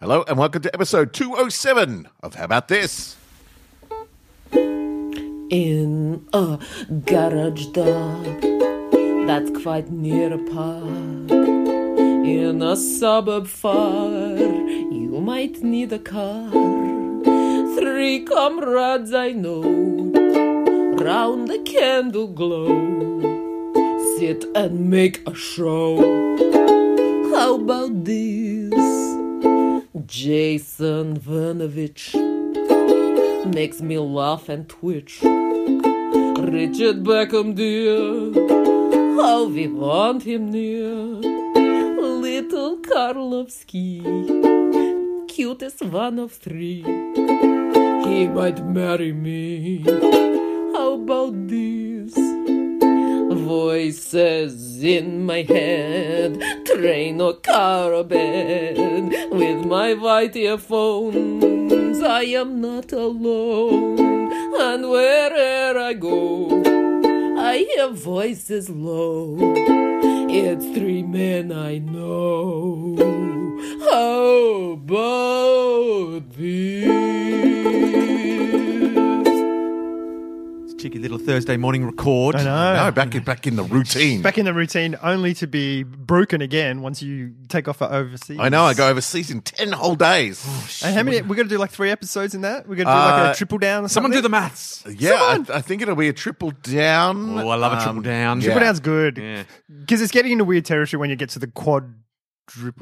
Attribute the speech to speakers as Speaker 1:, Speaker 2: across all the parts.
Speaker 1: Hello, and welcome to episode 207 of How About This?
Speaker 2: in a garage dog that's quite near a park. In a suburb far, you might need a car. Three comrades I know, round the candle glow, sit and make a show. How about this? Jason Vanovich makes me laugh and twitch. Richard Beckham, dear, how we want him near. Little Karlovsky, cutest one of three. He might marry me. How about this? Voices in my head, train or car or bed. With my white earphones, I am not alone. And wherever I go, I hear voices low. It's three men I know. How about this?
Speaker 3: It's a cheeky little Thursday morning record.
Speaker 4: I know.
Speaker 1: no, back in, back in the routine.
Speaker 4: Oh. Back in the routine, only to be broken again once you take off for overseas.
Speaker 1: I know, I go overseas in 10 whole days.
Speaker 4: And Oh, how many? We're going to do like three episodes in that. We're going to do
Speaker 1: Uh,
Speaker 4: like a triple down. Or
Speaker 3: Someone do the
Speaker 4: something?
Speaker 3: maths.
Speaker 1: yeah, I, I think it'll be a triple down. Um,
Speaker 3: Oh, I love a triple down.
Speaker 4: Triple
Speaker 1: yeah.
Speaker 4: down's good
Speaker 3: Yeah.
Speaker 4: because it's getting into weird territory when you get to the quadruple,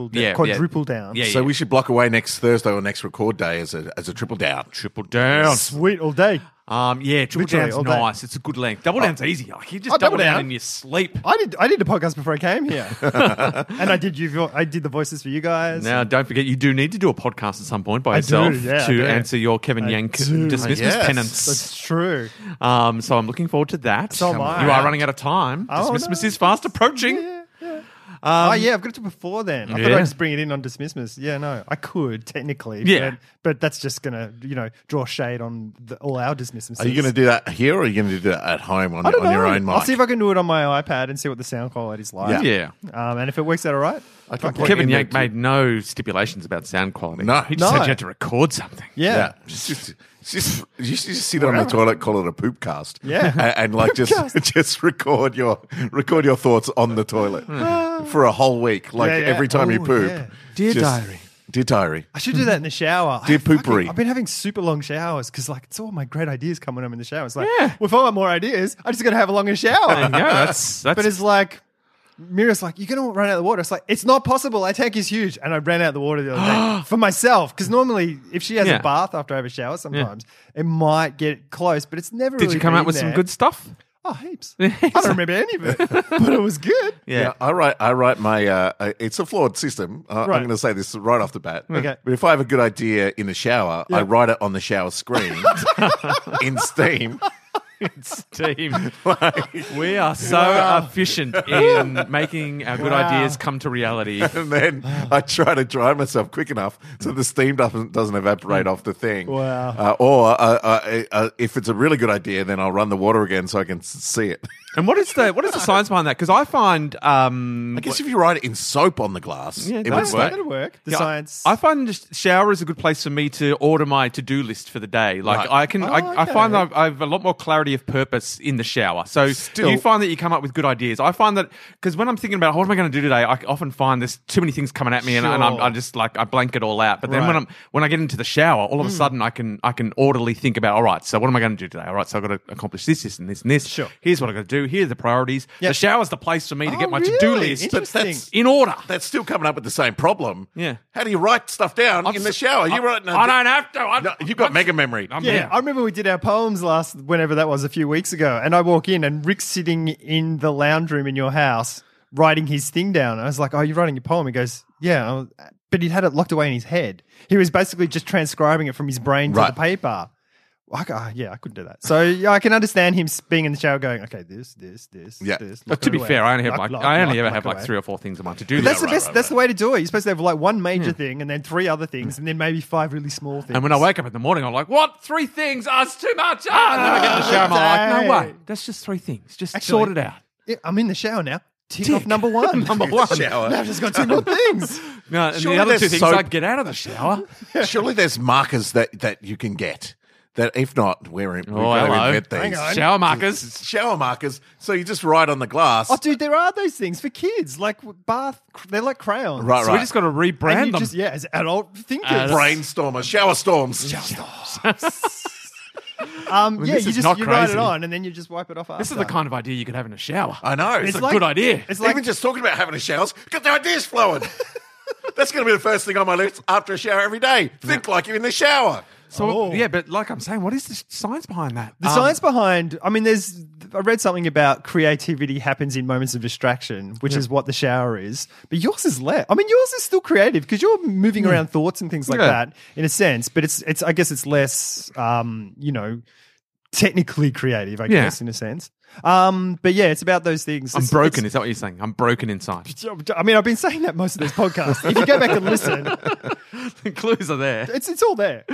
Speaker 4: down,
Speaker 3: Yeah, yeah.
Speaker 4: quadruple down.
Speaker 3: Yeah,
Speaker 1: So we should block away next Thursday or next record day as a, as a triple down.
Speaker 3: Triple down.
Speaker 4: Sweet all day.
Speaker 3: Um, yeah, triple
Speaker 4: Literally,
Speaker 3: down's
Speaker 4: all day.
Speaker 3: nice. It's a good length. Double down's easy. Like, you just
Speaker 4: Oh,
Speaker 3: double,
Speaker 4: double
Speaker 3: down,
Speaker 4: down.
Speaker 3: in your sleep.
Speaker 4: I did. I did the podcast before I came here, and I did you. I did the voices for you guys.
Speaker 3: Now, don't forget, you do need to do a podcast at some point by
Speaker 4: I do,
Speaker 3: yourself
Speaker 4: yeah, I
Speaker 3: to
Speaker 4: do.
Speaker 3: answer your Kevin
Speaker 4: I
Speaker 3: Yank
Speaker 4: do.
Speaker 3: dismissal
Speaker 1: Yes.
Speaker 3: penance.
Speaker 4: That's true.
Speaker 3: Um, so I'm looking forward to that.
Speaker 4: So am
Speaker 3: Come
Speaker 4: I.
Speaker 3: You are running out of time.
Speaker 4: Oh,
Speaker 3: dismissal
Speaker 4: no.
Speaker 3: is fast approaching.
Speaker 4: oh yeah, I've got to do before then. I thought
Speaker 3: Um, Yeah.
Speaker 4: I'd just bring it in on dismissmas. Yeah, no, I could technically.
Speaker 3: Yeah.
Speaker 4: but, but that's just gonna you know draw shade on the, all our dismissmas.
Speaker 1: Are you going to do that here or are you going to do that at home on,
Speaker 4: I don't
Speaker 1: on
Speaker 4: know.
Speaker 1: your own mic?
Speaker 4: I'll see if I can do it on my iPad and see what the sound quality is like.
Speaker 3: Yeah.
Speaker 4: Um, and if it works out all right.
Speaker 1: I can plug
Speaker 3: Kevin
Speaker 1: in there
Speaker 3: Yank
Speaker 1: too.
Speaker 3: made no stipulations about sound quality.
Speaker 1: No.
Speaker 3: He just
Speaker 4: No.
Speaker 3: said you had to record something.
Speaker 4: Yeah.
Speaker 1: Yeah. Just, just, just, you should just sit on the toilet, call it a poop cast.
Speaker 4: Yeah.
Speaker 1: And, and like just
Speaker 4: Poopcast.
Speaker 1: just record your record your thoughts on the toilet for a whole week. Like
Speaker 4: Hmm. Yeah, yeah.
Speaker 1: every time you
Speaker 4: Oh,
Speaker 1: poop.
Speaker 4: yeah.
Speaker 3: Dear
Speaker 1: just-
Speaker 3: diary.
Speaker 1: Dear diary.
Speaker 4: I should do that in the shower.
Speaker 1: Dear
Speaker 4: I fucking-
Speaker 1: poopery.
Speaker 4: I've been having super long showers because like it's all my great ideas come when I'm in the shower. It's like,
Speaker 3: Yeah.
Speaker 4: well, if I want more ideas, I just got to have a longer
Speaker 3: There you
Speaker 4: shower.
Speaker 3: go. That's, that's
Speaker 4: but it's like. Mira's like, you're gonna run out of the water. It's like, it's not possible. Our tank is huge, and I ran out of the water the other day for myself. Because normally, if she has
Speaker 3: Yeah.
Speaker 4: a bath after I have a shower, sometimes it might get close, but it's never.
Speaker 3: Did
Speaker 4: really
Speaker 3: you come
Speaker 4: been
Speaker 3: out with some
Speaker 4: there.
Speaker 3: good stuff?
Speaker 4: Oh, heaps. I don't remember any of it, but it was good.
Speaker 1: Yeah. I write. I write my. Uh, uh, it's a flawed system. Uh,
Speaker 4: Right. Hmm.
Speaker 1: I'm going to say this right off the bat.
Speaker 4: Okay.
Speaker 1: But if I have a good idea in the shower, I
Speaker 4: Yeah.
Speaker 1: write it on the shower screen in Steam.
Speaker 3: Team. we are so efficient in making our good
Speaker 4: Wow.
Speaker 3: ideas come to reality.
Speaker 1: and then I try to dry myself quick enough so the steam doesn't doesn't evaporate off the thing.
Speaker 4: Wow.
Speaker 1: Uh, or uh, uh, uh, if it's a really good idea, then I'll run the water again so I can s- see it.
Speaker 3: And what is the what is the science behind that? Because I find um,
Speaker 1: I guess if you write it in soap on the glass,
Speaker 3: Yeah,
Speaker 1: it
Speaker 3: that
Speaker 1: would
Speaker 3: would
Speaker 1: work.
Speaker 4: That'll work. The
Speaker 3: yeah, I-
Speaker 4: science.
Speaker 3: I find just shower is a good place for me to order my to do list for the day. Like
Speaker 1: Right.
Speaker 3: I can, I, I
Speaker 4: Oh, okay.
Speaker 3: find that I've, I've a lot more clarity of purpose in the shower. So
Speaker 1: Still-
Speaker 3: you find that you come up with good ideas. I find that because when I'm thinking about what am I going to do today, I often find there's too many things coming at me, and, and I'm,
Speaker 4: Sure.
Speaker 3: I'm just like I blank it all out. But then when
Speaker 4: Right. Hmm.
Speaker 3: I'm when I get into the shower, all of a sudden I can I can orderly think about all right. So what am I going to do today? All right, so I've got to accomplish this, this, and this, and this.
Speaker 4: Sure.
Speaker 3: Here's what I've got to do. Here are the priorities.
Speaker 4: Yep.
Speaker 3: The shower's the place for me to
Speaker 4: Oh,
Speaker 3: get my to do
Speaker 4: really?
Speaker 3: list
Speaker 4: Interesting.
Speaker 3: in order.
Speaker 1: That's still coming up with the same problem.
Speaker 3: Yeah.
Speaker 1: How do you write stuff down in the
Speaker 3: s-
Speaker 1: shower? You write.
Speaker 3: I don't have to. I,
Speaker 1: No, you've got
Speaker 3: I'm-
Speaker 1: mega memory.
Speaker 3: I'm
Speaker 4: yeah,
Speaker 3: here.
Speaker 4: I remember we did our poems last, whenever that was, a few weeks ago. And I walk in, and Rick's sitting in the lounge room in your house writing his thing down. I was like, "Oh, you're writing your poem?" He goes, "Yeah," I was- but he'd had it locked away in his head. He was basically just transcribing it from his brain
Speaker 1: Right.
Speaker 4: to the paper. I, ca- uh, yeah, I couldn't do that. So yeah, I can understand him being in the shower, going, "Okay, this, this, this,
Speaker 1: Yeah.
Speaker 4: this."
Speaker 3: But
Speaker 4: lock
Speaker 3: to
Speaker 4: it
Speaker 3: be
Speaker 4: away.
Speaker 3: fair, I only have
Speaker 4: Lock,
Speaker 3: like
Speaker 4: lock,
Speaker 3: I only
Speaker 4: lock,
Speaker 3: ever
Speaker 4: lock
Speaker 3: have like
Speaker 4: away."
Speaker 3: three or four things I want to do.
Speaker 4: That's
Speaker 3: though, right?
Speaker 4: the
Speaker 3: Hmm.
Speaker 4: best. that's the way to do it. You're supposed to have like one major thing, and then three other things, and then maybe five really small things.
Speaker 3: And when I wake up in the morning, I'm like, "What? Three things? Oh, it's too much." Ah, and then I get in the shower, I'm like, "No
Speaker 4: Okay.
Speaker 3: way. That's just three things. Just
Speaker 4: Actually-
Speaker 3: sort it out."
Speaker 4: Yeah, I'm in the shower now. tick, off number one. number
Speaker 1: one. Shower.
Speaker 4: I've just got two more things.
Speaker 3: No, and
Speaker 1: Surely
Speaker 3: the other
Speaker 1: there's
Speaker 3: two things,
Speaker 1: soap.
Speaker 3: I'd get out of the shower.
Speaker 1: Surely there's markers that, that you can get. That if not, we're in, we've
Speaker 3: Oh,
Speaker 1: got
Speaker 3: hello.
Speaker 1: to invent
Speaker 4: Hang
Speaker 1: these
Speaker 4: on.
Speaker 3: shower markers.
Speaker 1: shower markers. So you just write on the glass.
Speaker 4: Oh, dude, there are those things for kids, like bath. They're like crayons.
Speaker 1: Right,
Speaker 3: So we just got to
Speaker 4: And
Speaker 3: rebrand
Speaker 4: you
Speaker 3: them.
Speaker 4: just yeah, as adult thinkers.
Speaker 3: As-
Speaker 1: Brainstormer, shower storms.
Speaker 4: Um, yeah,
Speaker 3: this
Speaker 4: you
Speaker 3: is
Speaker 4: just
Speaker 3: not
Speaker 4: you write it
Speaker 3: crazy.
Speaker 4: on and then you just wipe it off. After.
Speaker 3: this is the kind of idea you could have in a shower.
Speaker 1: I know.
Speaker 3: It's,
Speaker 1: It's
Speaker 3: a
Speaker 1: like-
Speaker 3: good idea.
Speaker 4: It's like
Speaker 1: Even just talking about having a shower's got the ideas flowing. That's going to be the first thing on my list after a shower every day. Think like you're in the shower.
Speaker 3: so
Speaker 4: Oh.
Speaker 3: yeah, but like I'm saying, what is the science behind that?
Speaker 4: The
Speaker 3: Um,
Speaker 4: science behind, I mean, there's. I read something about creativity happens in moments of distraction, which is what the shower is. But yours is less. I mean, yours is still creative because you're moving around thoughts and things like
Speaker 3: Yeah.
Speaker 4: that in a sense. But it's, it's. I guess it's less. Um, you know, technically creative. I
Speaker 3: Yeah.
Speaker 4: guess in a sense. Um, but yeah, it's about those things.
Speaker 3: I'm
Speaker 4: It's-
Speaker 3: broken.
Speaker 4: it's-
Speaker 3: Is that what you're saying? I'm broken inside.
Speaker 4: I mean, I've been saying that most of these podcasts. if you go back and listen,
Speaker 3: the clues are there.
Speaker 4: it's it's all there.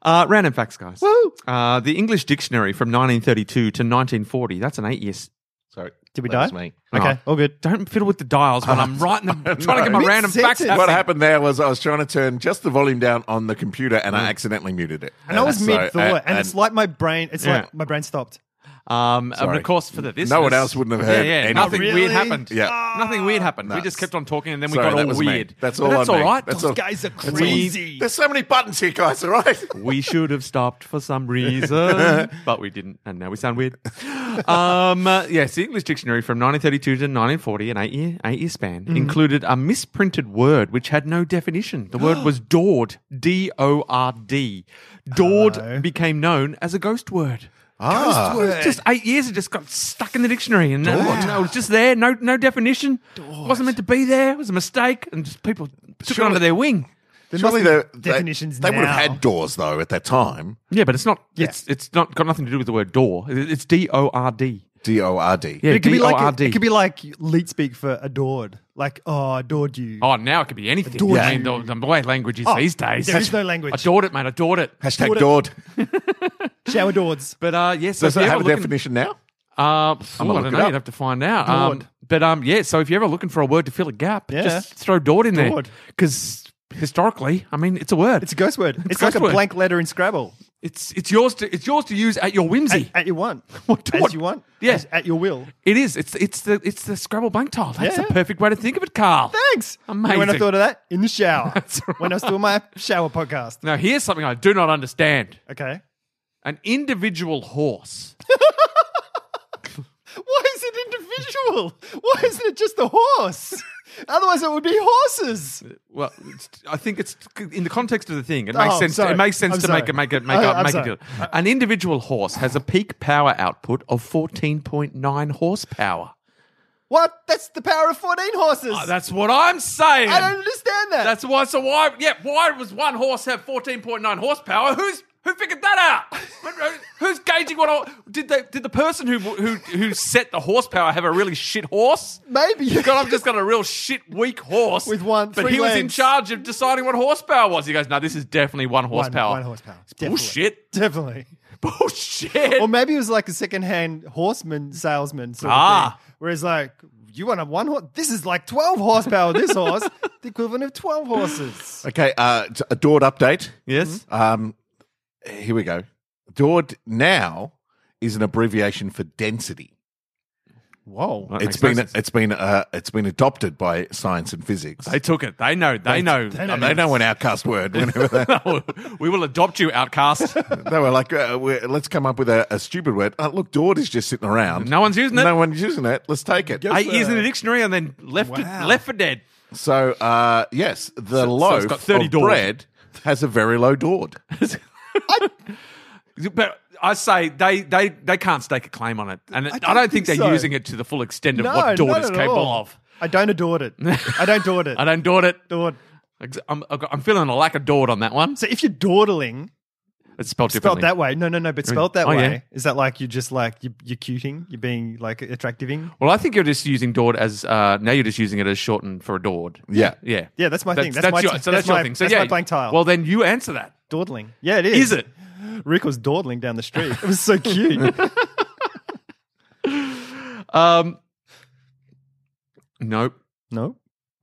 Speaker 3: Uh, random facts, guys.
Speaker 4: Woo!
Speaker 3: Uh, the English dictionary from 1932 to 1940. That's an eight year. s-
Speaker 1: Sorry.
Speaker 4: Did we
Speaker 1: that was
Speaker 4: die?
Speaker 1: me.
Speaker 4: Okay, all good.
Speaker 3: Don't fiddle with the dials
Speaker 1: Uh,
Speaker 3: when I'm writing them, trying to get my
Speaker 4: know.
Speaker 3: random facts
Speaker 4: Mid-sentence.
Speaker 3: out.
Speaker 1: What happened there was I was trying to turn just the volume down on the computer and I accidentally muted it.
Speaker 4: And I was
Speaker 1: So,
Speaker 4: mid thought,
Speaker 1: uh,
Speaker 4: and, it's like my brain. It's
Speaker 3: Yeah.
Speaker 4: like my brain stopped.
Speaker 3: Um, and
Speaker 1: Sorry.
Speaker 3: of course, for the this,
Speaker 1: one else wouldn't have heard
Speaker 3: Yeah, yeah
Speaker 1: anything.
Speaker 3: nothing
Speaker 1: Really?
Speaker 3: weird happened.
Speaker 1: Yeah.
Speaker 3: nothing weird happened. We
Speaker 1: No.
Speaker 3: just kept on talking, and then we
Speaker 1: Sorry,
Speaker 3: got
Speaker 1: that
Speaker 3: all
Speaker 1: was me.
Speaker 3: weird.
Speaker 1: That's
Speaker 3: But
Speaker 1: all
Speaker 3: That's
Speaker 1: on
Speaker 3: all
Speaker 1: me.
Speaker 3: right.
Speaker 1: That's
Speaker 3: Those
Speaker 1: all-
Speaker 3: guys-
Speaker 4: Guys are
Speaker 1: all-
Speaker 4: crazy.
Speaker 1: There's so many buttons here, guys, all right?
Speaker 3: We should have stopped for some reason, but we didn't, and now we sound weird. Um, uh, yes, the English dictionary from 1932 to 1940, an eight-year eight-year span, included a misprinted word which had no definition. The word was "dord," D-O-R-D. "Dord"
Speaker 4: Hello.
Speaker 3: became known as a ghost word.
Speaker 1: Ah.
Speaker 3: It was just eight years. It just got stuck in the dictionary, and uh, no, it was just there. No, no definition. wasn't meant to be there. It was a mistake, and just people took it
Speaker 1: Surely-
Speaker 3: under their wing.
Speaker 1: Surely
Speaker 4: must be
Speaker 1: the
Speaker 4: definitions
Speaker 1: They, they would
Speaker 4: now.
Speaker 1: have had doors though at that time.
Speaker 3: Yeah, but it's not.
Speaker 4: Yeah.
Speaker 3: It's it's not got nothing to do with the word door. It- It's D O R D.
Speaker 1: D O R D.
Speaker 3: Yeah,
Speaker 4: It could be like
Speaker 3: D-O-R-D.
Speaker 4: it could be like leet speak for adored. Like oh, I adored you.
Speaker 3: Oh, now it could be anything.
Speaker 4: Adored
Speaker 3: I mean,
Speaker 4: you.
Speaker 3: the, the way language is
Speaker 4: Oh,
Speaker 3: these days.
Speaker 4: there is no language.
Speaker 3: Adored it, mate. Adored it.
Speaker 1: Hashtag doored.
Speaker 4: Shower doords.
Speaker 3: But uh, yes, yeah, so
Speaker 1: Does
Speaker 3: if
Speaker 1: that
Speaker 3: you
Speaker 1: have a
Speaker 3: ever looking-
Speaker 1: definition now?
Speaker 3: Uh, ooh, I
Speaker 1: look
Speaker 3: don't
Speaker 1: it
Speaker 3: know. You'd
Speaker 1: up.
Speaker 3: have to find out. Um,
Speaker 4: Dord.
Speaker 3: but um, yeah. So if you're ever looking for a word to fill a gap,
Speaker 4: Yeah.
Speaker 3: just throw "dord" in there
Speaker 4: Dord.
Speaker 3: because historically, I mean, it's a word.
Speaker 4: It's a ghost word. It's
Speaker 3: ghost
Speaker 4: like a
Speaker 3: word.
Speaker 4: blank letter in Scrabble.
Speaker 3: It's it's yours to it's yours to use at your whimsy.
Speaker 4: At your want.
Speaker 3: What-
Speaker 4: As
Speaker 3: what?
Speaker 4: you want.
Speaker 3: Yeah.
Speaker 4: As- at your will.
Speaker 3: it is. It's it's the it's the Scrabble blank tile. That's
Speaker 4: Yeah.
Speaker 3: the perfect way to think of it, Carl.
Speaker 4: Thanks. You know when I
Speaker 3: Amazing.
Speaker 4: thought of that? In the shower.
Speaker 3: That's right.
Speaker 4: When I was doing my shower podcast.
Speaker 3: Now here's something I do not understand:
Speaker 4: Okay.
Speaker 3: an individual horse.
Speaker 4: Why is it individual? Why isn't it just a horse? Otherwise it would be horses.
Speaker 3: Well, it's, I think it's in the context of the thing. It makes
Speaker 4: Oh,
Speaker 3: sense.
Speaker 4: sorry.
Speaker 3: It makes sense
Speaker 4: I'm
Speaker 3: to
Speaker 4: sorry.
Speaker 3: make it make it make
Speaker 4: I-
Speaker 3: up
Speaker 4: I'm
Speaker 3: make a
Speaker 4: sorry.
Speaker 3: deal. An individual horse has a peak power output of fourteen point nine horsepower.
Speaker 4: What? That's the power of 14 horses.
Speaker 3: Oh, that's what I'm saying.
Speaker 4: I don't understand that.
Speaker 3: That's why. So why? Yeah. Why was one horse have fourteen point nine horsepower? Who's who figured that out? Who's gauging what? hor- Did they? Did the person who who who set the horsepower have a really shit horse?
Speaker 4: Maybe.
Speaker 3: God, I've just got a real shit weak horse
Speaker 4: With one-
Speaker 3: But
Speaker 4: three
Speaker 3: he was in
Speaker 4: legs.
Speaker 3: charge of deciding what horsepower was. He goes, "No, this is definitely one
Speaker 4: One-
Speaker 3: horsepower.
Speaker 4: One horsepower. Definitely.
Speaker 3: Bullshit.
Speaker 4: Definitely.
Speaker 3: Bullshit.
Speaker 4: Or maybe it was like a secondhand horseman salesman sort
Speaker 3: Ah.
Speaker 4: of thing. Where it's like, you want a one horse? This is like 12 horsepower, this horse. The equivalent of 12 horses.
Speaker 1: Okay, uh, t- a doored update.
Speaker 3: yes.
Speaker 4: Hmm?
Speaker 1: Um, here we go. Dord now is an abbreviation for density.
Speaker 4: Whoa.
Speaker 3: That
Speaker 1: It's
Speaker 3: makes no
Speaker 1: been
Speaker 3: sense.
Speaker 1: it's been uh, it's been adopted by science and physics.
Speaker 3: they took it. They know. They know.
Speaker 4: they know.
Speaker 1: and they know an outcast word. Whenever they,
Speaker 3: we will adopt you, outcast.
Speaker 1: they were like, uh, we're, let's come up with a, a stupid word. Oh, look, Dord is just sitting around.
Speaker 3: No one's using it.
Speaker 1: No one's using it. Let's take it.
Speaker 3: Eight years in the dictionary and then left
Speaker 4: Wow.
Speaker 3: it, left for dead.
Speaker 1: So, uh, yes, the
Speaker 3: so
Speaker 1: loaf
Speaker 3: it's got 30
Speaker 1: of
Speaker 3: Dord.
Speaker 1: bread has a very low Dord.
Speaker 3: But I say they, they, they can't stake a claim on it, and I,
Speaker 4: don't
Speaker 3: don't think,
Speaker 4: think
Speaker 3: they're
Speaker 4: so.
Speaker 3: using it to the full extent of
Speaker 4: No,
Speaker 3: what Dort
Speaker 4: not
Speaker 3: is
Speaker 4: at
Speaker 3: capable
Speaker 4: all.
Speaker 3: of.
Speaker 4: I don't adore it. I don't adore it.
Speaker 3: I don't dort it.
Speaker 4: Dawd.
Speaker 3: Ex- I'm, I've got- I'm feeling a lack of dort on that one.
Speaker 4: So if you're dawdling,
Speaker 3: It's spelled
Speaker 4: spelled
Speaker 3: differently.
Speaker 4: that way. No, no, no, but spelled that
Speaker 3: Oh,
Speaker 4: way.
Speaker 3: yeah.
Speaker 4: Is that like you're just like, you're, you're cuting? You're being like attractiving?
Speaker 3: Well, I think you're just using Dord as uh, now you're just using it as shortened for adored.
Speaker 1: Yeah.
Speaker 3: yeah,
Speaker 4: Yeah, that's my thing. That's my
Speaker 3: your,
Speaker 4: t-
Speaker 3: so
Speaker 4: that's
Speaker 3: that's, your
Speaker 4: my-
Speaker 3: thing. So
Speaker 4: that's
Speaker 3: yeah,
Speaker 4: my blank tile.
Speaker 3: Well, then you answer that.
Speaker 4: Dawdling. Yeah, it is.
Speaker 3: Is it?
Speaker 4: Rick was dawdling down the street. It was so cute.
Speaker 3: Um, Nope.
Speaker 4: No.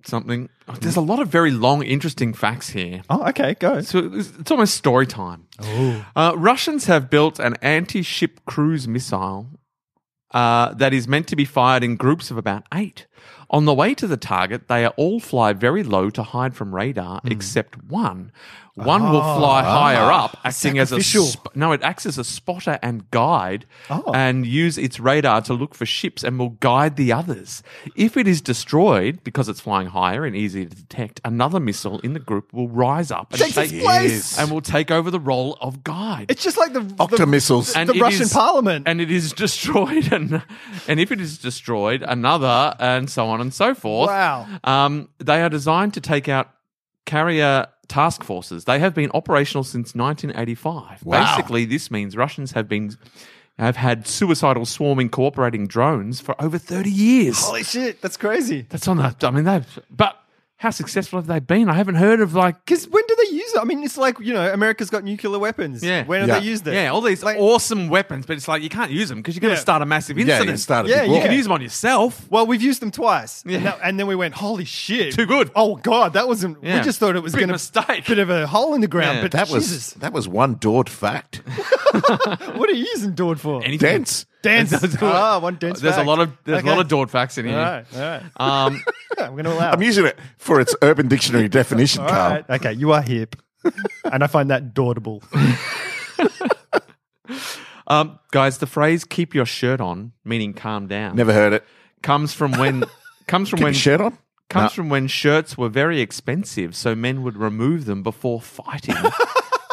Speaker 3: Something. Oh, there's a lot of very long, interesting facts here.
Speaker 4: Oh, okay. Go.
Speaker 3: So it's, it's almost story time.
Speaker 4: Oh.
Speaker 3: Uh, Russians have built an anti ship cruise missile uh, that is meant to be fired in groups of about eight. On the way to the target, they are all fly very low to hide from radar,
Speaker 4: Hmm.
Speaker 3: except one. One will fly higher up, acting as a
Speaker 4: Ah. Sacrificial.
Speaker 3: sp- no. It acts as a spotter and guide,
Speaker 4: Oh.
Speaker 3: and use its radar to look for ships and will guide the others. If it is destroyed because it's flying higher and easier to detect, another missile in the group will rise up and
Speaker 4: Takes its place.
Speaker 3: and will take over the role of guide.
Speaker 4: It's just like the
Speaker 1: Octomissiles.
Speaker 4: the
Speaker 3: it
Speaker 4: Russian parliament.
Speaker 3: and it is destroyed, and and if it is destroyed, another, and so on and so forth.
Speaker 4: Wow.
Speaker 3: Um, they are designed to take out carrier task forces. They have been operational since 1985.
Speaker 1: Wow.
Speaker 3: Basically, this means Russians have been have had suicidal swarming cooperating drones for over 30 years.
Speaker 4: Holy shit, that's crazy.
Speaker 3: That's on the. I mean, they've but. How successful have they been? I haven't heard of like
Speaker 4: Because when do they use it? I mean, it's like you know, America's got nuclear weapons.
Speaker 3: Yeah.
Speaker 4: When have
Speaker 1: Yeah.
Speaker 4: they used it?
Speaker 3: yeah, all these
Speaker 4: Like-
Speaker 3: awesome weapons, but it's like you can't use them because you're going to
Speaker 4: Yeah.
Speaker 3: start a massive
Speaker 1: Yeah,
Speaker 3: incident.
Speaker 1: you started.
Speaker 4: Yeah,
Speaker 1: Yeah,
Speaker 4: you
Speaker 3: You
Speaker 1: before.
Speaker 3: can use them on yourself.
Speaker 4: Well, we've used them twice,
Speaker 3: Yeah.
Speaker 4: and, that- and then we went, "Holy shit,
Speaker 3: Too good.
Speaker 4: Oh god, that wasn't.
Speaker 3: Yeah.
Speaker 4: We just thought it was
Speaker 3: Big
Speaker 4: going to
Speaker 3: mistake.
Speaker 4: bit of a hole in the ground.
Speaker 3: Yeah.
Speaker 4: but
Speaker 1: That was
Speaker 4: Jesus,
Speaker 1: that was one doored fact.
Speaker 4: what are you using Dord for?
Speaker 3: Anything.
Speaker 1: Dense.
Speaker 4: dance.
Speaker 3: There's a
Speaker 4: ah,
Speaker 3: lot-
Speaker 4: one dance.
Speaker 3: There's
Speaker 4: fact.
Speaker 3: a lot of there's
Speaker 4: Okay.
Speaker 3: a lot of Dord facts in
Speaker 4: All
Speaker 3: here.
Speaker 4: right, all right.
Speaker 3: Um,
Speaker 4: Yeah, I'm going to allow.
Speaker 1: I'm using it for its Urban Dictionary definition,
Speaker 4: all
Speaker 1: Carl.
Speaker 4: right. Okay, you are hip, and I find that dordable.
Speaker 3: um, guys, the phrase "keep your shirt on," meaning calm down,
Speaker 1: Never heard it.
Speaker 3: comes from when comes from
Speaker 1: Keep
Speaker 3: when
Speaker 1: your shirt on.
Speaker 3: comes
Speaker 1: No.
Speaker 3: from when shirts were very expensive, so men would remove them before fighting.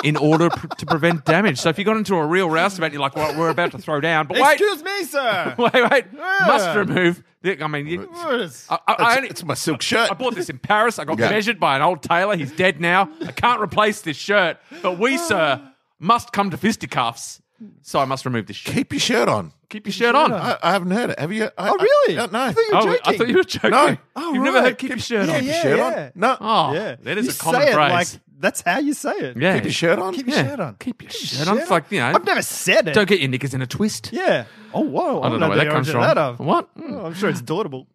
Speaker 3: In order pr- to prevent damage, so if you got into a real roustabout, you're like, "Well, we're about to throw down," but wait,
Speaker 4: Excuse me, sir.
Speaker 3: wait, wait, must remove. I mean, you,
Speaker 4: What is-
Speaker 3: I, I, I
Speaker 1: It's,
Speaker 3: only,
Speaker 1: it's my silk shirt.
Speaker 3: I bought this in Paris. I got
Speaker 1: Yeah.
Speaker 3: measured by an old tailor. He's dead now. I can't replace this shirt. But we, sir, must come to fisticuffs. So I must remove this shirt.
Speaker 1: Keep your shirt on.
Speaker 3: Keep your shirt on.
Speaker 1: I, I haven't heard it. Have you? I,
Speaker 4: Oh, really?
Speaker 1: I, I, no.
Speaker 4: I thought you were
Speaker 3: Oh, I
Speaker 4: joking.
Speaker 3: thought you were joking.
Speaker 1: No.
Speaker 4: Oh,
Speaker 3: You've never
Speaker 4: right.
Speaker 3: heard keep your shirt on.
Speaker 4: yeah,
Speaker 1: shirt
Speaker 4: yeah.
Speaker 1: on. No.
Speaker 3: Oh,
Speaker 4: yeah,
Speaker 3: that is
Speaker 4: You
Speaker 3: a common
Speaker 4: say it
Speaker 3: phrase.
Speaker 4: like- that's how you say it.
Speaker 3: yeah.
Speaker 1: Keep your shirt on.
Speaker 4: Keep your
Speaker 3: Yeah.
Speaker 4: shirt on.
Speaker 3: Keep your shirt on. It's like, you know,
Speaker 4: I've never said it.
Speaker 3: don't get your knickers in a twist.
Speaker 4: Yeah. Oh wow.
Speaker 3: I don't know where that comes from.
Speaker 4: That of.
Speaker 3: What? Mm.
Speaker 4: Oh, I'm sure it's daughtable.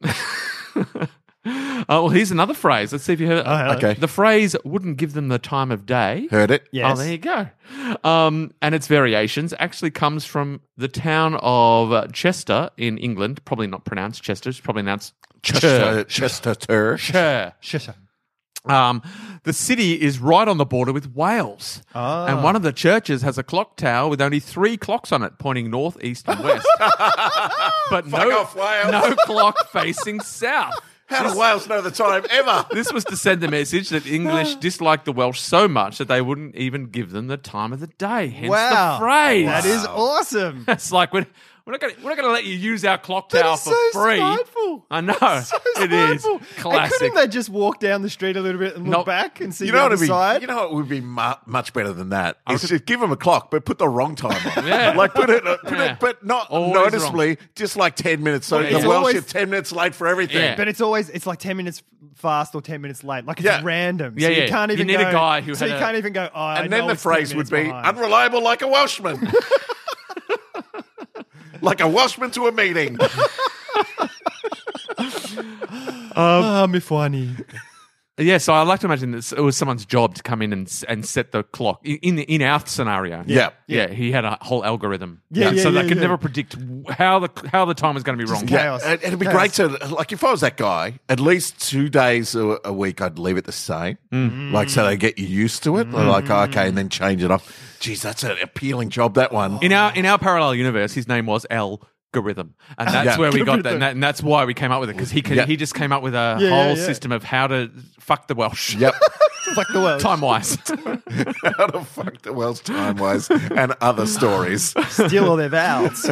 Speaker 3: Oh, well, here's another phrase. Let's see if you heard
Speaker 4: hello.
Speaker 1: Okay.
Speaker 3: The phrase wouldn't give them the time of day.
Speaker 1: Heard it.
Speaker 4: yes.
Speaker 3: Oh, there you go. Um, and its variations actually comes from the town of uh, Chester in England. Probably not pronounced Chester. It's probably pronounced Chester.
Speaker 1: Chester. Chester.
Speaker 3: Chester.
Speaker 4: Shut up.
Speaker 3: Um, the city is right on the border with Wales. And one of the churches has a clock tower with only three clocks on it, pointing north, east, and west. but
Speaker 1: Fuck
Speaker 3: no,
Speaker 1: off, Wales.
Speaker 3: no clock facing south.
Speaker 1: How do Wales know the time ever?
Speaker 3: This was to send the message that English disliked the Welsh so much that they wouldn't even give them the time of the day. Hence
Speaker 4: Wow.
Speaker 3: the phrase.
Speaker 4: That is awesome.
Speaker 3: It's like we're, we're not going we're not going to let you use our clock tower
Speaker 4: is
Speaker 3: for
Speaker 4: so
Speaker 3: free.
Speaker 4: spiteful.
Speaker 3: I know
Speaker 4: So
Speaker 3: it is
Speaker 4: spiteful. And
Speaker 3: classic.
Speaker 4: couldn't they just walk down the street a little bit and look
Speaker 3: Nope.
Speaker 4: back and see
Speaker 1: You
Speaker 4: the
Speaker 1: know what
Speaker 4: other
Speaker 1: would be?
Speaker 4: side?
Speaker 1: You know what would be mu- much better than that? Is just give them a clock, but put the wrong time on.
Speaker 3: Yeah.
Speaker 1: like put it, uh, put
Speaker 3: Yeah.
Speaker 1: it, but not
Speaker 3: Always
Speaker 1: noticeably. Just like ten minutes. So
Speaker 3: Well,
Speaker 1: the
Speaker 3: it's
Speaker 1: Welsh
Speaker 4: always-
Speaker 1: are ten minutes late for everything.
Speaker 3: Yeah.
Speaker 4: but it's always it's like ten minutes fast or ten minutes late. Like it's
Speaker 1: Yeah.
Speaker 4: random.
Speaker 3: Yeah,
Speaker 4: so
Speaker 3: yeah.
Speaker 4: you can't
Speaker 3: You
Speaker 4: even
Speaker 3: need a
Speaker 4: go-
Speaker 3: guy who
Speaker 4: So
Speaker 3: had
Speaker 4: you
Speaker 3: a-
Speaker 4: can't even go. Oh, I
Speaker 1: And
Speaker 4: know
Speaker 1: then the
Speaker 4: it's 10
Speaker 1: phrase would
Speaker 4: minutes
Speaker 1: be
Speaker 4: behind.
Speaker 1: unreliable like a Welshman. like a Welshman to a meeting.
Speaker 4: Ah, mi funny.
Speaker 3: Yeah, so I like to imagine that it was someone's job to come in and s- and set the clock in in, in our scenario.
Speaker 1: Yeah.
Speaker 3: yeah, he had a whole algorithm.
Speaker 4: Yeah, yeah,
Speaker 3: so
Speaker 4: yeah,
Speaker 3: they could
Speaker 4: yeah.
Speaker 3: never predict how the how the time was going to be wrong.
Speaker 4: Yeah. Chaos.
Speaker 1: It, would be
Speaker 4: Chaos.
Speaker 1: great to like if I was that guy. At least two days a, a week, I'd leave it the same,
Speaker 4: Mm.
Speaker 1: like so they get you used to it. Like okay, and then change it up. Geez, that's an appealing job. That one.
Speaker 3: In our in our parallel universe, his name was Algorithm, and that's
Speaker 1: Yeah.
Speaker 3: where we got that, and, that, and that's why we came up with it because he could,
Speaker 1: Yeah.
Speaker 3: he just came up with a
Speaker 4: Yeah, yeah,
Speaker 3: whole
Speaker 4: yeah.
Speaker 3: system of how to fuck the Welsh.
Speaker 1: Yep.
Speaker 4: Fuck the world.
Speaker 3: Time wise,
Speaker 1: How the fuck the Welsh time was and other stories.
Speaker 4: Steal all their vowels.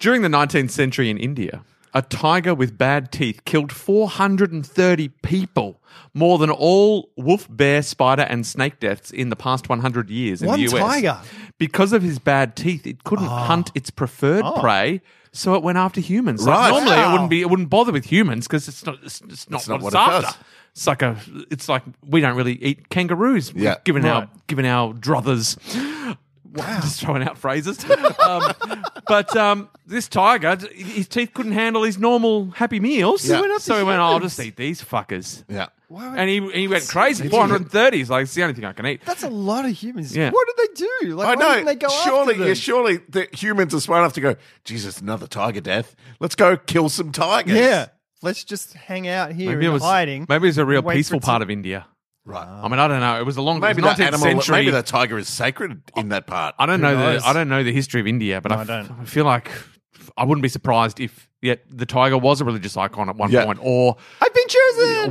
Speaker 3: During the 19th century in India, a tiger with bad teeth killed 430 people, more than all wolf, bear, spider, and snake deaths in the past 100 years in
Speaker 4: One
Speaker 3: the US.
Speaker 4: tiger? Ah.
Speaker 3: Because of his bad teeth, it couldn't hunt its preferred prey. So it went after humans. Like,
Speaker 1: Right.
Speaker 3: normally, it
Speaker 4: Wow.
Speaker 3: wouldn't be. It wouldn't bother with humans because it's not. It's, it's not
Speaker 1: not
Speaker 3: what
Speaker 1: what
Speaker 3: it's
Speaker 1: it
Speaker 3: after.
Speaker 1: does.
Speaker 3: It's like a. It's like we don't really eat kangaroos.
Speaker 1: Yeah.
Speaker 3: Given our
Speaker 4: Right.
Speaker 3: given our druthers. Wow. Just throwing out phrases. um, but um, this tiger, d- his teeth couldn't handle his normal happy meals.
Speaker 1: Yeah. He went up
Speaker 3: So he went, "Oh, I'll just eat these fuckers.
Speaker 1: Yeah.
Speaker 4: Wow.
Speaker 3: And he, he went crazy. 430. He's like, it's the only thing I can eat.
Speaker 4: That's a lot of humans.
Speaker 3: Yeah.
Speaker 4: What did they do? Like,
Speaker 1: I
Speaker 4: why
Speaker 1: know.
Speaker 4: didn't they go
Speaker 1: surely,
Speaker 4: after them?
Speaker 1: yeah, surely the humans are smart enough to go. Jesus, another tiger death. Let's go kill some tigers.
Speaker 4: Yeah. Let's just hang out here in hiding.
Speaker 3: maybe it was a real
Speaker 4: and wait for
Speaker 3: peaceful
Speaker 4: it to-
Speaker 3: part of India.
Speaker 1: right.
Speaker 3: I mean, I don't know. It was a long
Speaker 1: Maybe
Speaker 3: it was
Speaker 1: that
Speaker 3: 19th
Speaker 1: animal.
Speaker 3: century.
Speaker 1: Maybe that tiger is sacred in that part.
Speaker 3: I don't know
Speaker 4: knows?
Speaker 3: the I don't know the history of India, but I,
Speaker 4: I
Speaker 3: f-
Speaker 4: don't.
Speaker 3: I feel like I wouldn't be surprised if yet the tiger was a religious icon at one
Speaker 1: Yeah.
Speaker 3: point, or
Speaker 4: I've been chosen.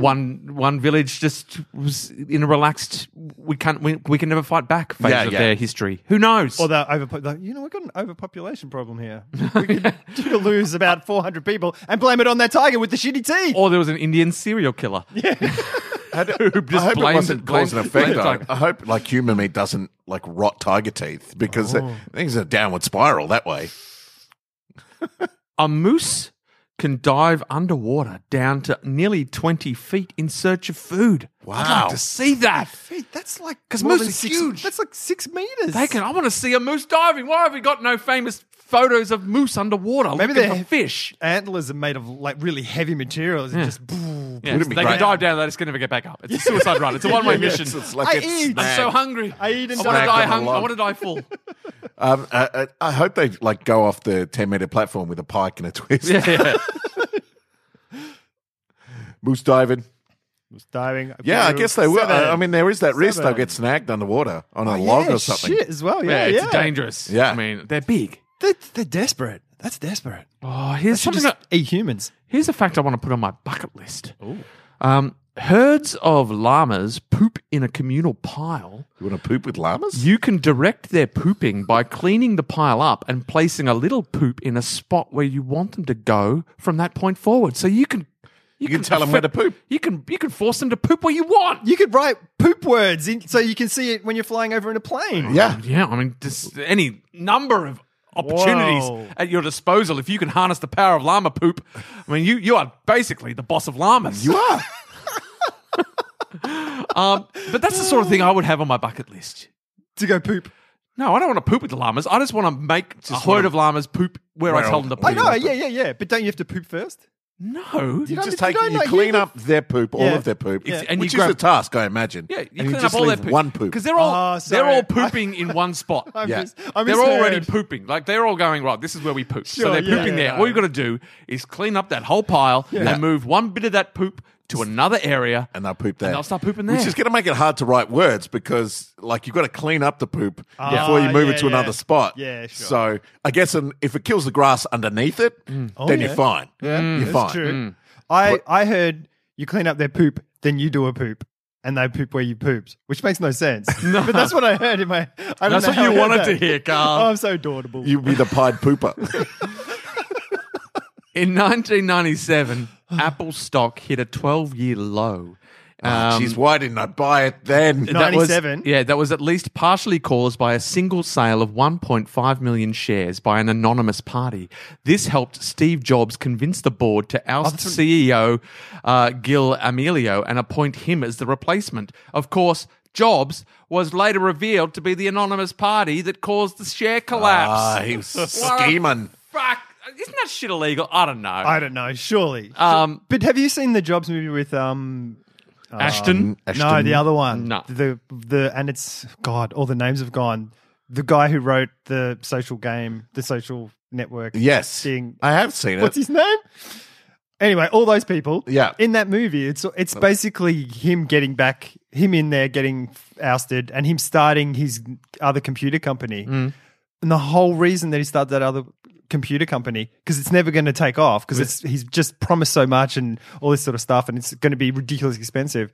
Speaker 3: one one village just was in a relaxed we can't we, we can never fight back phase
Speaker 1: Yeah,
Speaker 3: of
Speaker 1: yeah.
Speaker 3: their history. Who knows?
Speaker 4: Or they're overpo- they're- you know, we've got an overpopulation problem here. We could lose about 400 people and blame it on that tiger with the shitty teeth.
Speaker 3: or there was an Indian serial killer.
Speaker 1: I hope it
Speaker 3: just blames
Speaker 1: wasn't
Speaker 3: it-
Speaker 1: cause
Speaker 3: blames-
Speaker 1: and effect.
Speaker 3: blames
Speaker 1: though.
Speaker 3: tiger.
Speaker 1: I hope like human meat doesn't like rot tiger teeth
Speaker 3: Oh.
Speaker 1: because things are a downward spiral that way.
Speaker 3: A moose can dive underwater down to nearly twenty feet in search of food. I'd
Speaker 1: Wow.
Speaker 3: like to see that.
Speaker 4: Feet, that's like
Speaker 3: Because
Speaker 4: more
Speaker 3: moose
Speaker 4: than
Speaker 3: is
Speaker 4: six-
Speaker 3: huge.
Speaker 4: That's like six meters.
Speaker 3: They can. I want to see a moose diving. Why have we got no famous photos of moose underwater?
Speaker 4: Maybe
Speaker 3: looking
Speaker 4: they're-
Speaker 3: for fish.
Speaker 4: Antlers are made of like really heavy materials and just. boo,
Speaker 3: Yeah,
Speaker 4: boo.
Speaker 1: Wouldn't it be
Speaker 3: they
Speaker 1: great?
Speaker 3: can dive down. They just can never get back up. It's a suicide run. It's a one way
Speaker 1: Yeah,
Speaker 3: mission.
Speaker 1: it's- it's like
Speaker 4: I
Speaker 1: it's
Speaker 4: eat.
Speaker 3: I'm
Speaker 1: snagged.
Speaker 3: so hungry.
Speaker 4: I eat and
Speaker 3: I want to die
Speaker 4: die.
Speaker 1: Snagged on the
Speaker 3: hungry. I
Speaker 1: log.
Speaker 3: want to die full.
Speaker 1: Um, I, I, I hope they like go off the ten meter platform with a pike and a twist.
Speaker 3: yeah.
Speaker 1: Moose diving.
Speaker 4: Was diving.
Speaker 1: Yeah, I guess they will. Uh, I, I mean, there is that risk they'll
Speaker 4: Seven.
Speaker 1: get snagged underwater on a
Speaker 3: Oh,
Speaker 4: Yeah,
Speaker 1: log or something.
Speaker 4: Shit as well.
Speaker 3: Yeah,
Speaker 4: Yeah,
Speaker 3: it's
Speaker 4: yeah.
Speaker 3: dangerous.
Speaker 1: Yeah.
Speaker 3: I mean, they're big.
Speaker 4: They're, they're desperate. That's desperate.
Speaker 3: Oh, here's
Speaker 4: Should
Speaker 3: something.
Speaker 4: just
Speaker 3: that-
Speaker 4: eat humans.
Speaker 3: here's a fact I want to put on my bucket list. Um, herds of llamas poop in a communal pile.
Speaker 1: You want to poop with llamas?
Speaker 3: You can direct their pooping by cleaning the pile up and placing a little poop in a spot where you want them to go from that point forward. So you can you,
Speaker 1: can tell 'em where to poop.
Speaker 3: You can you can force them to poop where you want.
Speaker 4: You could write poop words in, so you can see it when you're flying over in a plane.
Speaker 1: Yeah.
Speaker 3: Yeah, I mean, just any number of opportunities
Speaker 4: Whoa.
Speaker 3: at your disposal if you can harness the power of llama poop. I mean, you you are basically the boss of llamas.
Speaker 1: You are.
Speaker 3: Um, but that's the sort of thing I would have on my bucket list.
Speaker 4: To go poop.
Speaker 3: No, I don't want to poop with the llamas. I just want to make a herd
Speaker 1: wanna-
Speaker 3: of llamas poop where I
Speaker 1: Where
Speaker 3: tell
Speaker 1: I'll-
Speaker 3: them to poop.
Speaker 4: I know. Yeah, yeah, yeah. But don't you have to poop first?
Speaker 3: No.
Speaker 1: You
Speaker 4: don't-
Speaker 1: just
Speaker 4: you
Speaker 1: take
Speaker 4: don't
Speaker 1: you
Speaker 4: like
Speaker 1: clean
Speaker 4: you-
Speaker 1: up their poop, all
Speaker 4: Yeah.
Speaker 1: of their poop,
Speaker 3: Yeah. And
Speaker 1: which
Speaker 3: you grab-
Speaker 1: is a task, I imagine.
Speaker 3: Yeah, you
Speaker 1: and
Speaker 3: clean
Speaker 1: you just
Speaker 3: up all their
Speaker 1: leave
Speaker 3: poop.
Speaker 1: one poop.
Speaker 3: because they're all
Speaker 4: Oh, sorry.
Speaker 3: they're all pooping in one spot.
Speaker 4: I'm
Speaker 1: Yeah.
Speaker 4: just, I'm
Speaker 3: they're already
Speaker 4: misheard.
Speaker 3: pooping. Like they're all going right. This is where we poop. so
Speaker 4: Sure,
Speaker 3: they're
Speaker 4: yeah,
Speaker 3: pooping
Speaker 4: yeah,
Speaker 3: there.
Speaker 4: yeah.
Speaker 3: All you got to do is clean up that whole pile
Speaker 1: Yeah.
Speaker 3: and move one bit of that poop to another area.
Speaker 1: and they'll poop there.
Speaker 3: they'll start pooping
Speaker 1: Which
Speaker 3: there.
Speaker 1: is going to make it hard to write words because, like, you've got to clean up the poop before you
Speaker 4: Ah,
Speaker 1: move
Speaker 4: yeah,
Speaker 1: it to
Speaker 4: yeah.
Speaker 1: another spot.
Speaker 4: Yeah, sure.
Speaker 1: So I guess um, if it kills the grass underneath
Speaker 3: Mm.
Speaker 1: it, then
Speaker 4: Oh, yeah.
Speaker 1: you're fine. You're fine.
Speaker 4: That's true. I, I heard you clean up their poop, then you do a poop. And they poop where you pooped, which makes no sense. But that's what I heard in my. I don't
Speaker 3: That's
Speaker 4: know
Speaker 3: what
Speaker 4: how
Speaker 3: you
Speaker 4: I heard
Speaker 3: wanted
Speaker 4: that.
Speaker 3: to hear, Carl.
Speaker 4: Oh, I'm so adorable.
Speaker 1: You'll be the pied pooper.
Speaker 3: In 1997, Apple stock hit a 12 year low. Um,
Speaker 1: Jeez, why didn't I buy it then?
Speaker 4: No.
Speaker 3: that was-
Speaker 4: 97?
Speaker 3: yeah, that was at least partially caused by a single sale of 1.5 million shares by an anonymous party. This helped Steve Jobs convince the board to
Speaker 4: Oh,
Speaker 3: oust CEO uh, Gil Amelio and appoint him as the replacement. Of course, Jobs was later revealed to be the anonymous party that caused the share
Speaker 1: Ah,
Speaker 3: collapse.
Speaker 1: he was
Speaker 3: What a
Speaker 1: scheming.
Speaker 3: Fuck. Isn't that shit illegal? I don't know.
Speaker 4: I don't know. Surely.
Speaker 3: um,
Speaker 4: but have you seen the Jobs movie with um?
Speaker 3: Ashton.
Speaker 4: No, the other one.
Speaker 3: No.
Speaker 4: The the and it's God. All the names have gone. The guy who wrote the social game, the social network.
Speaker 1: Yes.
Speaker 4: Thing.
Speaker 1: I have seen it.
Speaker 4: What's his name? Anyway, all those people.
Speaker 1: Yeah.
Speaker 4: In that movie, it's it's basically him getting back, him in there getting ousted, and him starting his other computer company.
Speaker 3: Mm.
Speaker 4: And the whole reason that he started that other computer company because it's never going to take off because it's he's just promised so much and all this sort of stuff, and it's going to be ridiculously expensive.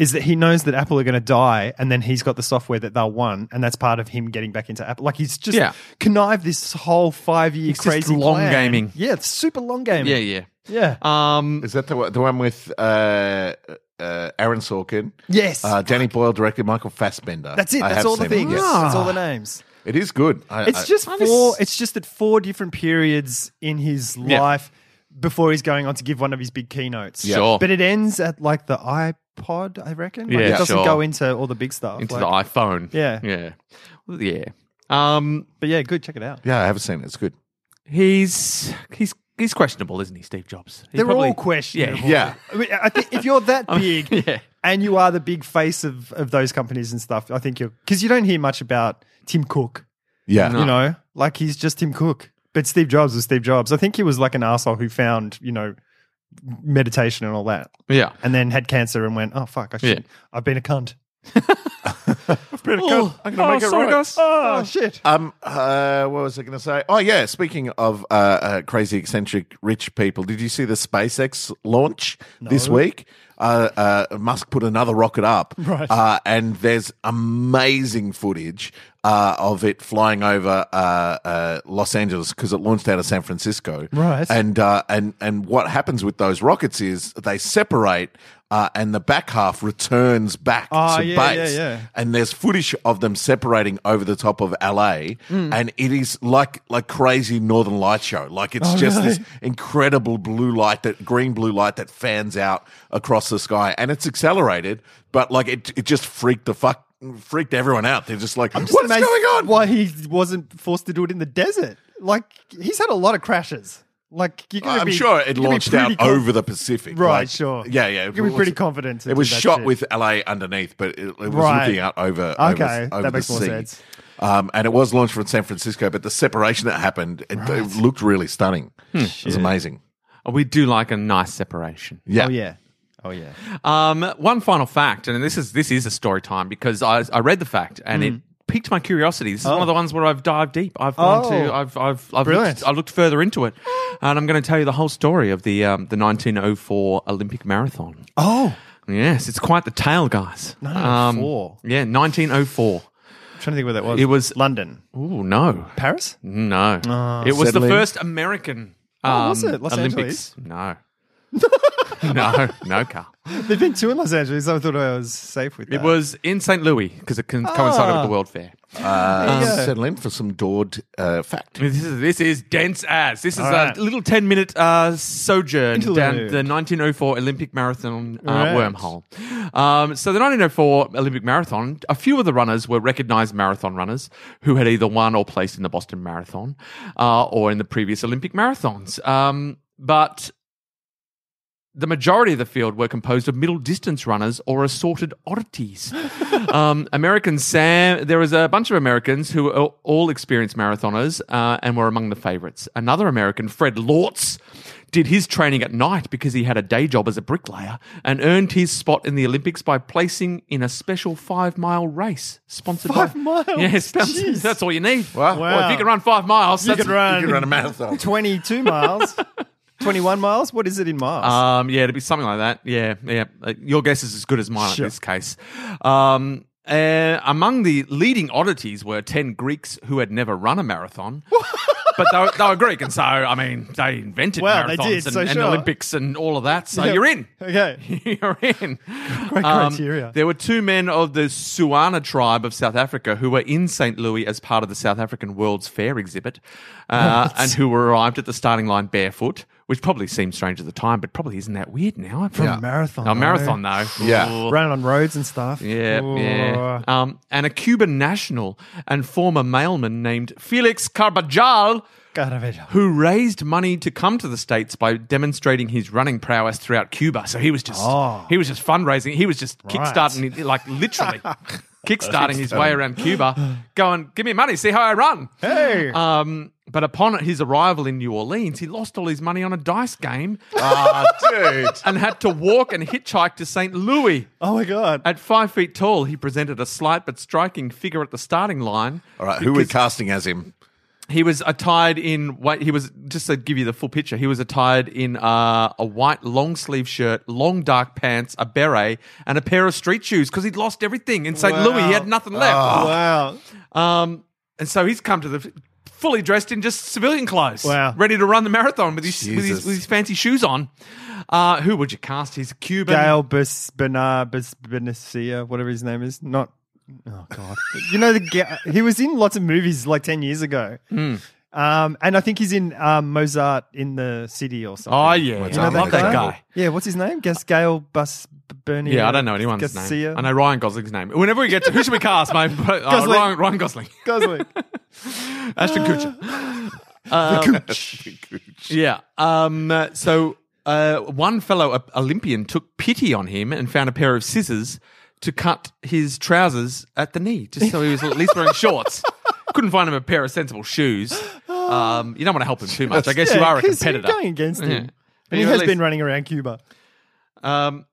Speaker 4: Is that he knows that Apple are going to die, and then he's got the software that they'll want, and that's part of him getting back into Apple. Like he's just
Speaker 3: Yeah.
Speaker 4: connived this whole five year
Speaker 3: It's just
Speaker 4: crazy
Speaker 3: long
Speaker 4: plan.
Speaker 3: gaming.
Speaker 4: Yeah, it's super long gaming.
Speaker 3: yeah, yeah.
Speaker 4: yeah.
Speaker 3: Um,
Speaker 1: Is that the, one- the one with uh, uh, Aaron Sorkin?
Speaker 4: Yes.
Speaker 1: Uh, Danny Boyle directed Michael Fassbender.
Speaker 4: That's it.
Speaker 1: I
Speaker 4: That's
Speaker 1: have
Speaker 4: all the
Speaker 1: seen it,
Speaker 4: things.
Speaker 1: yes.
Speaker 4: That's all the names.
Speaker 1: It is good. I,
Speaker 4: It's
Speaker 1: I-
Speaker 4: just
Speaker 3: Ah. I'm
Speaker 4: four.
Speaker 3: just-
Speaker 4: It's just at four different periods in his
Speaker 3: Yeah.
Speaker 4: life before he's going on to give one of his big keynotes.
Speaker 1: Yeah.
Speaker 3: Sure.
Speaker 4: But it ends at like the iPod, I reckon. Like,
Speaker 3: Yeah,
Speaker 4: it doesn't
Speaker 3: sure.
Speaker 4: go into all the big stuff.
Speaker 3: into
Speaker 4: like,
Speaker 3: the iPhone.
Speaker 4: Yeah.
Speaker 3: Yeah. Well, Yeah. Um,
Speaker 4: But yeah, good. Check it out.
Speaker 1: Yeah, I haven't seen it. It's good.
Speaker 3: he's he's he's questionable, isn't he, Steve Jobs? He
Speaker 4: They're
Speaker 3: probably-
Speaker 4: all questionable.
Speaker 3: Yeah.
Speaker 1: Yeah.
Speaker 4: I, mean, I think if you're that big
Speaker 3: yeah.
Speaker 4: and you are the big face of, of those companies and stuff, I think you're because you don't hear much about Tim Cook.
Speaker 1: Yeah.
Speaker 3: No.
Speaker 4: You know, like he's just Tim Cook. But Steve Jobs was Steve Jobs. I think he was like an asshole who found you know meditation and all that,
Speaker 3: Yeah.
Speaker 4: and then had cancer and went, oh fuck, I should. I've been a cunt. I've been a cunt.
Speaker 3: Oh,
Speaker 1: I'm gonna make it
Speaker 3: sorry,
Speaker 1: right.
Speaker 3: guys.
Speaker 4: Oh, shit.
Speaker 1: Um, uh, what was I going to say? Oh, yeah. Speaking of uh, uh, crazy, eccentric, rich people, did you see the SpaceX launch this week? Uh, uh, Musk put another rocket up,
Speaker 4: Right.
Speaker 1: Uh, and there's amazing footage uh, of it flying over uh, uh, Los Angeles because it launched out of San Francisco,
Speaker 4: Right.
Speaker 1: And uh, and and what happens with those rockets is they separate. Uh, and the back half returns back
Speaker 4: Ah,
Speaker 1: to
Speaker 4: yeah, yeah,
Speaker 1: base,
Speaker 4: yeah.
Speaker 1: and there's footage of them separating over the top of LA,
Speaker 4: Hmm.
Speaker 1: and it is like like crazy Northern Light show. Like
Speaker 4: Oh,
Speaker 1: it's just this incredible blue light that green blue light that fans out across the sky, and it's accelerated, but like it it just freaked the fuck freaked everyone out. They're just like,
Speaker 4: Just
Speaker 1: what's
Speaker 4: amazed
Speaker 1: going on?
Speaker 4: Why he wasn't forced to do it in the desert? Like he's had a lot of crashes. Like you're gonna
Speaker 1: I'm
Speaker 4: be-
Speaker 1: sure it
Speaker 4: you're gonna be
Speaker 1: launched out
Speaker 4: pretty con-
Speaker 1: over the Pacific,
Speaker 4: Right,
Speaker 1: like-
Speaker 4: sure.
Speaker 1: yeah, yeah.
Speaker 4: You can be
Speaker 1: was-
Speaker 4: pretty confident. to
Speaker 1: It
Speaker 4: do
Speaker 1: was
Speaker 4: that
Speaker 1: shot
Speaker 4: shit.
Speaker 1: with LA underneath, but it, it was
Speaker 4: Right.
Speaker 1: looking out over.
Speaker 4: Okay,
Speaker 1: over,
Speaker 4: that
Speaker 1: over
Speaker 4: makes
Speaker 1: the
Speaker 4: more
Speaker 1: sea.
Speaker 4: sense.
Speaker 1: Um, and it was launched from San Francisco, but the separation that happened, it, it looked really stunning. It was amazing.
Speaker 3: Oh, We do like a nice separation.
Speaker 1: Yeah.
Speaker 4: Oh yeah. Oh yeah.
Speaker 3: Um, one final fact, and this is this is a story time because I, I read the fact and it piqued my curiosity. This is one of the ones where I've dived deep. I've gone to
Speaker 4: Oh.
Speaker 3: I've I've I've
Speaker 4: Brilliant.
Speaker 3: looked, I looked further into it, and I'm going to tell you the whole story of the um, the 1904 Olympic marathon.
Speaker 4: Oh,
Speaker 3: Yes, it's quite the tale, guys.
Speaker 4: 1904.
Speaker 3: Um, yeah, 1904.
Speaker 4: I'm trying to think where that was.
Speaker 3: It was- Mm.
Speaker 4: London,
Speaker 3: Ooh, no,
Speaker 4: Paris.
Speaker 3: no. it was
Speaker 1: Settling.
Speaker 3: the first American.
Speaker 4: Ah. Oh, was
Speaker 3: um,
Speaker 4: it? Los
Speaker 3: Olympics? No. no, no, Carl.
Speaker 4: They've been two in Los Angeles. I thought I was safe with that.
Speaker 3: It was in St. Louis because it
Speaker 4: Ah.
Speaker 3: con- coincided with the World Fair.
Speaker 1: Uh,
Speaker 4: Yeah.
Speaker 1: Settle in for some Dord uh, fact.
Speaker 3: This is this is dense as. This is
Speaker 4: All right.
Speaker 3: a little ten minute uh, sojourn
Speaker 4: Interlude.
Speaker 3: down the 1904 Olympic marathon uh,
Speaker 4: Right.
Speaker 3: wormhole. Um, so the 1904 Olympic marathon, a few of the runners were recognised marathon runners who had either won or placed in the Boston Marathon uh, or in the previous Olympic marathons. Um, but the majority of the field were composed of middle distance runners or assorted oddities. um, American Sam, there was a bunch of Americans who were all experienced marathoners uh, and were among the favorites. Another American, Fred Lortz, did his training at night because he had a day job as a bricklayer and earned his spot in the Olympics by placing in a special five mile race sponsored
Speaker 4: Five
Speaker 3: by.
Speaker 4: miles?
Speaker 3: Yes,
Speaker 4: Jeez.
Speaker 3: that's, that's all you need.
Speaker 1: Wow.
Speaker 4: Wow.
Speaker 3: Well, if you can run five miles,
Speaker 4: You
Speaker 3: that's-
Speaker 4: could run,
Speaker 1: You can run a marathon.
Speaker 4: 22 miles, 21 miles. What is it in miles?
Speaker 3: Um, yeah, it'd be something like that. Yeah, yeah. Uh, Your guess is as good as mine
Speaker 4: Sure.
Speaker 3: in this case. Um, uh, among the leading oddities were 10 Greeks who had never run a marathon. But they were, they were Greek, and so, I mean, they invented
Speaker 4: Well, they
Speaker 3: marathons
Speaker 4: did,
Speaker 3: and,
Speaker 4: so
Speaker 3: and
Speaker 4: sure.
Speaker 3: Olympics and all of that. So
Speaker 4: Yep.
Speaker 3: Uh, you're in.
Speaker 4: okay.
Speaker 3: You're in.
Speaker 4: Great
Speaker 3: Um,
Speaker 4: criteria.
Speaker 3: there were two men of the Suana tribe of South Africa who were in St. Louis as part of the South African World's Fair exhibit uh, and who arrived at the starting line barefoot, which probably seemed strange at the time, but probably isn't that weird now. From
Speaker 4: a marathon,
Speaker 3: A marathon, though.
Speaker 1: Yeah.
Speaker 3: Ooh.
Speaker 4: Running on roads and stuff.
Speaker 3: Yeah,
Speaker 4: Ooh.
Speaker 3: yeah. Um, and a Cuban national and former mailman named Felix Carbajal
Speaker 4: God, I bet you-
Speaker 3: who raised money to come to the states by demonstrating his running prowess throughout Cuba. So he was just
Speaker 4: Oh.
Speaker 3: he was just fundraising. He was just kickstarting, it, like literally kickstarting his way around Cuba, going, "Give me money, see how I run."
Speaker 4: Hey.
Speaker 3: Um, but upon his arrival in New Orleans, he lost all his money on a dice game
Speaker 1: Ah, dude.
Speaker 3: and had to walk and hitchhike to St. Louis.
Speaker 4: oh my God.
Speaker 3: At five feet tall, he presented a slight but striking figure at the starting line.
Speaker 1: All right. Who are we casting as him?
Speaker 3: He was attired in white. He was just to give you the full picture. He was attired in uh, a white long sleeve shirt, long dark pants, a beret, and a pair of street shoes because he'd lost everything in St.
Speaker 4: Wow.
Speaker 3: Louis. He had nothing
Speaker 1: Ah.
Speaker 3: left,
Speaker 4: Oh.
Speaker 3: Oh.
Speaker 4: wow.
Speaker 3: um, and so he's come to the f- fully dressed in just civilian clothes,
Speaker 4: Wow.
Speaker 3: ready to run the marathon with his, with
Speaker 1: Jesus.
Speaker 3: his, with his fancy shoes on. Uh, who would you cast? He's Cuban.
Speaker 4: Gail Bus- Bernard Bus- Benicia, whatever his name is. Not. Oh God. you know the ga- he was in lots of movies like ten years ago.
Speaker 3: Hmm.
Speaker 4: Um, and I think he's in um, Mozart in the City or something.
Speaker 3: Oh yeah,
Speaker 1: What's
Speaker 3: I
Speaker 1: up,
Speaker 3: love
Speaker 1: that
Speaker 3: that
Speaker 1: guy?
Speaker 3: guy.
Speaker 4: Yeah, what's his name? Guess Gail Bus Bernier.
Speaker 3: Yeah, I don't know anyone's
Speaker 4: Garcia.
Speaker 3: name. I know Ryan Gosling's name. Whenever we get to who should we cast, mate? Oh,
Speaker 4: Gosling.
Speaker 3: Ryan, Ryan Gosling.
Speaker 4: Gosling.
Speaker 3: Ashton Kutcher. Uh, yeah. Um, uh, so uh, one fellow O- Olympian took pity on him and found a pair of scissors to cut his trousers at the knee, just so he was at least wearing shorts. Couldn't find him a pair of sensible shoes. Um, you don't want to help him too much. I guess you
Speaker 4: Yeah,
Speaker 3: are a
Speaker 4: 'cause you're
Speaker 3: competitor.
Speaker 4: going against him.
Speaker 3: Yeah.
Speaker 4: And he
Speaker 3: you're at
Speaker 4: has
Speaker 3: least-
Speaker 4: been running around Cuba.
Speaker 3: um,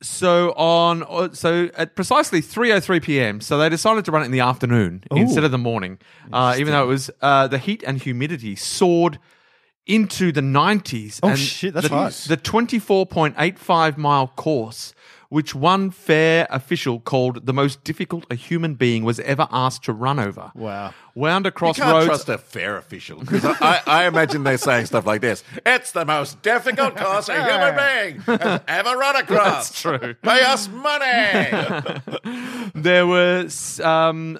Speaker 3: so on, uh, so at precisely three o three p.m. So they decided to run it in the afternoon instead of the morning, uh, even though it was uh, the heat and humidity soared into the nineties.
Speaker 4: Oh,
Speaker 3: and
Speaker 4: shit, that's
Speaker 3: the,
Speaker 4: hot.
Speaker 3: The twenty four point eight five mile course, which one fair official called the most difficult a human being was ever asked to run over.
Speaker 4: Wow.
Speaker 3: Wound
Speaker 1: You
Speaker 3: across
Speaker 1: can't
Speaker 3: roads
Speaker 1: trust a fair official because I, I, I imagine they're saying stuff like this: "It's the most difficult course a human being has ever run across." That's
Speaker 3: true.
Speaker 1: Pay us money.
Speaker 3: There was um,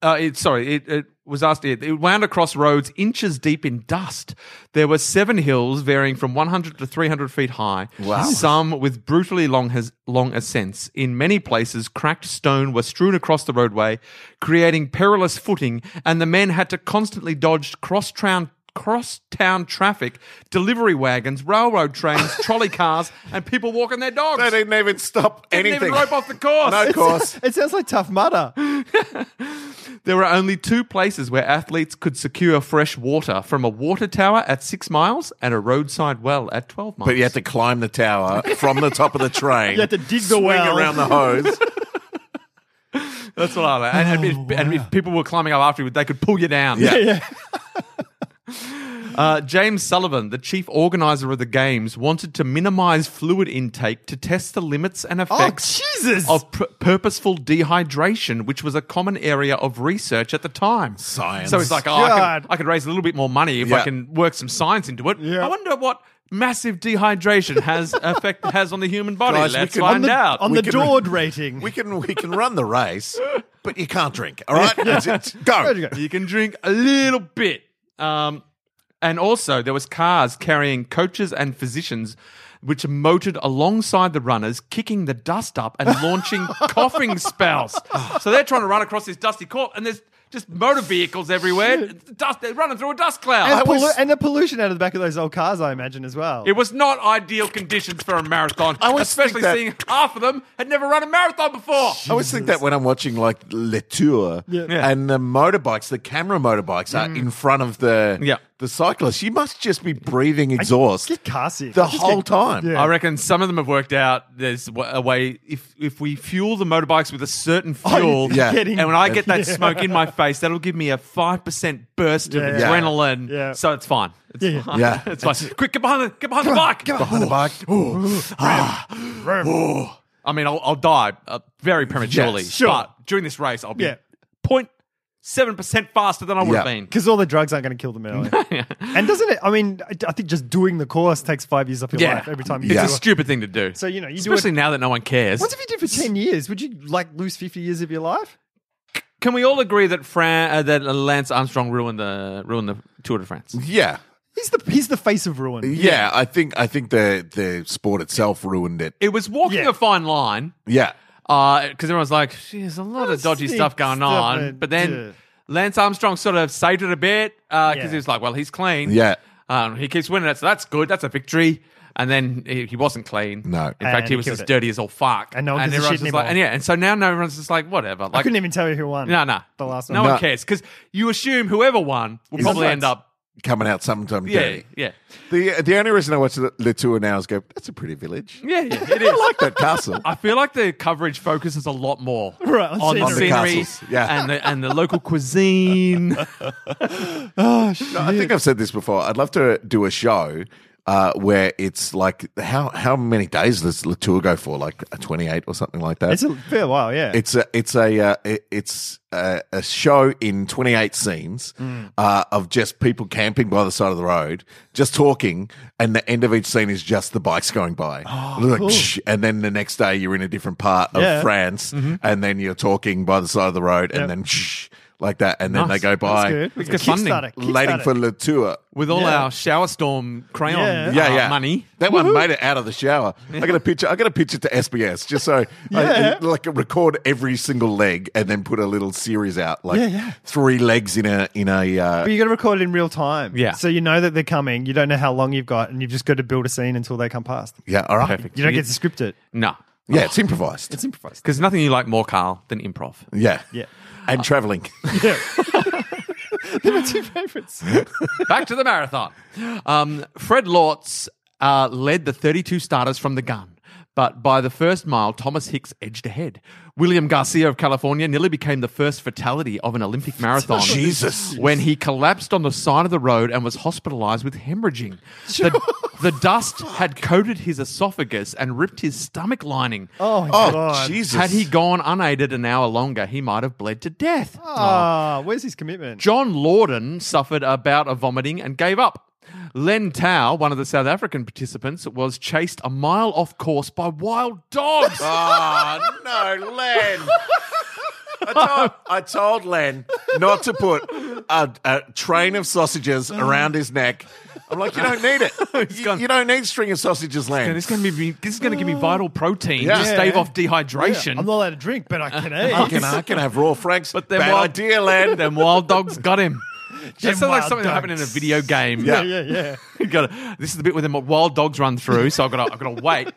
Speaker 3: uh, it, sorry, it, it was asked. It, it wound across roads inches deep in dust. There were seven hills varying from 100 to 300 feet high. Wow. Some with brutally long has, long ascents. In many places, cracked stone were strewn across the roadway, creating perilous footing, and the men had to constantly dodge cross town Cross-town traffic, delivery wagons, railroad trains, trolley cars, and people walking their dogs.
Speaker 1: they didn't even stop
Speaker 3: Didn't
Speaker 1: anything.
Speaker 3: even rope off the course.
Speaker 1: No course.
Speaker 4: It sounds like Tough Mudder.
Speaker 3: There were only two places where athletes could secure fresh water from a water tower at six miles and a roadside well at 12 miles.
Speaker 1: But you had to climb the tower from the top of the train. You
Speaker 4: had to dig the
Speaker 1: swing
Speaker 4: well.
Speaker 1: around the hose.
Speaker 3: That's what I like. And, and if, and if people were climbing up after you, they could pull you down.
Speaker 1: Yeah.
Speaker 3: Uh, James Sullivan, the chief organizer of the games, wanted to minimize fluid intake to test the limits
Speaker 1: Oh,
Speaker 3: and effects
Speaker 4: Oh, Jesus!
Speaker 3: of pr- purposeful dehydration, which was a common area of research at the time.
Speaker 1: Science.
Speaker 3: So he's like, oh, I
Speaker 4: God.
Speaker 3: can, I can raise a little bit more money if I
Speaker 1: Yeah.
Speaker 3: can work some science into it.
Speaker 4: Yeah.
Speaker 3: I wonder what massive dehydration has effect has on the human body.
Speaker 1: Guys, we
Speaker 3: Let's
Speaker 1: could-
Speaker 3: find
Speaker 1: on the-
Speaker 3: out.
Speaker 4: On
Speaker 1: We
Speaker 4: the
Speaker 1: can-
Speaker 4: Dord rating.
Speaker 1: We can we can run the race, but you can't drink. All right, That's it. go.
Speaker 4: you go.
Speaker 3: you can drink a little bit. Um, and also, there was cars carrying coaches and physicians, which motored alongside the runners, kicking the dust up and launching coughing spells. So they're trying to run across this dusty court, and there's just motor vehicles everywhere. Dust, they're running through a dust cloud.
Speaker 4: and,
Speaker 1: was-
Speaker 4: pollu- and the pollution out of the back of those old cars, I imagine, as well.
Speaker 3: It was not ideal conditions for a marathon,
Speaker 1: I always think
Speaker 3: especially
Speaker 1: that-
Speaker 3: seeing half of them had never run a marathon before.
Speaker 1: I always think that when I'm watching like Le Tour
Speaker 3: Yeah.
Speaker 1: and the motorbikes, the camera motorbikes
Speaker 4: Mm.
Speaker 1: are in front of the
Speaker 3: Yeah.
Speaker 1: the cyclists. You must just be breathing exhaust
Speaker 4: Get car sick.
Speaker 1: the
Speaker 4: Just
Speaker 1: whole
Speaker 4: get-
Speaker 1: time.
Speaker 4: Yeah.
Speaker 3: I reckon some of them have worked out there's w- a way if if we fuel the motorbikes with a certain
Speaker 4: Are you
Speaker 3: fuel,
Speaker 1: Yeah.
Speaker 4: Oh, kidding?
Speaker 3: and when I get that smoke in my face, that'll give me a five percent burst of
Speaker 4: Yeah.
Speaker 1: Yeah.
Speaker 3: adrenaline.
Speaker 4: Yeah.
Speaker 3: So it's fine. It's
Speaker 4: Yeah, yeah.
Speaker 3: fine.
Speaker 1: Yeah.
Speaker 3: it's fine. Quick, get behind the get behind the bike.
Speaker 1: Behind the bike.
Speaker 3: I mean, I'll, I'll die uh, very prematurely,
Speaker 1: Yes,
Speaker 4: sure.
Speaker 3: but during this race, I'll be
Speaker 4: Yeah.
Speaker 3: 07 percent faster than I would have
Speaker 1: Yeah.
Speaker 3: been.
Speaker 4: Because all the drugs aren't going to kill them early. And doesn't it? I mean, I I think just doing the course takes five years off your life every time you
Speaker 3: it's
Speaker 4: do
Speaker 3: a
Speaker 4: it.
Speaker 3: stupid thing to do.
Speaker 4: So, you know, you do
Speaker 3: especially now that no one cares.
Speaker 4: What if you did for 10 years? Would you, like, lose 50 years of your life?
Speaker 3: Can we all agree that Fran uh, that Lance Armstrong ruined the ruined the Tour de France?
Speaker 1: Yeah.
Speaker 4: He's the, he's the face of ruin.
Speaker 1: Yeah, I think I think the the sport itself ruined it.
Speaker 3: It was walking
Speaker 4: Yeah.
Speaker 3: a fine line
Speaker 1: Yeah,
Speaker 3: because everyone's like, "Gee, "There's a lot of
Speaker 4: That's
Speaker 3: dodgy
Speaker 4: the
Speaker 3: stuff going
Speaker 4: stuff,
Speaker 3: on,"
Speaker 4: man.
Speaker 3: but then
Speaker 4: Yeah.
Speaker 3: Lance Armstrong sort of saved it a bit because
Speaker 4: Yeah.
Speaker 3: he was like, "Well, he's clean."
Speaker 1: Yeah.
Speaker 3: um, he keeps winning it, so that's good. That's a victory. And then he, he wasn't clean.
Speaker 1: No.
Speaker 3: in fact,
Speaker 4: And
Speaker 3: he
Speaker 4: he
Speaker 3: was
Speaker 4: killed
Speaker 3: as
Speaker 4: it.
Speaker 3: dirty as all fuck.
Speaker 4: And no one gives a
Speaker 3: everyone's
Speaker 4: shit
Speaker 3: just like,
Speaker 4: anymore.
Speaker 3: and yeah, and so now no everyone's just like, whatever. Like,
Speaker 4: I couldn't even tell you who won.
Speaker 3: no, no,
Speaker 4: The last
Speaker 3: no
Speaker 4: one.
Speaker 3: one
Speaker 1: No.
Speaker 3: cares because you assume whoever won will
Speaker 1: Is
Speaker 3: probably
Speaker 1: nuts.
Speaker 3: end up.
Speaker 1: coming out sometime
Speaker 3: Yeah,
Speaker 1: dirty.
Speaker 3: yeah,
Speaker 1: The the only reason I watch the Le Tour now is go. That's a pretty village.
Speaker 3: yeah, yeah. It is.
Speaker 1: I like that castle.
Speaker 3: I feel like the coverage focuses a lot more
Speaker 4: Right,
Speaker 3: on,
Speaker 4: on
Speaker 3: the
Speaker 1: scenery. On the
Speaker 3: scenery
Speaker 1: castles, yeah.
Speaker 3: and, the, and the local cuisine.
Speaker 4: Oh, shit.
Speaker 1: I think I've said this before. I'd love to do a show uh, where it's like how how many days does Le Tour go for? Like twenty eight or something like that.
Speaker 4: It's a fair while, yeah.
Speaker 1: It's a it's a uh, it- it's a, a show in 28 scenes
Speaker 4: Mm.
Speaker 1: uh, of just people camping by the side of the road, just talking, and the end of each scene is just the bikes going by, Like, "Shh," and then the next day you're in a different part of
Speaker 4: Oh, Yeah. Mm-hmm.
Speaker 1: France, and then you're talking by the side of the road, and then. Shh, like that, and then
Speaker 3: Nice.
Speaker 1: they go by
Speaker 4: That's good.
Speaker 3: get funding.
Speaker 4: Kickstarter.
Speaker 1: waiting
Speaker 4: Kickstarter.
Speaker 1: for Latour.
Speaker 3: With all
Speaker 4: Yeah.
Speaker 3: our shower storm crayon
Speaker 4: Yeah.
Speaker 3: uh,
Speaker 1: Yeah, yeah,
Speaker 3: money.
Speaker 1: That one made it out of the shower. I got a picture. I got a picture to SBS just so
Speaker 4: Yeah.
Speaker 1: I, uh, like record every single leg and then put a little series out, like
Speaker 4: Yeah, yeah.
Speaker 1: three legs in a in a. Uh,
Speaker 4: But you got to record it in real time.
Speaker 3: Yeah.
Speaker 4: So you know that they're coming. You don't know how long you've got, and you've just got to build a scene until they come past.
Speaker 1: yeah, all right.
Speaker 3: Perfect.
Speaker 4: You don't get to script it.
Speaker 3: No.
Speaker 1: Yeah, it's improvised.
Speaker 4: It's improvised.
Speaker 3: Because nothing you like more, Carl, than improv.
Speaker 1: yeah,
Speaker 4: Yeah.
Speaker 1: and traveling.
Speaker 4: Yeah. They're my two favorites.
Speaker 3: Back to the marathon. Um, Fred Lortz uh, led the 32 starters from the gun. But by the first mile, Thomas Hicks edged ahead. William Garcia of California nearly became the first fatality of an Olympic marathon.
Speaker 1: Jesus.
Speaker 3: When he collapsed on the side of the road and was hospitalized with hemorrhaging. The, the dust had coated his esophagus and ripped his stomach lining.
Speaker 4: Oh, my
Speaker 1: Oh
Speaker 4: God.
Speaker 1: Jesus!
Speaker 3: Had he gone unaided an hour longer, he might have bled to death.
Speaker 4: Ah, where's his commitment?
Speaker 3: John Lawden suffered a bout of vomiting and gave up. Len Tao, one of the South African participants, was chased a mile off course by wild dogs.
Speaker 1: Oh, no, Len. I told, I told Len not to put a, a train of sausages around his neck. I'm like, you don't need it. You,
Speaker 3: gone.
Speaker 1: you don't need string of sausages,
Speaker 3: And
Speaker 1: Len.
Speaker 3: this is going to be this is going to give me vital protein
Speaker 1: Yeah.
Speaker 3: to stave
Speaker 4: Yeah.
Speaker 3: off dehydration.
Speaker 4: I'm not allowed to drink, but I can eat.
Speaker 1: I can, I can have raw franks. But
Speaker 3: then
Speaker 1: Bad
Speaker 3: why-
Speaker 1: idea, Len.
Speaker 3: Then wild dogs got him. That
Speaker 4: Them
Speaker 3: sounds like
Speaker 4: wild
Speaker 3: something that happened in a
Speaker 4: dogs.
Speaker 3: video game.
Speaker 1: Yeah.
Speaker 4: yeah, yeah.
Speaker 3: You gotta- this is the bit where the wild dogs run through, so I've got to, I've got to wait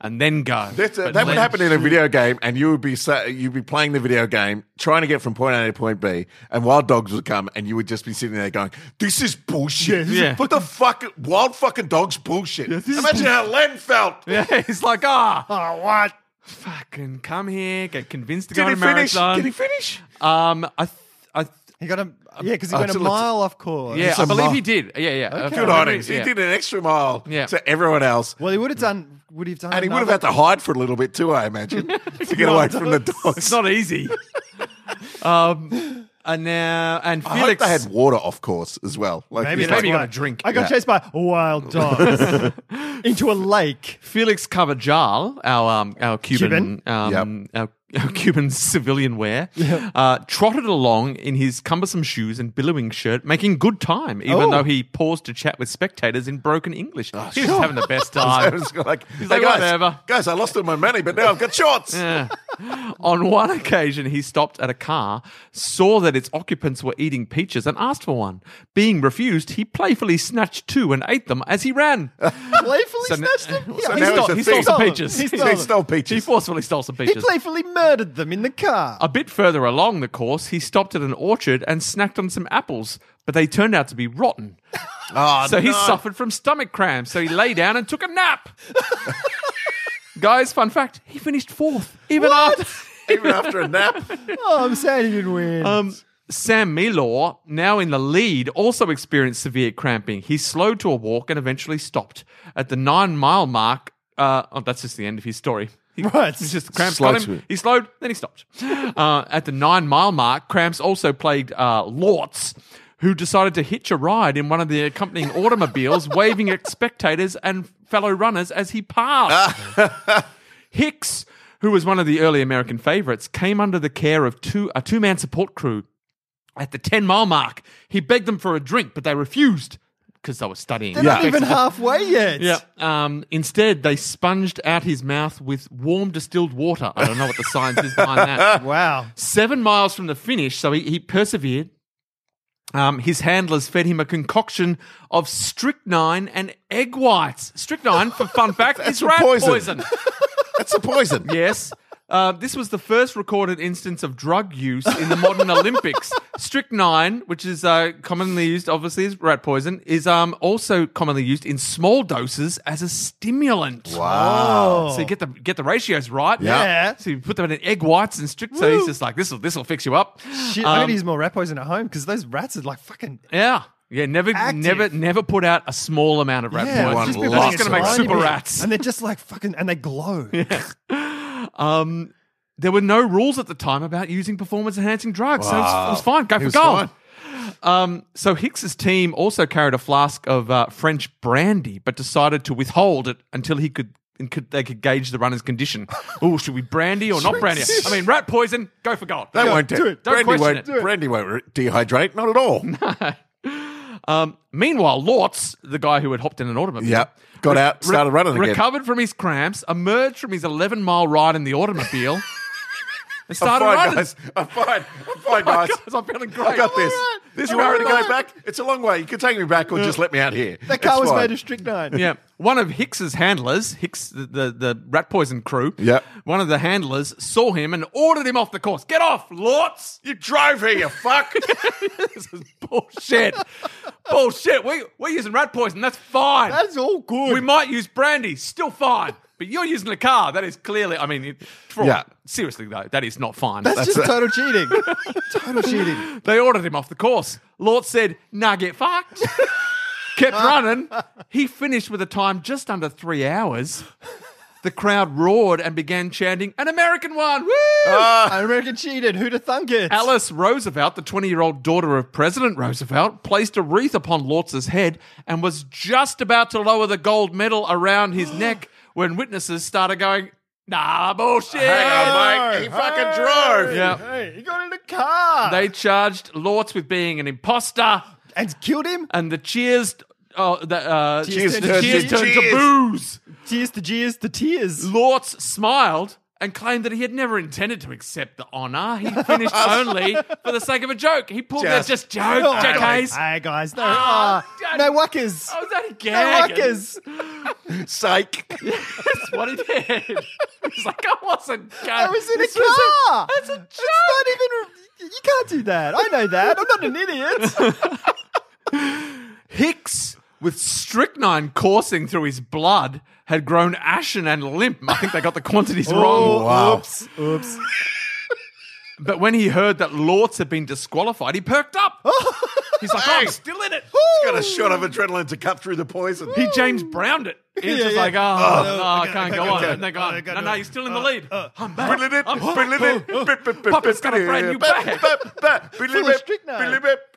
Speaker 3: and then go.
Speaker 1: That's a,
Speaker 3: But
Speaker 1: uh, that would
Speaker 3: Len-
Speaker 1: happen in a video game, and you would be sa- you'd be playing the video game, trying to get from point A to point B, and wild dogs would come, and you would just be sitting there going, "This is bullshit.
Speaker 3: Yeah.
Speaker 1: What the fuck? Wild fucking dogs bullshit."
Speaker 3: is
Speaker 1: Imagine how Len felt.
Speaker 3: Yeah, it's like ah,
Speaker 4: Oh, what?
Speaker 3: fucking come here, get convinced to go
Speaker 1: Did
Speaker 3: on
Speaker 1: he
Speaker 3: a
Speaker 1: finish?
Speaker 3: marathon.
Speaker 1: Did he finish?
Speaker 3: Um, I, th- I, th-
Speaker 4: He got a yeah, because he
Speaker 1: Oh,
Speaker 4: went a
Speaker 1: so let's-
Speaker 4: mile off course.
Speaker 3: yeah,
Speaker 1: It's
Speaker 3: I
Speaker 1: a
Speaker 3: believe
Speaker 1: mo-
Speaker 3: he did. Yeah, yeah. I
Speaker 1: Good
Speaker 3: remember
Speaker 1: on him.
Speaker 3: it,
Speaker 1: He
Speaker 3: yeah.
Speaker 1: did an extra mile
Speaker 3: Yeah.
Speaker 1: to everyone else.
Speaker 4: Well, he would have done. Would he have done?
Speaker 1: and he would have had to hide for a little bit too, I imagine, to get away from the dogs.
Speaker 3: It's not easy. um, and now and
Speaker 1: I hope
Speaker 3: Felix.
Speaker 1: they had water, of course, as well. Like,
Speaker 4: Maybe
Speaker 1: it's
Speaker 3: maybe
Speaker 1: like-
Speaker 3: he
Speaker 4: that's
Speaker 3: got
Speaker 4: why.
Speaker 3: a drink.
Speaker 4: I got
Speaker 1: Yeah.
Speaker 4: chased by wild dogs into a lake.
Speaker 3: Felix Cavajal, our um, our Cuban,
Speaker 4: Cuban.
Speaker 3: Um, our, our Cuban civilian wear, uh, trotted along in his cumbersome shoes and billowing shirt, making good time, even
Speaker 4: Oh.
Speaker 3: though he paused to chat with spectators in broken English. he was just having the best
Speaker 1: I
Speaker 3: time.
Speaker 1: Oh, was like, hey,
Speaker 3: like,
Speaker 1: guys,
Speaker 3: "Whatever."
Speaker 1: guys, I lost all my money, but now I've got shorts.
Speaker 3: Yeah. On one occasion, he stopped at a car, saw that its occupants were eating peaches, and asked for one. Being refused, he playfully snatched two and ate them as he ran.
Speaker 4: Playfully
Speaker 3: So n-
Speaker 4: snatched them.
Speaker 3: so
Speaker 4: Yeah,
Speaker 3: now
Speaker 4: he,
Speaker 1: he's
Speaker 3: stole,
Speaker 1: a
Speaker 3: he stole
Speaker 1: thief.
Speaker 3: some
Speaker 4: He stole
Speaker 3: peaches.
Speaker 4: them. He
Speaker 1: They stole
Speaker 3: He
Speaker 1: peaches.
Speaker 3: forcefully stole some
Speaker 4: he
Speaker 3: peaches.
Speaker 4: playfully murdered them in the car.
Speaker 3: a bit further along the course, he stopped at an orchard and snacked on some apples, but they turned out to be rotten.
Speaker 1: Oh,
Speaker 3: So he
Speaker 1: no.
Speaker 3: suffered from stomach cramps, so he lay down and took a nap. Guys, fun fact, he finished fourth, even after.
Speaker 1: Even after a nap.
Speaker 4: Oh, I'm sad he didn't win.
Speaker 3: Um, Sam Milor, now in the lead, also experienced severe cramping. He slowed to a walk and eventually stopped. At the nine mile mark, uh, oh, that's just the end of his story. He,
Speaker 4: Right.
Speaker 3: It's just the cramps
Speaker 1: Slow
Speaker 3: got
Speaker 1: to
Speaker 3: him.
Speaker 1: it.
Speaker 3: He slowed, then he stopped. Uh, at the nine mile mark, cramps also plagued uh, Lortz, who decided to hitch a ride in one of the accompanying automobiles, waving at spectators and fellow runners as he passed. Hicks, who was one of the early American favorites, came under the care of two a two man support crew. At the ten mile mark, he begged them for a drink, but they refused because they were studying.
Speaker 4: They're not even halfway yet.
Speaker 3: Yeah. Um, instead, they sponged out his mouth with warm distilled water. I don't know what the science is behind that.
Speaker 4: Wow.
Speaker 3: Seven miles from the finish, so he, he persevered. Um, his handlers fed him a concoction of strychnine and egg whites. Strychnine, for fun fact, is
Speaker 1: a
Speaker 3: rat
Speaker 1: poison.
Speaker 3: poison.
Speaker 1: That's a poison.
Speaker 3: Yes. Uh, this was the first recorded instance of drug use in the modern Olympics. Strychnine, which is uh, commonly used, obviously, as rat poison, is um, also commonly used in small doses as a stimulant.
Speaker 4: Oh.
Speaker 1: Wow.
Speaker 3: So you get the get the ratios right.
Speaker 1: Yeah.
Speaker 4: Yeah.
Speaker 3: So you put them in egg whites and strychnine. So he's just like, this will this will fix you up.
Speaker 4: Shit,
Speaker 3: Um,
Speaker 4: I'm gonna use more rat poison at home because those rats are like fucking.
Speaker 3: Yeah. Yeah, never,
Speaker 4: Active.
Speaker 3: never, never put out a small amount of rat
Speaker 4: Yeah,
Speaker 1: one
Speaker 3: poison.
Speaker 4: just
Speaker 1: be
Speaker 4: people
Speaker 1: lots
Speaker 3: That's
Speaker 4: eating
Speaker 3: going to make
Speaker 4: tiny
Speaker 3: super
Speaker 4: bits.
Speaker 3: rats.
Speaker 4: and they're just like fucking, and they glow.
Speaker 3: Um, there were no rules at the time about using performance enhancing drugs. So it was, it was fine. Go
Speaker 1: He
Speaker 3: for
Speaker 1: was
Speaker 3: gold. Um, so Hicks's team also carried a flask of uh, French brandy, but decided to withhold it until he could and could, they could gauge the runner's condition. oh, should we brandy or not brandy? I mean, rat poison, go for gold.
Speaker 1: They won't do,
Speaker 4: do
Speaker 1: it.
Speaker 4: it.
Speaker 3: Don't
Speaker 1: Brandy
Speaker 3: question
Speaker 1: won't,
Speaker 3: it. Do it.
Speaker 1: Brandy won't re- dehydrate, not at all.
Speaker 3: Um, meanwhile, Lortz, the guy who had hopped in an automobile,
Speaker 1: Yep. Got out, started running again.
Speaker 3: recovered from his cramps, emerged from his 11 mile ride in the automobile, and
Speaker 1: I'm
Speaker 3: started
Speaker 1: fine,
Speaker 3: running.
Speaker 1: guys. I'm fine. I'm fine, guys.
Speaker 3: guys, I'm feeling great.
Speaker 1: I got
Speaker 3: I'm
Speaker 1: this.
Speaker 3: all right.
Speaker 1: This
Speaker 3: I'm
Speaker 1: you want me to
Speaker 3: all
Speaker 1: go
Speaker 3: right.
Speaker 1: back? It's a long way. You can take me back or just let me out here.
Speaker 4: That car
Speaker 1: It's
Speaker 4: was
Speaker 1: fine.
Speaker 4: made of strychnine.
Speaker 3: Yeah. One of Hicks's handlers, Hicks, the, the, the rat poison crew,
Speaker 1: Yep.
Speaker 3: one of the handlers saw him and ordered him off the course. Get off, Lortz!
Speaker 1: You drove here, you fuck.
Speaker 3: this is bullshit. bullshit. We, we're using rat poison. That's fine.
Speaker 4: That's all good.
Speaker 3: we might use brandy. Still fine. But you're using a car. That is clearly, I mean, it- for-
Speaker 1: Yeah.
Speaker 3: seriously, though, that is not fine.
Speaker 4: That's, just total cheating. total cheating.
Speaker 3: They ordered him off the course. Lort said, nah, get fucked. Kept running. He finished with a time just under three hours. The crowd roared and began chanting, an American one! Woo! Uh.
Speaker 4: American cheated. Who'd have thunk it?
Speaker 3: Alice Roosevelt, the 20 year old daughter of President Roosevelt, placed a wreath upon Lortz's head and was just about to lower the gold medal around his neck when witnesses started going, nah, bullshit.
Speaker 1: Hang on, mate. He
Speaker 4: Hey,
Speaker 1: fucking drove.
Speaker 3: Yeah.
Speaker 4: Hey, he got in a car
Speaker 3: They charged Lortz with being an imposter.
Speaker 4: and killed him.
Speaker 3: and the cheers. Oh, the, uh,
Speaker 4: Cheers
Speaker 3: the
Speaker 4: turned
Speaker 3: cheers
Speaker 4: to
Speaker 3: turned to
Speaker 1: cheers.
Speaker 3: booze.
Speaker 4: Tears to jeers to tears.
Speaker 3: Lortz smiled and claimed that he had never intended to accept the honour. He finished only for the sake of a joke. He pulled that
Speaker 1: Just-
Speaker 3: just joke,
Speaker 4: Oh,
Speaker 3: jackhays.
Speaker 4: Hey guys, no,
Speaker 3: Ah,
Speaker 4: ah, no whackers.
Speaker 3: I was only
Speaker 4: No
Speaker 3: gagging.
Speaker 4: whackers.
Speaker 1: Psych.
Speaker 3: That's what he did. He's like, I wasn't gagging.
Speaker 4: I was in a
Speaker 3: This was
Speaker 4: car.
Speaker 3: That's a
Speaker 4: It's not even. You can't do that. I know that. I'm not an idiot.
Speaker 3: Hicks, with strychnine coursing through his blood, had grown ashen and limp. I think they got the quantities wrong.
Speaker 4: Oh,
Speaker 1: Wow.
Speaker 4: Oops. Oops.
Speaker 3: But when he heard that Lords had been disqualified, he perked up. He's like, "Oh,
Speaker 1: Hey.
Speaker 3: I'm still in it.
Speaker 1: Got a shot of adrenaline to cut through the poison.
Speaker 3: He James Browned it. He's
Speaker 4: Yeah,
Speaker 3: just
Speaker 4: yeah.
Speaker 3: like, oh, no,
Speaker 4: no,
Speaker 3: I
Speaker 4: I
Speaker 3: can't
Speaker 4: can't-
Speaker 3: go
Speaker 4: I
Speaker 3: on.
Speaker 4: can't-
Speaker 3: And they go,
Speaker 4: I can't
Speaker 3: no,
Speaker 4: go.
Speaker 3: no, you're still in the lead.
Speaker 4: Uh,
Speaker 3: Um, I'm back.
Speaker 1: Billy Bip,
Speaker 3: I'm
Speaker 1: Billy Bip,
Speaker 3: Oh,
Speaker 1: Bip, Bip, Bip,
Speaker 3: Papa's
Speaker 1: Bip,
Speaker 3: got a brand new
Speaker 1: Bip,
Speaker 3: bag.
Speaker 1: Bip, Bip, Billy
Speaker 4: Full of
Speaker 1: Bip,
Speaker 4: strychnine.
Speaker 1: Billy Bip.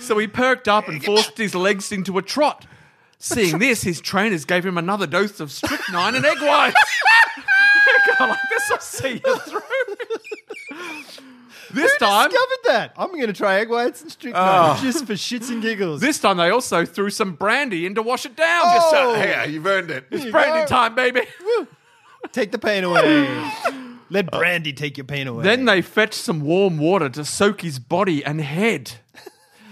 Speaker 3: So he perked up and forced his legs into a trot. Seeing this, his trainers gave him another dose of strychnine and egg whites. God, like, this will see you through. this time, Oh.
Speaker 4: Discovered that. I'm going to try egg whites and strychnine just for shits and giggles.
Speaker 3: this time they also threw some brandy in to wash it down. uh,
Speaker 4: Oh.
Speaker 1: So, here, you've earned it.
Speaker 4: you
Speaker 3: brandy
Speaker 4: go.
Speaker 3: time, baby.
Speaker 4: Take the pain away. Let brandy take your pain away.
Speaker 3: Then they fetched some warm water to soak his body and head.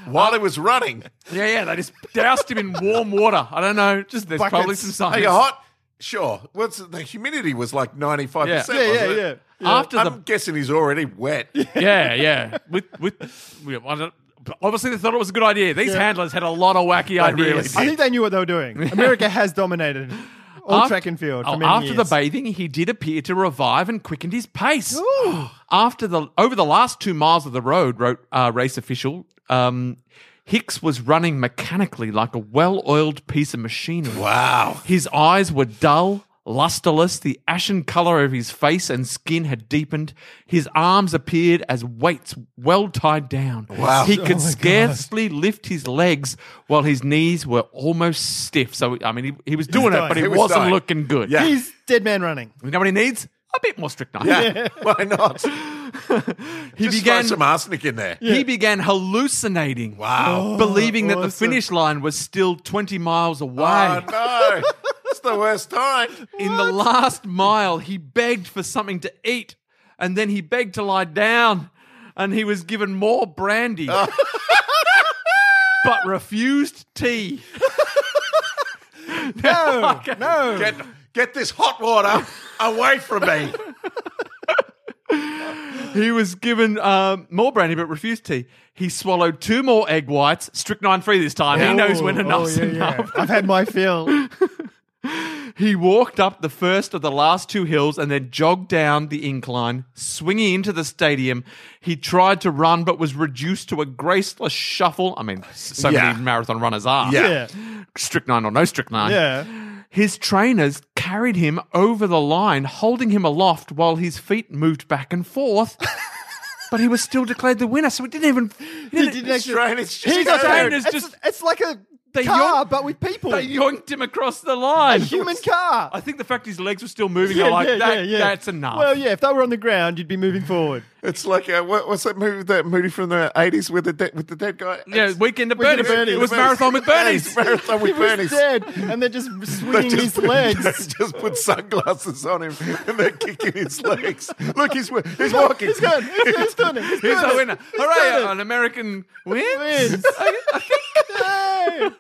Speaker 1: While he was running,
Speaker 3: Yeah, yeah, they just doused him in warm water. I don't know, just there's
Speaker 4: Buckets.
Speaker 3: probably some
Speaker 1: are
Speaker 3: science.
Speaker 1: you hot? Sure. What's the humidity was like ninety five percent.
Speaker 4: yeah, yeah, yeah.
Speaker 3: After
Speaker 1: I'm
Speaker 3: the
Speaker 1: guessing he's already wet.
Speaker 3: yeah, yeah, with with we- I don't- obviously they thought it was a good idea. These handlers had a lot of wacky
Speaker 1: really
Speaker 3: ideas.
Speaker 1: did.
Speaker 4: I think they knew what they were doing. America has dominated all
Speaker 3: After-
Speaker 4: track and field. For
Speaker 3: oh,
Speaker 4: many
Speaker 3: after the
Speaker 4: years.
Speaker 3: bathing, he did appear to revive and quickened his pace. After the over the last two miles of the road, wrote uh, race official, um, Hicks was running mechanically like a well-oiled piece of machinery.
Speaker 1: Wow.
Speaker 3: His eyes were dull, lusterless. The ashen color of his face and skin had deepened. His arms appeared as weights well tied down.
Speaker 1: Wow. Oh
Speaker 3: He could scarcely lift his legs while his knees were almost stiff. So, I mean, he, he was doing it,
Speaker 4: dying.
Speaker 3: but he,
Speaker 1: He was
Speaker 3: wasn't
Speaker 1: dying.
Speaker 3: looking good.
Speaker 1: Yeah.
Speaker 4: he's dead man running.
Speaker 3: You know what he needs? A bit more strychnine.
Speaker 1: Why not?
Speaker 3: He
Speaker 1: Just throw
Speaker 3: began.
Speaker 1: some arsenic in there.
Speaker 3: He began hallucinating. Oh,
Speaker 1: Wow.
Speaker 3: Believing that the
Speaker 4: awesome.
Speaker 3: finish line was still 20 miles away.
Speaker 1: Oh no. It's the worst time.
Speaker 3: In the last mile, he begged for something to eat, and then he begged to lie down, and he was given more brandy, but refused tea.
Speaker 4: No, no.
Speaker 1: Get get this hot water away from me.
Speaker 3: He was given um, more brandy, but refused tea. He swallowed two more egg whites, strychnine free this time. He knows when
Speaker 4: Oh,
Speaker 3: enough's
Speaker 4: oh, yeah, yeah.
Speaker 3: enough.
Speaker 4: I've had my fill.
Speaker 3: He walked up the first of the last two hills and then jogged down the incline, swinging into the stadium. He tried to run but was reduced to a graceless shuffle. I mean, s- so
Speaker 1: Yeah.
Speaker 3: many marathon runners are.
Speaker 1: Yeah.
Speaker 4: Yeah.
Speaker 3: Strychnine or no strychnine.
Speaker 4: Yeah.
Speaker 3: His trainers carried him over the line, holding him aloft while his feet moved back and forth. but he was still declared the winner, so he didn't even. He didn't,
Speaker 4: He didn't actually.
Speaker 1: Australians just
Speaker 3: He's
Speaker 1: go-
Speaker 3: Australian. Australian. It's
Speaker 4: It's,
Speaker 3: just-
Speaker 4: it's like a
Speaker 3: They
Speaker 4: car,
Speaker 3: yoinked-
Speaker 4: but with people.
Speaker 3: they yoinked him across the line.
Speaker 4: a human car.
Speaker 3: I think the fact his legs were still moving, I like that. That's enough.
Speaker 4: Well, yeah, if they were on the ground, you'd be moving forward.
Speaker 1: It's like uh, what, what's that movie? That movie from the eighties with the de- with the dead guy.
Speaker 3: Yeah,
Speaker 1: It's-
Speaker 3: Weekend at
Speaker 4: Weekend
Speaker 3: Bernie's.
Speaker 4: at Bernie's.
Speaker 3: It was Marathon with Bernie's.
Speaker 1: It's marathon
Speaker 4: he
Speaker 1: with
Speaker 4: was
Speaker 1: Bernie's.
Speaker 4: dead, and they're just swinging his
Speaker 1: put,
Speaker 4: legs.
Speaker 1: they just put sunglasses on him and they're kicking his legs. Look, he's he's walking.
Speaker 4: He's gone. He's, he's done it. He's,
Speaker 3: He's
Speaker 4: done
Speaker 3: a
Speaker 4: it.
Speaker 3: winner.
Speaker 4: He's
Speaker 3: Hooray,
Speaker 4: done
Speaker 3: an American win.
Speaker 4: it. Wins. Yay.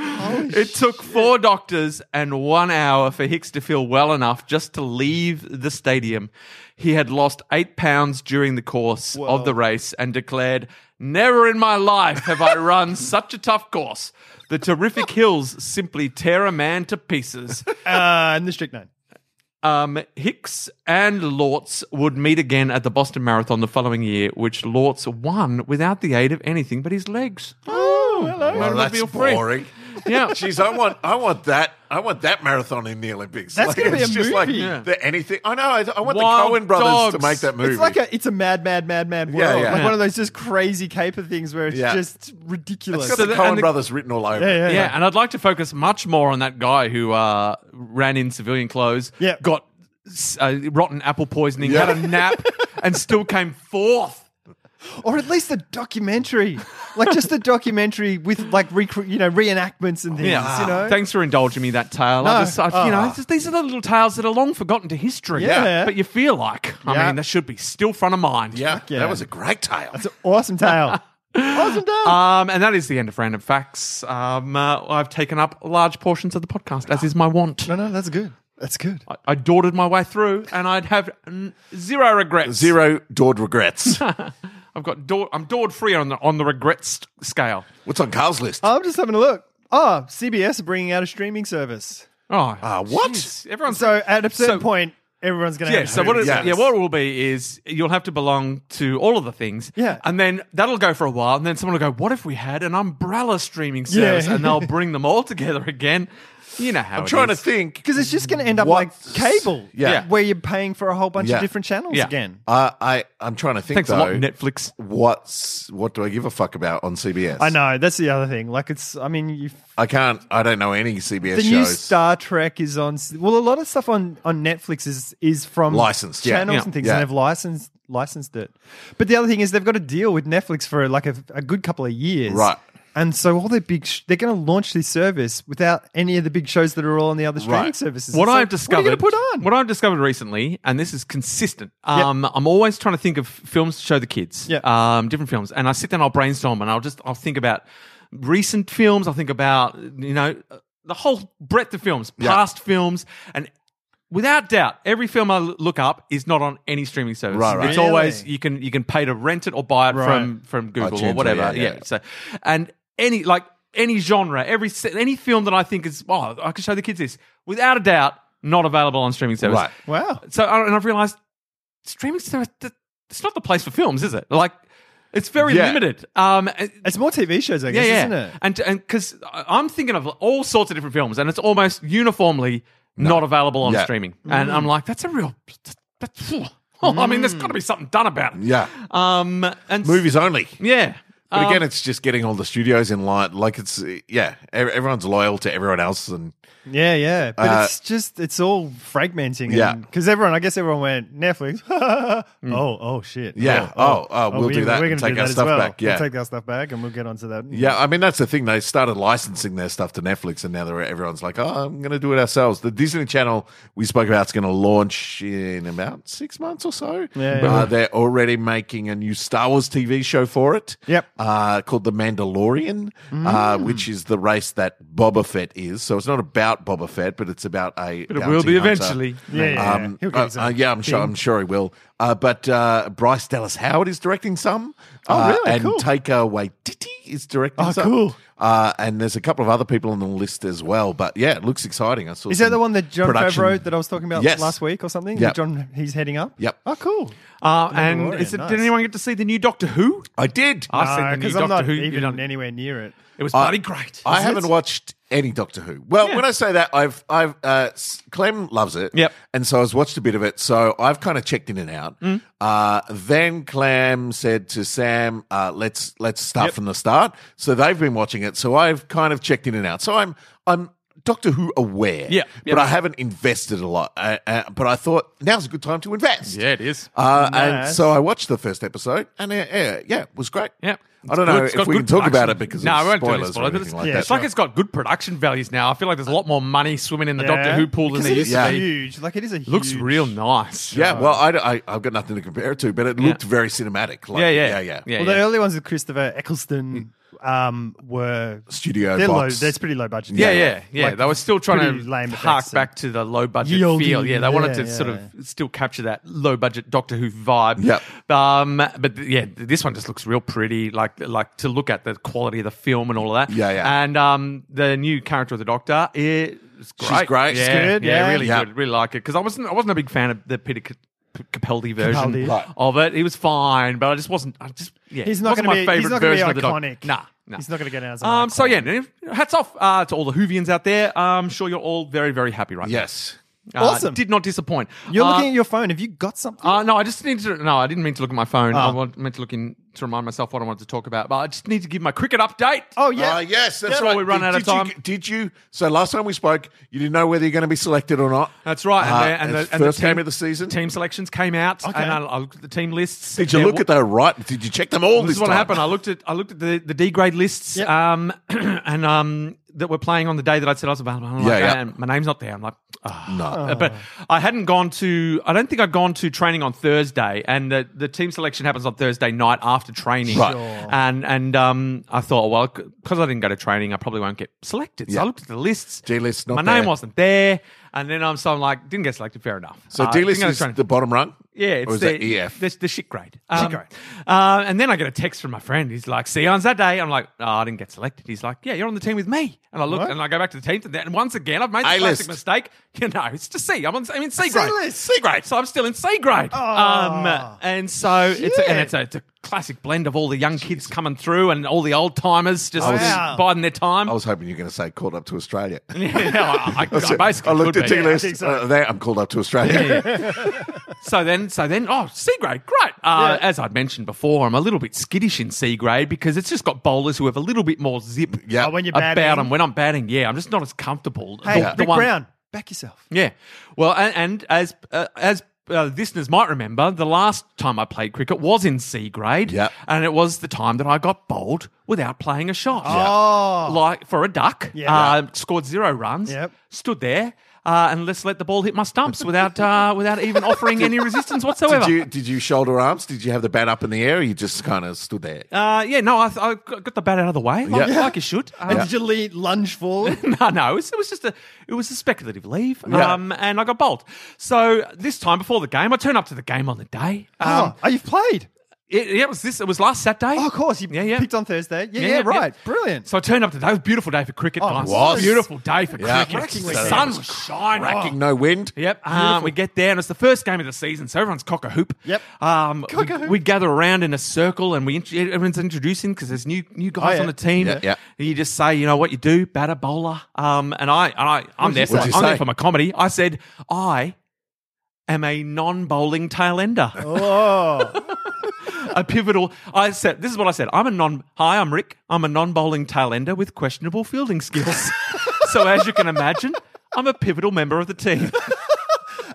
Speaker 4: Holy
Speaker 3: It took four doctors and one hour for Hicks to feel well enough just to leave the stadium. He had lost eight pounds during the course of the race and declared, Never in my life have I run such a tough course. The terrific hills simply tear a man to pieces.
Speaker 4: Uh, and the strict nine.
Speaker 3: Um, Hicks and Lortz would meet again at the Boston Marathon the following year, which Lortz won without the aid of anything but his legs.
Speaker 4: Oh, hello.
Speaker 1: Well, that's
Speaker 3: Automobile free.
Speaker 1: boring.
Speaker 3: Yeah.
Speaker 1: Jeez, I want, I want that, I want that marathon in the Olympics.
Speaker 4: That's gonna be
Speaker 1: it's
Speaker 4: a
Speaker 1: just
Speaker 4: movie.
Speaker 1: Like
Speaker 3: Yeah.
Speaker 1: the anything. I know. I, I want
Speaker 3: Wild
Speaker 1: the Cohen brothers to
Speaker 3: Dogs.
Speaker 1: make that movie.
Speaker 4: It's like a, it's a mad, mad, mad, mad world.
Speaker 1: Yeah, yeah.
Speaker 4: Like one of those just crazy caper things where it's
Speaker 1: Yeah.
Speaker 4: just
Speaker 1: it's
Speaker 4: ridiculous.
Speaker 1: got
Speaker 3: So
Speaker 1: the
Speaker 3: the-
Speaker 1: Cohen
Speaker 3: and the-
Speaker 1: brothers written all over. it.
Speaker 4: Yeah,
Speaker 3: Yeah, and I'd like to focus much more on that guy who uh, ran in civilian clothes,
Speaker 4: Yeah.
Speaker 3: got s- uh, rotten apple poisoning,
Speaker 1: Yeah.
Speaker 3: had a nap, and still came fourth.
Speaker 4: or at least a documentary, like just a documentary with like recre- you know reenactments and things. You know,
Speaker 3: Thanks for indulging me that tale. I
Speaker 4: No.
Speaker 3: just, I, you know,
Speaker 4: Ah.
Speaker 3: it's just- these are the little tales that are long forgotten to history.
Speaker 4: Yeah.
Speaker 3: But you feel like, I
Speaker 4: Yeah.
Speaker 3: mean, they should be still front of mind.
Speaker 1: Yeah,
Speaker 4: yeah.
Speaker 1: that was a great tale.
Speaker 4: it's an awesome tale. awesome tale.
Speaker 3: Um, and that is the end of Random Facts. Um, uh, I've taken up large portions of the podcast, as is my wont.
Speaker 4: no, no, that's good. That's good.
Speaker 3: I, I dawdled my way through, and I'd have n- zero regrets.
Speaker 1: Zero Dord regrets.
Speaker 3: I've got daw- I'm dawed free on the on the regrets scale.
Speaker 1: What's on Carl's list?
Speaker 4: I'm just having a look. Oh, CBS are bringing out a streaming service.
Speaker 3: Oh,
Speaker 1: Ah, what?
Speaker 3: jeez. Everyone's
Speaker 4: So at a certain
Speaker 3: So-
Speaker 4: point, everyone's going to
Speaker 3: yeah.
Speaker 4: have.
Speaker 3: So what? It,
Speaker 1: Yes.
Speaker 3: Yeah. What it will be is you'll have to belong to all of the things.
Speaker 4: Yeah.
Speaker 3: And then that'll go for a while, and then someone will go, "What if we had an umbrella streaming service?"
Speaker 4: Yeah.
Speaker 3: And they'll bring them all together again. You know how
Speaker 1: I'm trying to think.
Speaker 4: because it's just going to end up
Speaker 1: What-
Speaker 4: like cable,
Speaker 1: Yeah.
Speaker 4: where you're paying for a whole bunch
Speaker 1: Yeah.
Speaker 4: of different channels
Speaker 3: Yeah.
Speaker 4: again.
Speaker 1: Uh, I I'm trying to think
Speaker 3: Thanks
Speaker 1: though.
Speaker 3: a lot, Netflix.
Speaker 1: What's what do I give a fuck about on CBS?
Speaker 4: I know that's the other thing. Like it's, I mean, you
Speaker 1: I can't. I don't know any CBS
Speaker 4: the
Speaker 1: shows.
Speaker 4: new Star Trek is on. Well, a lot of stuff on on Netflix is is from
Speaker 1: Licensed, yeah.
Speaker 4: channels
Speaker 3: Yeah.
Speaker 4: and things,
Speaker 1: Yeah.
Speaker 4: and they've licensed licensed it. But the other thing is they've got a deal with Netflix for like a, a good couple of years,
Speaker 1: Right.
Speaker 4: And so all their big, sh- they're going to launch this service without any of the big shows that are all on the other streaming
Speaker 1: Right.
Speaker 4: services.
Speaker 3: What
Speaker 4: It's
Speaker 3: I've
Speaker 4: like,
Speaker 3: discovered,
Speaker 4: what are you going to put on?
Speaker 3: what I've discovered recently, and this is consistent. Um, I'm always trying to think of films to show the kids.
Speaker 4: Yeah.
Speaker 3: Um, different films, and I sit down, I'll brainstorm, and I'll just I'll think about recent films. I'll think about you know the whole breadth of films,
Speaker 1: Yeah.
Speaker 3: past films, and without doubt, every film I l- look up is not on any streaming service.
Speaker 1: Right, right.
Speaker 3: It's always
Speaker 4: Really?
Speaker 3: you can you can pay to rent it or buy it
Speaker 4: Right.
Speaker 3: from from Google
Speaker 1: iTunes or
Speaker 3: or whatever.
Speaker 1: yeah, yeah,
Speaker 3: yeah,
Speaker 1: yeah.
Speaker 3: so, and any like any genre, every se- any film that I think is oh, I can show the kids this without a doubt, not available on streaming service.
Speaker 1: Right.
Speaker 4: wow,
Speaker 3: So I- and I've realised streaming service th- it's not the place for films, is it? Like it's very
Speaker 1: Yeah.
Speaker 3: limited. Um, it-
Speaker 4: it's more TV shows, I
Speaker 3: yeah,
Speaker 4: guess,
Speaker 3: yeah,
Speaker 4: isn't it?
Speaker 3: and and because I'm thinking of all sorts of different films, and it's almost uniformly not available on
Speaker 1: Yeah. Mm.
Speaker 3: streaming, and I'm like, that's a real. That's, phew. I mean, there's got to be something done about it.
Speaker 1: Yeah,
Speaker 3: Um, and s-
Speaker 1: movies only.
Speaker 3: Yeah.
Speaker 1: But
Speaker 3: Um,
Speaker 1: again, it's just getting all the studios in line. Like it's yeah, ev- everyone's loyal to everyone else, and
Speaker 4: Yeah, yeah, but
Speaker 1: Uh,
Speaker 4: it's just it's all fragmenting.
Speaker 1: Yeah.
Speaker 4: because everyone, I guess, everyone went Netflix. oh, oh shit.
Speaker 1: Yeah. Oh, oh, we'll
Speaker 4: we-
Speaker 1: do that
Speaker 4: We're
Speaker 1: and
Speaker 4: gonna
Speaker 1: take
Speaker 4: do
Speaker 1: our
Speaker 4: that as
Speaker 1: stuff
Speaker 4: well.
Speaker 1: back, yeah.
Speaker 4: we'll take our stuff back, and we'll get onto that.
Speaker 1: yeah, I mean that's the thing. They started licensing their stuff to Netflix, and now they're, everyone's like, "Oh, I'm going to do it ourselves." The Disney Channel we spoke about is going to launch in about six months or so.
Speaker 4: Yeah,
Speaker 1: Uh,
Speaker 4: yeah.
Speaker 1: they're already making a new Star Wars TV show for it.
Speaker 4: Yep.
Speaker 1: uh, called The Mandalorian, uh,
Speaker 3: Mm.
Speaker 1: which is the race that Boba Fett is. So it's not about Boba Fett, but it's about a.
Speaker 3: But it
Speaker 1: bounty
Speaker 3: will be
Speaker 1: hunter.
Speaker 3: eventually.
Speaker 4: Yeah, yeah, yeah.
Speaker 1: Um,
Speaker 4: He'll get
Speaker 1: uh,
Speaker 4: his own
Speaker 1: uh, yeah, I'm sure.
Speaker 4: thing.
Speaker 1: I'm sure he will. Uh, but uh, Bryce Dallas Howard is directing some. Oh,
Speaker 4: really?
Speaker 1: and
Speaker 4: Cool.
Speaker 1: Taika Waititi is directing
Speaker 4: Oh,
Speaker 1: some.
Speaker 4: cool.
Speaker 1: Uh, and there's a couple of other people on the list as well. But yeah, it looks exciting. I saw.
Speaker 4: Is that
Speaker 1: some
Speaker 4: the one that John
Speaker 1: production-
Speaker 4: Favreau that I was talking about
Speaker 1: Yes.
Speaker 4: last week or something?
Speaker 1: Yep.
Speaker 4: That John, he's heading up.
Speaker 1: Yep.
Speaker 4: Oh, cool.
Speaker 3: Uh, and is it, did
Speaker 4: Mandalorian, nice.
Speaker 3: anyone get to see the new Doctor Who?
Speaker 1: I did.
Speaker 4: Oh,
Speaker 3: I've seen Uh, the new
Speaker 4: Because I'm
Speaker 3: Doctor
Speaker 4: not
Speaker 3: Who. you
Speaker 4: even
Speaker 3: don't-
Speaker 4: anywhere near it.
Speaker 3: it was
Speaker 1: I-
Speaker 3: bloody great.
Speaker 1: I haven't watched Any Doctor Who. Well,
Speaker 3: Yeah.
Speaker 1: when I say that, I've I've uh, s- Clem loves it.
Speaker 3: Yep.
Speaker 1: And so I've watched a bit of it. So I've kind of checked in and out.
Speaker 3: Mm.
Speaker 1: Uh, then Clem said to Sam, uh, "Let's let's start
Speaker 3: Yep.
Speaker 1: from the start." So they've been watching it. So I've kind of checked in and out. So I'm I'm Doctor Who aware.
Speaker 3: Yeah.
Speaker 1: But
Speaker 3: Yep.
Speaker 1: I haven't invested a lot. Uh, uh, but I thought now's a good time to invest.
Speaker 3: Yeah, it is.
Speaker 1: Uh, And
Speaker 4: Nice.
Speaker 1: so I watched the first episode, and uh, yeah, yeah, it was great.
Speaker 3: Yeah.
Speaker 1: I don't
Speaker 3: It's good.
Speaker 1: know
Speaker 3: It's
Speaker 1: if
Speaker 3: got
Speaker 1: we can
Speaker 3: good
Speaker 1: talk about
Speaker 3: production-
Speaker 1: it because
Speaker 3: no,
Speaker 1: of
Speaker 3: I won't do
Speaker 1: spoilers
Speaker 3: any
Speaker 1: or
Speaker 3: spoilers. but
Speaker 1: anything
Speaker 3: It's,
Speaker 1: like
Speaker 4: yeah,
Speaker 1: that.
Speaker 3: it's like it's got good production values now. I feel like there's a lot more money swimming in the Doctor
Speaker 4: Yeah.
Speaker 3: Who pool than
Speaker 4: Because
Speaker 3: there
Speaker 4: it is
Speaker 3: used to be.
Speaker 4: huge. Like it is a huge.
Speaker 3: Looks real nice.
Speaker 1: Yeah, well, I, have got nothing to compare it to, but it
Speaker 3: Yeah.
Speaker 1: looked very cinematic. Like,
Speaker 3: yeah, yeah,
Speaker 1: yeah, yeah,
Speaker 3: yeah. Mm.
Speaker 4: Well, the early ones with Christopher Eccleston um, were
Speaker 1: Studio
Speaker 4: they're low.
Speaker 1: box.
Speaker 4: That's pretty low budget.
Speaker 3: Yeah, yeah, yeah.
Speaker 4: Like,
Speaker 3: they were still trying
Speaker 4: pretty lame
Speaker 3: to hark
Speaker 4: effects
Speaker 3: back to the low budget
Speaker 4: Yieldy,
Speaker 3: feel. Yeah, they wanted to
Speaker 4: yeah, yeah,
Speaker 3: sort of still capture that low budget Doctor Who vibe.
Speaker 1: Yep.
Speaker 3: Um, but th- yeah, this one just looks real pretty. Like, like to look at the quality of the film and all of that.
Speaker 1: Yeah, yeah.
Speaker 3: And um, the new character of the Doctor is great.
Speaker 1: great.
Speaker 3: Yeah,
Speaker 1: She's
Speaker 4: good,
Speaker 3: Yeah,
Speaker 4: yeah.
Speaker 3: really
Speaker 1: Yeah.
Speaker 3: good. Really like it because I wasn't, I wasn't a big fan of the Peter. C- P- Capaldi version
Speaker 4: Capaldi.
Speaker 1: Right.
Speaker 3: of it, he was fine, but I just wasn't. I just yeah,
Speaker 4: He's not
Speaker 3: wasn't
Speaker 4: going to be.
Speaker 3: my favorite
Speaker 4: He's not going to
Speaker 3: version
Speaker 4: be
Speaker 3: of the Doctor.
Speaker 4: iconic.
Speaker 3: Nah, nah.
Speaker 4: he's not going to get out. As an
Speaker 3: Um, so
Speaker 4: icon.
Speaker 3: yeah, n- hats off uh, to all the Hoovians out there. I'm sure you're all very, very happy right
Speaker 1: Yes.
Speaker 3: now. Uh,
Speaker 4: Awesome.
Speaker 3: Did not disappoint.
Speaker 4: you're
Speaker 3: Uh,
Speaker 4: looking at your phone. Have you got something?
Speaker 3: Uh, no, I just need to. No, I didn't mean to look at my phone.
Speaker 1: Ah.
Speaker 3: I want, meant to look in to remind myself what I wanted to talk about. But I just need to give my cricket update.
Speaker 4: oh yeah.
Speaker 1: Uh, yes, that's right.
Speaker 3: Yeah. Before we run out of
Speaker 1: you-
Speaker 3: time.
Speaker 1: did you? So last time we spoke, you didn't know whether you're going to be selected or not.
Speaker 3: That's right. And,
Speaker 1: Uh,
Speaker 3: the, and,
Speaker 1: it's
Speaker 3: the, and the
Speaker 1: first
Speaker 3: team,
Speaker 1: game of the season.
Speaker 3: team selections came out,
Speaker 4: Okay.
Speaker 3: and I, I looked at the team lists.
Speaker 1: Did you
Speaker 3: There
Speaker 1: look
Speaker 3: wa-
Speaker 1: at the right? Did you check them all
Speaker 3: This
Speaker 1: this,
Speaker 3: is what
Speaker 1: time?
Speaker 3: happened. I looked at I looked at the, the D grade lists,
Speaker 4: Yep.
Speaker 3: um, and um, that were playing on the day that I said I was available. I'm like,
Speaker 1: Yeah, yeah.
Speaker 3: "Man, my name's not there. I'm like, ah.
Speaker 1: No.
Speaker 3: Uh, but
Speaker 1: Oh.
Speaker 3: I hadn't gone to. I don't think I'd gone to training on Thursday, and the, the team selection happens on Thursday night after training.
Speaker 1: Right.
Speaker 4: Sure.
Speaker 3: And and um, I thought, well, because I didn't go to training, I probably won't get selected. So
Speaker 1: Yeah.
Speaker 3: I looked at the lists.
Speaker 1: D-list not
Speaker 3: My
Speaker 1: there.
Speaker 3: name wasn't there, and then I'm so I'm like, didn't get selected. Fair enough.
Speaker 1: So
Speaker 3: Uh,
Speaker 1: D list
Speaker 3: didn't go to
Speaker 1: is
Speaker 3: training.
Speaker 1: the bottom rung.
Speaker 3: Yeah,
Speaker 1: or
Speaker 3: it's
Speaker 1: is
Speaker 3: the,
Speaker 1: that E EF?
Speaker 3: The, the shit grade. Um, uh, and then I get a text from my friend. He's like, "See you on Saturday." I'm like, oh, "I didn't get selected." He's like, "Yeah, you're on the team with me." And I look
Speaker 4: What?
Speaker 3: and I go back to the team, and, then, and once again, I've made the
Speaker 1: A-list.
Speaker 3: classic mistake. You know, it's to C. I'm on. I'm in C grade.
Speaker 4: C-list.
Speaker 3: C grade. So I'm still in C grade.
Speaker 4: Ah,
Speaker 3: um, and so it's a, and
Speaker 4: shit.
Speaker 3: it's a, it's a classic blend of all the young kids coming through and all the old timers just
Speaker 1: I was-
Speaker 4: Wow.
Speaker 3: biding their time.
Speaker 1: I was hoping you were going to say called up to Australia.
Speaker 3: yeah, I, I, I basically
Speaker 1: I looked
Speaker 3: could
Speaker 1: at
Speaker 3: be.
Speaker 1: D
Speaker 4: Yeah, I
Speaker 1: list.
Speaker 4: think so.
Speaker 1: uh, there, I'm called up to Australia.
Speaker 3: So then, so then, oh, C grade, great. Uh,
Speaker 4: Yeah.
Speaker 3: As I'd mentioned before, I'm a little bit skittish in C grade because it's just got bowlers who have a little bit more zip
Speaker 1: Yeah.
Speaker 4: Oh, when you're
Speaker 3: about
Speaker 4: batting.
Speaker 3: them. When I'm batting, yeah, I'm just not as comfortable.
Speaker 4: Hey,
Speaker 3: The- the
Speaker 4: Rick
Speaker 3: one-
Speaker 4: Brown, back yourself.
Speaker 3: Yeah. Well, and, and as uh, as uh, listeners might remember, the last time I played cricket was in C grade.
Speaker 1: Yeah.
Speaker 3: And it was the time that I got bowled without playing a shot.
Speaker 4: Oh.
Speaker 3: Like for a duck.
Speaker 4: Yeah.
Speaker 3: Uh, scored zero runs.
Speaker 4: Yep.
Speaker 3: Stood there. Uh, and let's let the ball hit my stumps without uh, without even offering any resistance whatsoever.
Speaker 1: Did you did you shoulder arms? Did you have the bat up in the air? Or you just kind of stood there.
Speaker 3: Uh, yeah, no, I, I got the bat out of the way, like,
Speaker 1: Yeah.
Speaker 3: like you should. Um,
Speaker 4: And did you lean, lunge forward?
Speaker 3: no, no, it was, it was just a, it was a speculative leave,
Speaker 1: Yeah.
Speaker 3: um, and I got bowled. So this time before the game, I turned up to the game on the day. Um,
Speaker 4: oh, oh, you've played.
Speaker 3: it, yeah, it was this. It was last Saturday.
Speaker 4: Oh, of course. You
Speaker 3: Yeah, yeah.
Speaker 4: picked on Thursday. Yeah, yeah, right. Brilliant.
Speaker 3: So I turned up today. It was a beautiful day for cricket,
Speaker 4: Oh, it
Speaker 3: guys.
Speaker 1: was.
Speaker 3: Beautiful day for
Speaker 1: Yeah.
Speaker 3: cricket.
Speaker 1: Cracking
Speaker 3: The
Speaker 1: weekend.
Speaker 3: sun was shining.
Speaker 1: Racking no wind.
Speaker 3: Yep. Um, we get there, and it's the first game of the season, so everyone's cock a hoop.
Speaker 4: Yep.
Speaker 3: Um, we-
Speaker 4: Cock-a-hoop.
Speaker 3: We, gather around in a circle, and we int- everyone's introducing because there's new new guys
Speaker 4: yeah.
Speaker 3: on the team.
Speaker 1: Oh, Yeah, yeah.
Speaker 3: And you just say, you know what you do, batter bowler. Um, and I, and I I'm there.
Speaker 1: you
Speaker 3: For,
Speaker 1: say?
Speaker 3: I'm
Speaker 1: What'd you
Speaker 3: there
Speaker 1: say?
Speaker 3: for my comedy. I said, I am a non-bowling tail ender.
Speaker 4: oh,
Speaker 3: a pivotal. I said, this is what I said. I'm a non. Hi, I'm Rick. I'm a non-bowling tail ender with questionable fielding skills. so as you can imagine, I'm a pivotal member of the team.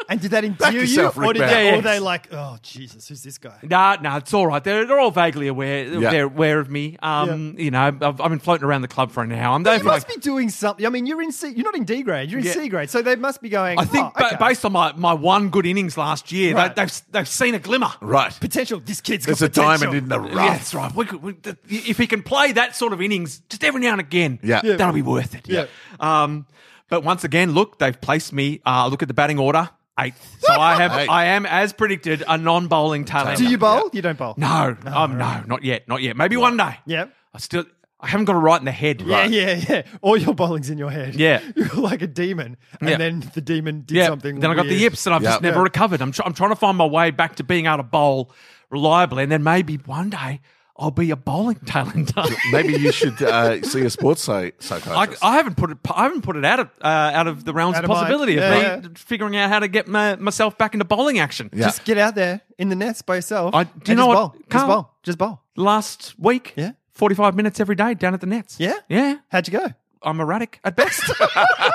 Speaker 4: and did that endear
Speaker 1: yourself,
Speaker 4: you,
Speaker 1: Rick
Speaker 4: or did
Speaker 1: Brown.
Speaker 4: they,
Speaker 3: Yeah, yeah.
Speaker 4: or they like, oh Jesus, who's this guy?
Speaker 3: Nah, nah, it's all right. They're, they're all vaguely aware.
Speaker 1: Yeah.
Speaker 3: They're aware of me. Um, you know, I've, I've been floating around the club for an hour. I'm there
Speaker 4: You
Speaker 3: for
Speaker 4: must
Speaker 3: like.
Speaker 4: be doing something. I mean, you're in C. You're not in D grade. You're in
Speaker 3: Yeah.
Speaker 4: C grade. So they must be going.
Speaker 3: I think
Speaker 4: oh,
Speaker 3: ba-
Speaker 4: okay.
Speaker 3: based on my, my one good innings last year,
Speaker 4: Right.
Speaker 3: they, they've they've seen a glimmer.
Speaker 1: Right.
Speaker 4: potential. This kid's
Speaker 1: There's
Speaker 4: got
Speaker 1: a diamond
Speaker 4: potential.
Speaker 1: in the rough.
Speaker 3: Yeah, that's right. We could, we, th- if he can play that sort of innings just every now and again,
Speaker 1: Yeah. Yeah.
Speaker 3: that'll be worth it.
Speaker 4: Yeah.
Speaker 3: Um, but once again, look, they've placed me. Uh, look at the batting order, eighth. So I have,
Speaker 1: Eighth.
Speaker 3: I am, as predicted, a non-bowling talent.
Speaker 4: Do you bowl? You don't bowl.
Speaker 3: No, um, no, not yet, not yet. Maybe one day.
Speaker 4: Yep.
Speaker 3: I still, I haven't got it right in the head.
Speaker 4: Yeah, yeah, yeah. All your bowling's in your head.
Speaker 3: Yeah.
Speaker 4: you're like a demon, and
Speaker 3: Yeah.
Speaker 4: then the demon did
Speaker 3: Yeah.
Speaker 4: something.
Speaker 3: Then I got the
Speaker 4: weird.
Speaker 3: yips, and I've just
Speaker 1: Yeah.
Speaker 3: never
Speaker 4: Yeah.
Speaker 3: recovered. I'm, tr- I'm trying to find my way back to being able to bowl reliably, and then maybe one day I'll be a bowling talent.
Speaker 1: Maybe you should uh, see a sports psy-
Speaker 3: I,
Speaker 1: psychiatrist.
Speaker 3: I haven't put it. I haven't put it out of uh, out of the realms
Speaker 4: Out
Speaker 3: of
Speaker 4: of mind.
Speaker 3: possibility of
Speaker 4: Yeah,
Speaker 3: me figuring out how to get my, myself back into bowling action.
Speaker 1: Yeah.
Speaker 4: Just get out there in the nets by yourself.
Speaker 3: I- do
Speaker 4: and
Speaker 3: you know
Speaker 4: just
Speaker 3: what?
Speaker 4: Bowl. Just
Speaker 3: Carl-
Speaker 4: bowl. Just bowl.
Speaker 3: Last week,
Speaker 4: Yeah.
Speaker 3: forty five minutes every day down at the nets.
Speaker 4: Yeah?
Speaker 3: yeah.
Speaker 4: How'd you go?
Speaker 3: I'm erratic at best.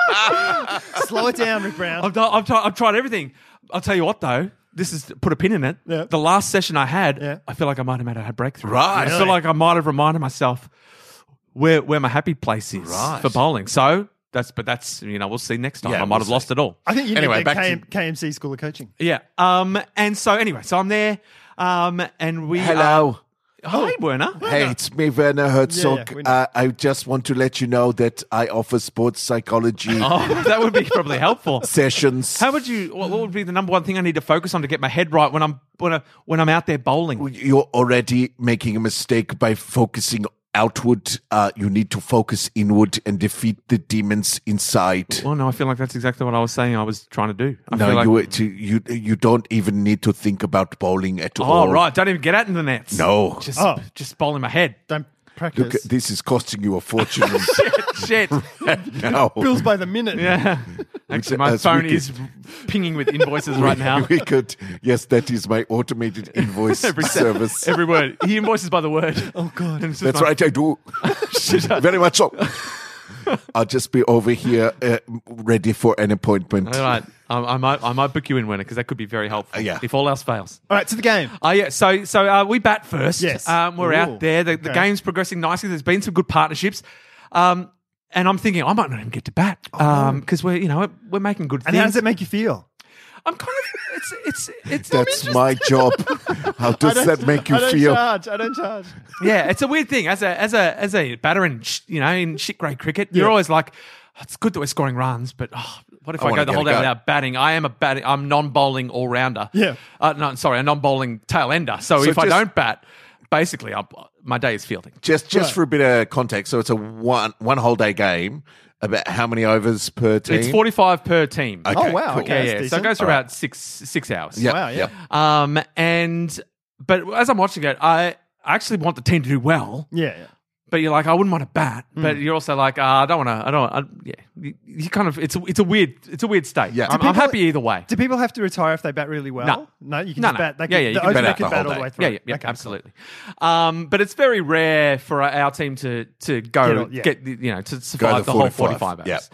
Speaker 4: Slow it down, Rick Brown.
Speaker 3: I've, done, I've, tri- I've tried everything. I'll tell you what, though. This is put a pin in it.
Speaker 4: Yeah.
Speaker 3: The last session I had,
Speaker 4: Yeah.
Speaker 3: I feel like I might have made a breakthrough.
Speaker 1: Right.
Speaker 3: I feel like I might have reminded myself where where my happy place is
Speaker 1: Right.
Speaker 3: for bowling. So that's but that's you know we'll see next time.
Speaker 1: Yeah,
Speaker 3: I might
Speaker 1: we'll
Speaker 3: have
Speaker 1: see.
Speaker 3: lost it all.
Speaker 4: I think you
Speaker 1: Anyway,
Speaker 4: need the
Speaker 1: back
Speaker 4: KM,
Speaker 1: to-
Speaker 4: KMC School of Coaching.
Speaker 3: Yeah. Um. And so anyway, so I'm there. Um. And
Speaker 4: uh,
Speaker 3: we.
Speaker 1: Hello. Oh.
Speaker 3: Are, hi, Werner.
Speaker 1: Hey, it's me, Werner Herzog.
Speaker 4: Yeah, yeah, we know.
Speaker 1: uh, I just want to let you know that I offer sports psychology
Speaker 4: Uh-huh.
Speaker 3: Oh, that would be probably helpful.
Speaker 1: sessions.
Speaker 3: How would you? What, what would be the number one thing I need to focus on to get my head right when I'm when I, when I'm out there bowling?
Speaker 1: You're already making a mistake by focusing outward. Uh, you need to focus inward and defeat the demons inside.
Speaker 3: Well, no, I feel like that's exactly what I was saying. I was trying to do. I
Speaker 1: No,
Speaker 3: feel like,
Speaker 1: you, it- you you don't even need to think about bowling at all.
Speaker 3: Oh right, don't even get out in the nets.
Speaker 1: No.
Speaker 3: just
Speaker 4: Oh.
Speaker 3: just bowl in my head.
Speaker 4: Don't
Speaker 1: Look,
Speaker 4: practice.
Speaker 1: this is costing you a fortune.
Speaker 3: Shit.
Speaker 1: no.
Speaker 4: Bills by the minute.
Speaker 3: Yeah. Actually, my
Speaker 1: That's
Speaker 3: phone
Speaker 1: wicked.
Speaker 3: is pinging with invoices right now.
Speaker 1: We could. Yes, that is my automated invoice
Speaker 3: Every se-
Speaker 1: service.
Speaker 3: Every word. He invoices by the word. Oh god.
Speaker 1: That's right, I do. Very much so. I'll just be over here uh, ready for an appointment.
Speaker 3: All right. I, I might I might book you in winner because that could be very helpful.
Speaker 1: Uh, yeah.
Speaker 3: If all else fails.
Speaker 4: All right, to the game.
Speaker 3: Oh yeah, so so uh, we bat first.
Speaker 4: Yes.
Speaker 3: um, we're
Speaker 4: Ooh,
Speaker 3: out there. The, the
Speaker 4: okay.
Speaker 3: game's progressing nicely. There's been some good partnerships, um, and I'm thinking I might not even get to bat because we're you know we're making good
Speaker 4: Oh. And
Speaker 3: things.
Speaker 4: how does it make you feel?
Speaker 3: I'm kind of it's it's it's I'm
Speaker 1: That's
Speaker 3: interested.
Speaker 1: my job. How does that make you
Speaker 4: I don't
Speaker 1: feel?
Speaker 4: charge. I don't charge.
Speaker 3: yeah. It's a weird thing as a as a as a batter in sh- you know in shit grade cricket. You're
Speaker 4: Yeah.
Speaker 3: always like, "Oh, it's good that we're scoring runs, but oh, what if
Speaker 1: I
Speaker 3: I,
Speaker 1: wanna
Speaker 3: go the
Speaker 1: get
Speaker 3: whole
Speaker 1: a
Speaker 3: day
Speaker 1: go.
Speaker 3: without batting? I am a batting. I'm non bowling all rounder.
Speaker 4: Yeah.
Speaker 3: uh, no, sorry, a non bowling tail ender. So,
Speaker 1: So
Speaker 3: if I
Speaker 1: just-
Speaker 3: don't bat, basically, I'm, my day is fielding.
Speaker 1: Just just
Speaker 4: Right.
Speaker 1: for a bit of context, so it's a one one whole day game. About how many overs per team?
Speaker 3: It's 45 per team.
Speaker 1: Okay,
Speaker 4: Oh, wow.
Speaker 1: cool.
Speaker 3: Yeah,
Speaker 4: Okay. that's
Speaker 3: yeah. So it
Speaker 4: decent.
Speaker 3: goes for
Speaker 1: All right.
Speaker 3: about six six hours.
Speaker 1: Yeah,
Speaker 4: Wow, yeah.
Speaker 1: yeah.
Speaker 3: Um, and but as I'm watching it, I I actually want the team to do well.
Speaker 4: Yeah. yeah.
Speaker 3: But you're like, I wouldn't want to bat. But you're also like, uh, I don't want to. I don't. I, yeah. You, you kind of. It's a, it's a weird. It's a weird state.
Speaker 1: Yeah. Do
Speaker 3: I'm, I'm
Speaker 4: people-
Speaker 3: happy either way.
Speaker 4: Do people have to retire if they bat really well?
Speaker 3: No.
Speaker 4: No, you can
Speaker 3: No, no.
Speaker 4: just bat. They
Speaker 3: Yeah, yeah, you
Speaker 4: the
Speaker 3: can
Speaker 4: owners
Speaker 1: bat
Speaker 4: they
Speaker 1: out the whole
Speaker 4: bat all the
Speaker 1: day.
Speaker 4: way through.
Speaker 3: Yeah, yeah, yeah
Speaker 4: Okay, cool.
Speaker 3: absolutely. Um, but it's very rare for our team to to
Speaker 4: Get
Speaker 3: go
Speaker 4: on- yeah.
Speaker 3: get the you know to survive
Speaker 1: the
Speaker 3: the, whole
Speaker 1: 45,
Speaker 3: forty five hours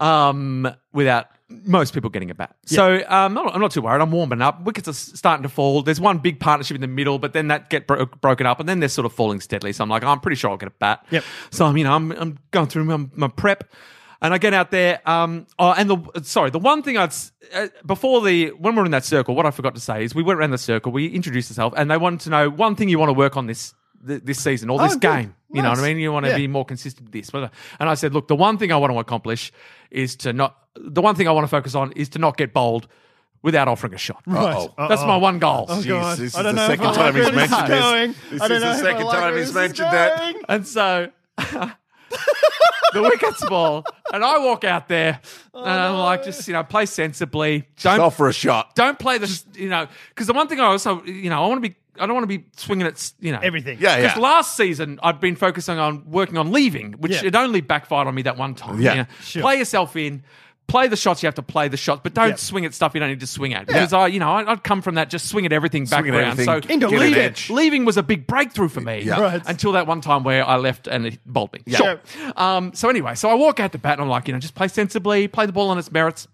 Speaker 3: um, without most people getting a bat. So um, I'm, not, I'm not too worried. I'm warming up. Wickets are s- starting to fall. There's one big partnership in the middle, but then that get bro- broken up, and then they're sort of falling steadily. So I'm like, I'm pretty sure I'll get a bat.
Speaker 4: Yep.
Speaker 3: So I'm you know I'm, I'm going through my, my prep. And I get out there, um, oh, and the sorry, the one thing I'd s- uh, before the when we were in that circle, what I forgot to say is we went around the circle, we introduced ourselves, and they wanted to know one thing you want to work on this th- this season or
Speaker 4: Oh,
Speaker 3: this
Speaker 4: good.
Speaker 3: game. You know what I
Speaker 4: Nice.
Speaker 3: mean? You want to
Speaker 4: Yeah.
Speaker 3: be more consistent with this. whatever. And I said, look, the one thing I want to accomplish is to not. The one thing I want to focus on is to not get bowled without offering a shot.
Speaker 1: Uh-oh.
Speaker 4: Uh-oh.
Speaker 3: That's my one goal.
Speaker 4: Oh, God.
Speaker 1: this is
Speaker 4: I don't
Speaker 1: the
Speaker 4: know
Speaker 1: second
Speaker 4: if I
Speaker 1: time
Speaker 4: like
Speaker 1: he's
Speaker 4: where this is
Speaker 1: mentioned this.
Speaker 4: going.
Speaker 1: This
Speaker 4: I don't
Speaker 1: is the
Speaker 4: know if I
Speaker 1: second
Speaker 4: like
Speaker 1: time
Speaker 4: where
Speaker 1: he's
Speaker 4: this is
Speaker 1: mentioned that.
Speaker 4: going.
Speaker 3: And so the wickets ball, and I walk out there, and I'm like, just you know, play sensibly. Don't
Speaker 1: Go for a shot.
Speaker 3: don't play the you know because the one thing I also you know I want to be I don't want to be swinging at s- you know
Speaker 4: Everything.
Speaker 1: Yeah, yeah.
Speaker 3: Because last season I'd been focusing on working on leaving, which
Speaker 4: Yeah.
Speaker 3: it only backfired on me that one time.
Speaker 1: Yeah.
Speaker 3: you know.
Speaker 4: Sure.
Speaker 3: play yourself in, play the shots you have to play the shots, but don't
Speaker 4: Yeah.
Speaker 3: swing at stuff you don't need to swing at. Because I, you know, I, I'd come from that just swing at everything
Speaker 1: Swing at
Speaker 3: background.
Speaker 1: everything,
Speaker 3: so
Speaker 1: Into
Speaker 4: get an
Speaker 3: leaving,
Speaker 1: edge.
Speaker 3: leaving was a big breakthrough for me.
Speaker 1: Yeah.
Speaker 4: Right.
Speaker 3: Until that one time where I left and it bowled me. Sure. Um, so anyway, so I walk out the bat and I'm like, you know, just play sensibly, play the ball on its merits.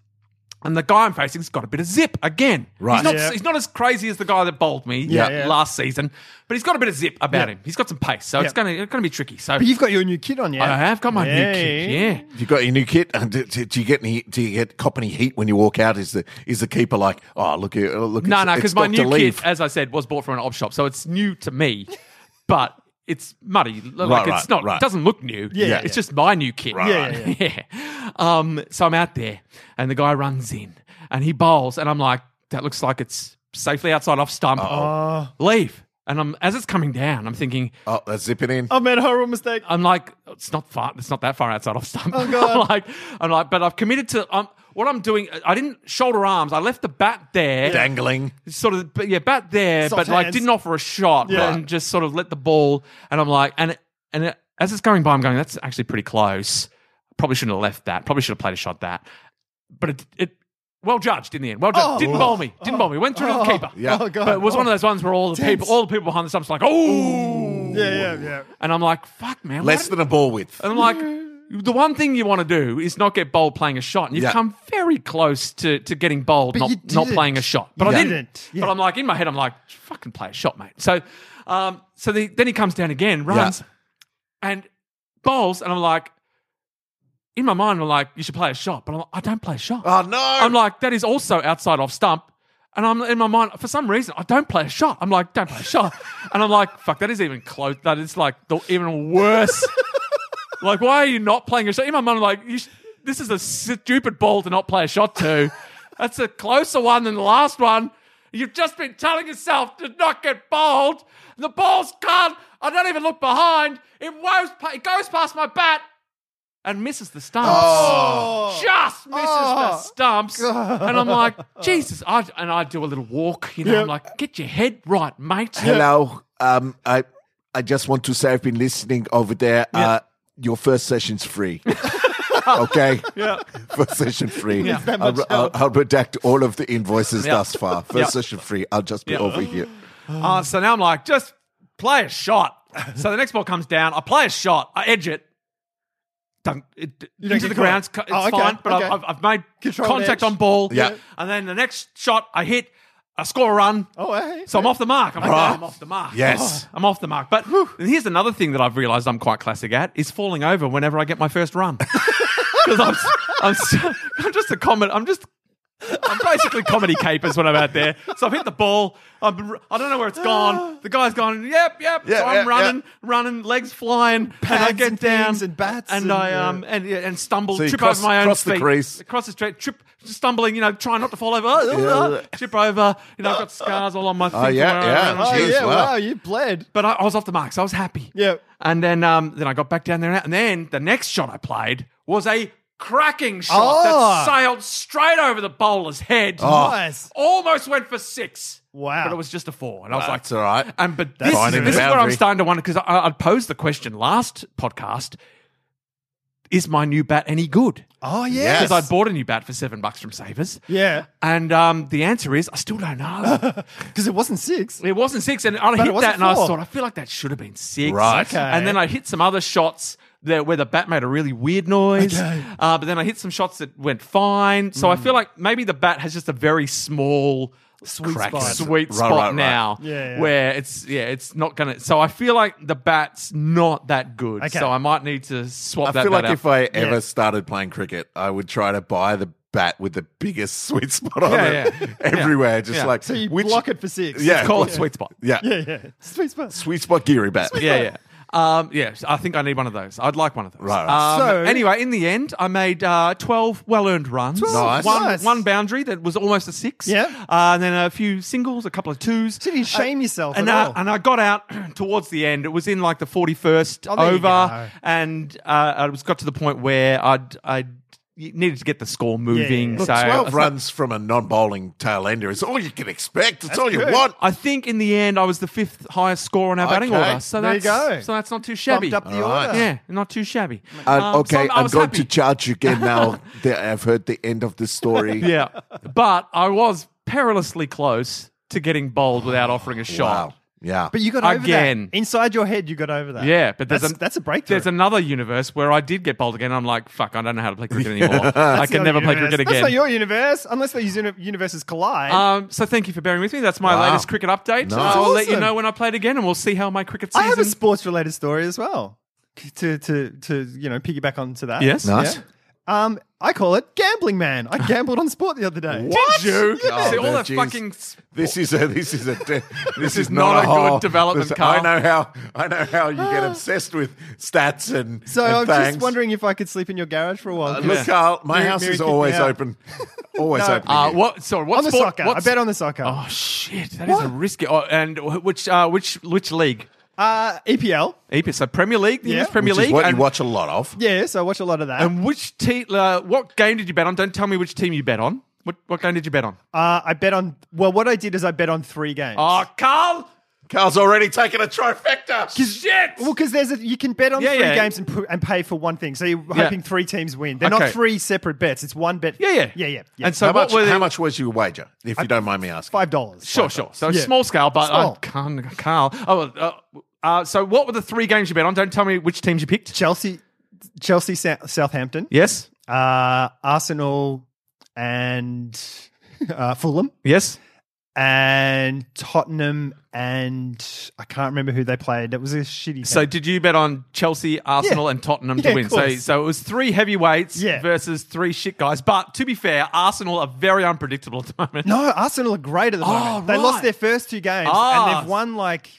Speaker 3: And the guy I'm facing's got a bit of zip again.
Speaker 1: Right.
Speaker 3: He's not,
Speaker 4: Yeah.
Speaker 3: he's not as crazy as the guy that bowled me
Speaker 4: Yeah,
Speaker 3: uh,
Speaker 4: yeah.
Speaker 3: last season, but he's got a bit of zip about him. He's got some pace, so it's
Speaker 4: Yeah.
Speaker 3: going to it's going to be tricky. So
Speaker 4: But you've got your new kid on you.
Speaker 3: I have got my new kid. Yeah.
Speaker 1: You got your new kit. And do, do- do you get any? Do you get cop any heat when you walk out? Is the is the keeper like? Oh, look, here, look.
Speaker 3: No,
Speaker 1: it's-
Speaker 3: no,
Speaker 1: it's
Speaker 3: because my
Speaker 1: Dr.
Speaker 3: new
Speaker 1: Leave."
Speaker 3: kit, uh, as I said, was bought from an op shop, so it's new to me, but it's muddy. Like
Speaker 1: Right,
Speaker 3: it's
Speaker 1: right,
Speaker 3: not,
Speaker 1: right.
Speaker 3: it doesn't look new.
Speaker 4: Yeah.
Speaker 3: it's just my new kit.
Speaker 4: Yeah, yeah,
Speaker 3: yeah. Um, so I'm out there, and the guy runs in, and he bowls, and I'm like, that looks like it's safely outside off stump.
Speaker 4: Oh,
Speaker 3: Leave. And I'm as it's coming down, I'm thinking,
Speaker 1: Oh, that's zipping in.
Speaker 4: I made a horrible mistake.
Speaker 3: I'm like, it's not far. It's not that far outside of stump. I'm
Speaker 4: Oh, God.
Speaker 3: like, I'm like, but I've committed to. Um, what I'm doing, I didn't shoulder arms. I left the bat there,
Speaker 1: Dangling.
Speaker 3: sort of, but yeah, bat there,
Speaker 4: Soft
Speaker 3: but like
Speaker 4: hands.
Speaker 3: didn't offer a shot
Speaker 4: Yeah.
Speaker 3: and just sort of let the ball. And I'm like, and it, and it, as it's going by, I'm going, that's actually pretty close. Probably shouldn't have left that. Probably should have played a shot that. But it, it well judged in the end. Well judged.
Speaker 4: Oh.
Speaker 3: didn't bowl me. Didn't bowl me. Went through to the keeper.
Speaker 1: Yeah.
Speaker 4: Oh, God.
Speaker 3: But it was one of those ones where all the
Speaker 4: Tense.
Speaker 3: people, all the people behind the stump's like, oh,
Speaker 4: Yeah, yeah, yeah.
Speaker 3: and I'm like, fuck, man. why
Speaker 1: Less
Speaker 3: did-
Speaker 1: than a ball width.
Speaker 3: and I'm like, the one thing you want to do is not get bowled playing a shot. And you've
Speaker 1: Yeah.
Speaker 3: come very close to, to getting bowled
Speaker 4: But
Speaker 3: not,
Speaker 4: you
Speaker 3: not
Speaker 4: didn't.
Speaker 3: playing a shot. But
Speaker 4: You
Speaker 3: I
Speaker 4: didn't.
Speaker 3: didn't.
Speaker 4: Yeah.
Speaker 3: But I'm like, in my head, I'm like, fucking play a shot, mate. So, um, so the, then he comes down again, runs, and bowls. And I'm like, in my mind, I'm like, you should play a shot. But I'm like, I don't play a shot.
Speaker 1: Oh, no.
Speaker 3: I'm like, that is also outside off stump. And I'm in my mind, for some reason, I don't play a shot. I'm like, don't play a shot. And I'm like, fuck, that is even close. That is like the, even worse. like, why are you not playing a shot? In my mind, I'm like, you sh- this is a stupid ball to not play a shot to. That's a closer one than the last one. You've just been telling yourself to not get bowled. The ball's gone. I don't even look behind. It, woes, pa- it goes past my bat and misses the stumps
Speaker 1: Oh.
Speaker 3: just misses the
Speaker 4: Oh,
Speaker 3: stumps. And I'm like, Jesus. I, and I do a little walk, you know, I'm like, get your head right, mate.
Speaker 1: Hello. Um, I I just want to say I've been listening over there. Uh, your first session's free. okay. Yeah. First session free. I'll, I'll, I'll redact all of the invoices thus far. First session free. I'll just be over here.
Speaker 3: Uh, so now I'm like, just play a shot. So the next ball comes down. I play a shot. I edge it. Dunk, it
Speaker 4: don't
Speaker 3: into
Speaker 4: get
Speaker 3: the ground. It's,
Speaker 4: caught.
Speaker 3: it's
Speaker 4: Oh, okay,
Speaker 3: fine, but
Speaker 4: okay.
Speaker 3: I've, I've made
Speaker 4: Controlled
Speaker 3: contact
Speaker 4: edge.
Speaker 3: on ball.
Speaker 1: Yeah.
Speaker 3: And then the next shot I hit, I score a run.
Speaker 4: Oh, hey.
Speaker 3: So I'm off the mark. I'm like,
Speaker 1: Right.
Speaker 3: "Oh, I'm off the mark.
Speaker 1: Yes.
Speaker 3: Oh, I'm off the mark. But here's another thing that I've realised I'm quite classic at is falling over whenever I get my first run. Because I'm, I'm, so- I'm just a comment. I'm just. I'm basically comedy capers when I'm out there. So I've hit the ball. I'm, r- I don't know where it's gone. The guy's gone, yep, yep.
Speaker 1: Yeah,
Speaker 3: so I'm
Speaker 1: yeah, yeah.
Speaker 3: running, running, legs flying. and I
Speaker 4: Pads
Speaker 3: get
Speaker 4: and
Speaker 3: down.
Speaker 4: things and bats
Speaker 3: And,
Speaker 4: and,
Speaker 3: I
Speaker 4: yeah.
Speaker 3: um, and, yeah, and stumble,
Speaker 1: So you
Speaker 3: trip
Speaker 1: cross-
Speaker 3: over my own
Speaker 1: cross the
Speaker 3: feet.
Speaker 1: crease.
Speaker 3: Across the street, trip, stumbling, you know, trying not to fall over. Trip over. You know, I've got scars all on my feet.
Speaker 1: Oh, yeah,
Speaker 3: from where I
Speaker 1: yeah.
Speaker 3: ran on
Speaker 4: Oh,
Speaker 1: Jeez,
Speaker 4: yeah,
Speaker 1: wow.
Speaker 4: wow. you bled.
Speaker 3: but I, I was off the mark, so I was happy.
Speaker 4: Yeah.
Speaker 3: And then um, then I got back down there, and then the next shot I played was a cracking shot
Speaker 4: Oh.
Speaker 1: Ah.
Speaker 3: that sailed straight over the bowler's head.
Speaker 1: Oh,
Speaker 4: Nice.
Speaker 3: Almost went for six.
Speaker 4: Wow.
Speaker 3: But it was just a four, and I was like,
Speaker 1: That's all right.
Speaker 3: And but this,
Speaker 1: finding
Speaker 3: this
Speaker 1: the
Speaker 3: is where I'm
Speaker 1: boundary.
Speaker 3: starting to wonder because I, I posed the question last podcast: Is my new bat any good?
Speaker 4: Oh,
Speaker 1: Yes.
Speaker 4: yes.
Speaker 3: Because I bought a new bat for seven bucks from Savers.
Speaker 4: Yeah.
Speaker 3: And um, the answer is I still don't know.
Speaker 4: Because it wasn't six.
Speaker 3: It wasn't six, and I
Speaker 4: it
Speaker 3: hit
Speaker 4: wasn't
Speaker 3: that, and I
Speaker 4: four.
Speaker 3: thought I feel like that should have been six.
Speaker 1: Right.
Speaker 4: Okay.
Speaker 3: And then I hit some other shots that where the bat made a really weird noise.
Speaker 4: Okay. Mm.
Speaker 3: Uh, but then I hit some shots that went fine. So I feel like maybe the bat has just a very small. Sweet
Speaker 4: spot.
Speaker 3: sweet
Speaker 1: Right,
Speaker 3: spot
Speaker 1: right, right.
Speaker 3: now,
Speaker 4: Yeah, yeah.
Speaker 3: where it's yeah, it's not gonna. So I feel like the bat's not that good.
Speaker 4: Okay.
Speaker 3: So I might need to swap
Speaker 1: I
Speaker 3: that
Speaker 1: feel
Speaker 3: bat
Speaker 1: like
Speaker 3: out.
Speaker 1: if I ever
Speaker 4: Yeah.
Speaker 1: started playing cricket, I would try to buy the bat with the biggest sweet spot on
Speaker 3: Yeah,
Speaker 1: it
Speaker 3: yeah.
Speaker 1: everywhere. Just
Speaker 3: Yeah.
Speaker 1: like
Speaker 4: So you
Speaker 1: which-
Speaker 4: block it for six.
Speaker 1: Yeah.
Speaker 3: Call it sweet spot.
Speaker 1: Yeah.
Speaker 4: Yeah, yeah. Sweet spot.
Speaker 1: Sweet spot geary bat.
Speaker 3: yeah, yeah. Um, yeah, so I think I need one of those. I'd like one of those.
Speaker 1: Right, right.
Speaker 3: Um,
Speaker 4: So-
Speaker 3: anyway, in the end, I made uh, twelve well-earned runs.
Speaker 4: 12,
Speaker 1: Nice.
Speaker 3: One,
Speaker 4: nice.
Speaker 3: one boundary that was almost a six.
Speaker 4: Yeah.
Speaker 3: Uh, and then a few singles, a couple of twos.
Speaker 4: So you didn't shame yourself
Speaker 3: And,
Speaker 4: at
Speaker 3: uh,
Speaker 4: all.
Speaker 3: and I got out towards the end. It was in like the forty-first
Speaker 4: Oh, there you go.
Speaker 3: over, and uh, I was got to the point where I'd I needed to get the score moving.
Speaker 4: yeah. Look,
Speaker 3: So
Speaker 1: 12
Speaker 3: I-
Speaker 1: runs from a non bowling tail ender is all you can expect. It's all you
Speaker 4: good.
Speaker 1: want.
Speaker 3: I think in the end, I was the fifth highest score on our batting
Speaker 1: Okay.
Speaker 3: order. So
Speaker 4: There you
Speaker 3: that's
Speaker 4: go.
Speaker 3: so that's not too shabby.
Speaker 4: Bumped up the
Speaker 1: All right.
Speaker 4: order.
Speaker 3: Yeah, not too shabby.
Speaker 1: Um,
Speaker 3: Um, so
Speaker 1: okay,
Speaker 3: I
Speaker 1: I'm
Speaker 3: was
Speaker 1: going
Speaker 3: happy.
Speaker 1: to charge you again now that I've heard the end of the story.
Speaker 3: Yeah, but I was perilously close to getting bowled without offering a
Speaker 1: Wow.
Speaker 3: shot.
Speaker 1: Yeah.
Speaker 4: But you got over
Speaker 3: Again.
Speaker 4: that. Inside your head, you got over that.
Speaker 3: Yeah, but there's
Speaker 4: that's,
Speaker 3: an-
Speaker 4: that's a breakthrough.
Speaker 3: There's another universe where I did get bowled again. I'm like, fuck, I don't know how to play cricket anymore. I
Speaker 4: That's
Speaker 3: can
Speaker 4: not
Speaker 3: never play
Speaker 4: universe.
Speaker 3: cricket
Speaker 4: That's not
Speaker 3: again.
Speaker 4: your universe, unless those uni- universes collide.
Speaker 3: Um, so thank you for bearing with me. That's my
Speaker 1: Wow.
Speaker 3: latest cricket update.
Speaker 1: Nice.
Speaker 3: I'll let you
Speaker 4: Awesome.
Speaker 3: know when I played again, and we'll see how my cricket season.
Speaker 4: I have a sports related story as well. To to to you know piggyback onto that.
Speaker 3: Yes.
Speaker 1: Nice.
Speaker 4: Um, I call it gambling man. I gambled on sport the other day.
Speaker 3: What? Did you?
Speaker 1: Oh,
Speaker 3: See, all that
Speaker 1: geez.
Speaker 3: fucking. s-
Speaker 1: This is a this is a de- this,
Speaker 3: is not a good
Speaker 1: whole-
Speaker 3: development,
Speaker 1: this-
Speaker 3: Carl.
Speaker 1: I know how I know how you get obsessed with stats and
Speaker 4: So
Speaker 1: and
Speaker 4: I'm
Speaker 1: things.
Speaker 4: just wondering if I could sleep in your garage for a while.
Speaker 1: Uh, Look, Carl, my
Speaker 4: Mary-
Speaker 1: house
Speaker 4: Mary
Speaker 1: is
Speaker 4: kicked me
Speaker 1: always
Speaker 4: out.
Speaker 1: open, always
Speaker 4: No.
Speaker 1: open.
Speaker 3: Uh,
Speaker 1: here.
Speaker 3: what? Sorry, what
Speaker 4: on the
Speaker 3: sport?
Speaker 4: soccer. I
Speaker 3: what's-
Speaker 4: bet on the soccer.
Speaker 3: Oh shit, that is a risky. Oh, and wh- which uh, which which league?
Speaker 4: Uh, EPL.
Speaker 3: EPL, so Premier League, the
Speaker 4: Yeah.
Speaker 3: English Premier
Speaker 1: Which
Speaker 3: League.
Speaker 1: is what
Speaker 3: and,
Speaker 1: you watch a lot of.
Speaker 4: Yeah, so I watch a lot of that.
Speaker 3: and which te- uh, What game did you bet on? Don't tell me which team you bet on. What what game did you bet on?
Speaker 4: uh, I bet on. Well, what I did is I bet on three games.
Speaker 3: Oh, Carl,
Speaker 1: Carl's already taken a trifecta.
Speaker 3: shit.
Speaker 4: Well, because there's a, you can bet on
Speaker 3: Yeah,
Speaker 4: three
Speaker 3: yeah.
Speaker 4: games and, pu- and pay for one thing. So you're
Speaker 3: Yeah.
Speaker 4: hoping three teams win. They're
Speaker 3: Okay.
Speaker 4: not three separate bets. It's one bet.
Speaker 3: Yeah, yeah,
Speaker 4: yeah, yeah. yeah.
Speaker 3: And so
Speaker 1: How
Speaker 3: what
Speaker 1: much?
Speaker 3: were the-
Speaker 1: How much was your wager? If you don't mind me asking.
Speaker 4: five dollars.
Speaker 3: Sure, sure. So
Speaker 4: Yeah.
Speaker 3: small scale, but uh,
Speaker 4: Small.
Speaker 3: Carl, Carl. Oh, uh, uh, so what were the three games you bet on? Don't tell me which teams you picked.
Speaker 4: Chelsea, Chelsea, Sa- Southampton,
Speaker 3: Yes,
Speaker 4: uh, Arsenal, and uh, Fulham,
Speaker 3: yes.
Speaker 4: and Tottenham, and I can't remember who they played. It was a shitty.
Speaker 3: So
Speaker 4: team.
Speaker 3: did you bet on Chelsea, Arsenal,
Speaker 4: Yeah.
Speaker 3: and Tottenham
Speaker 4: Yeah,
Speaker 3: to
Speaker 4: of
Speaker 3: win? So
Speaker 4: course.
Speaker 3: so it was three heavyweights
Speaker 4: Yeah.
Speaker 3: versus three shit guys. But to be fair, Arsenal are very unpredictable at the moment.
Speaker 4: no, Arsenal are great at the
Speaker 3: Oh,
Speaker 4: moment. They
Speaker 3: right.
Speaker 4: lost their first two games
Speaker 3: Ah.
Speaker 4: and they've won like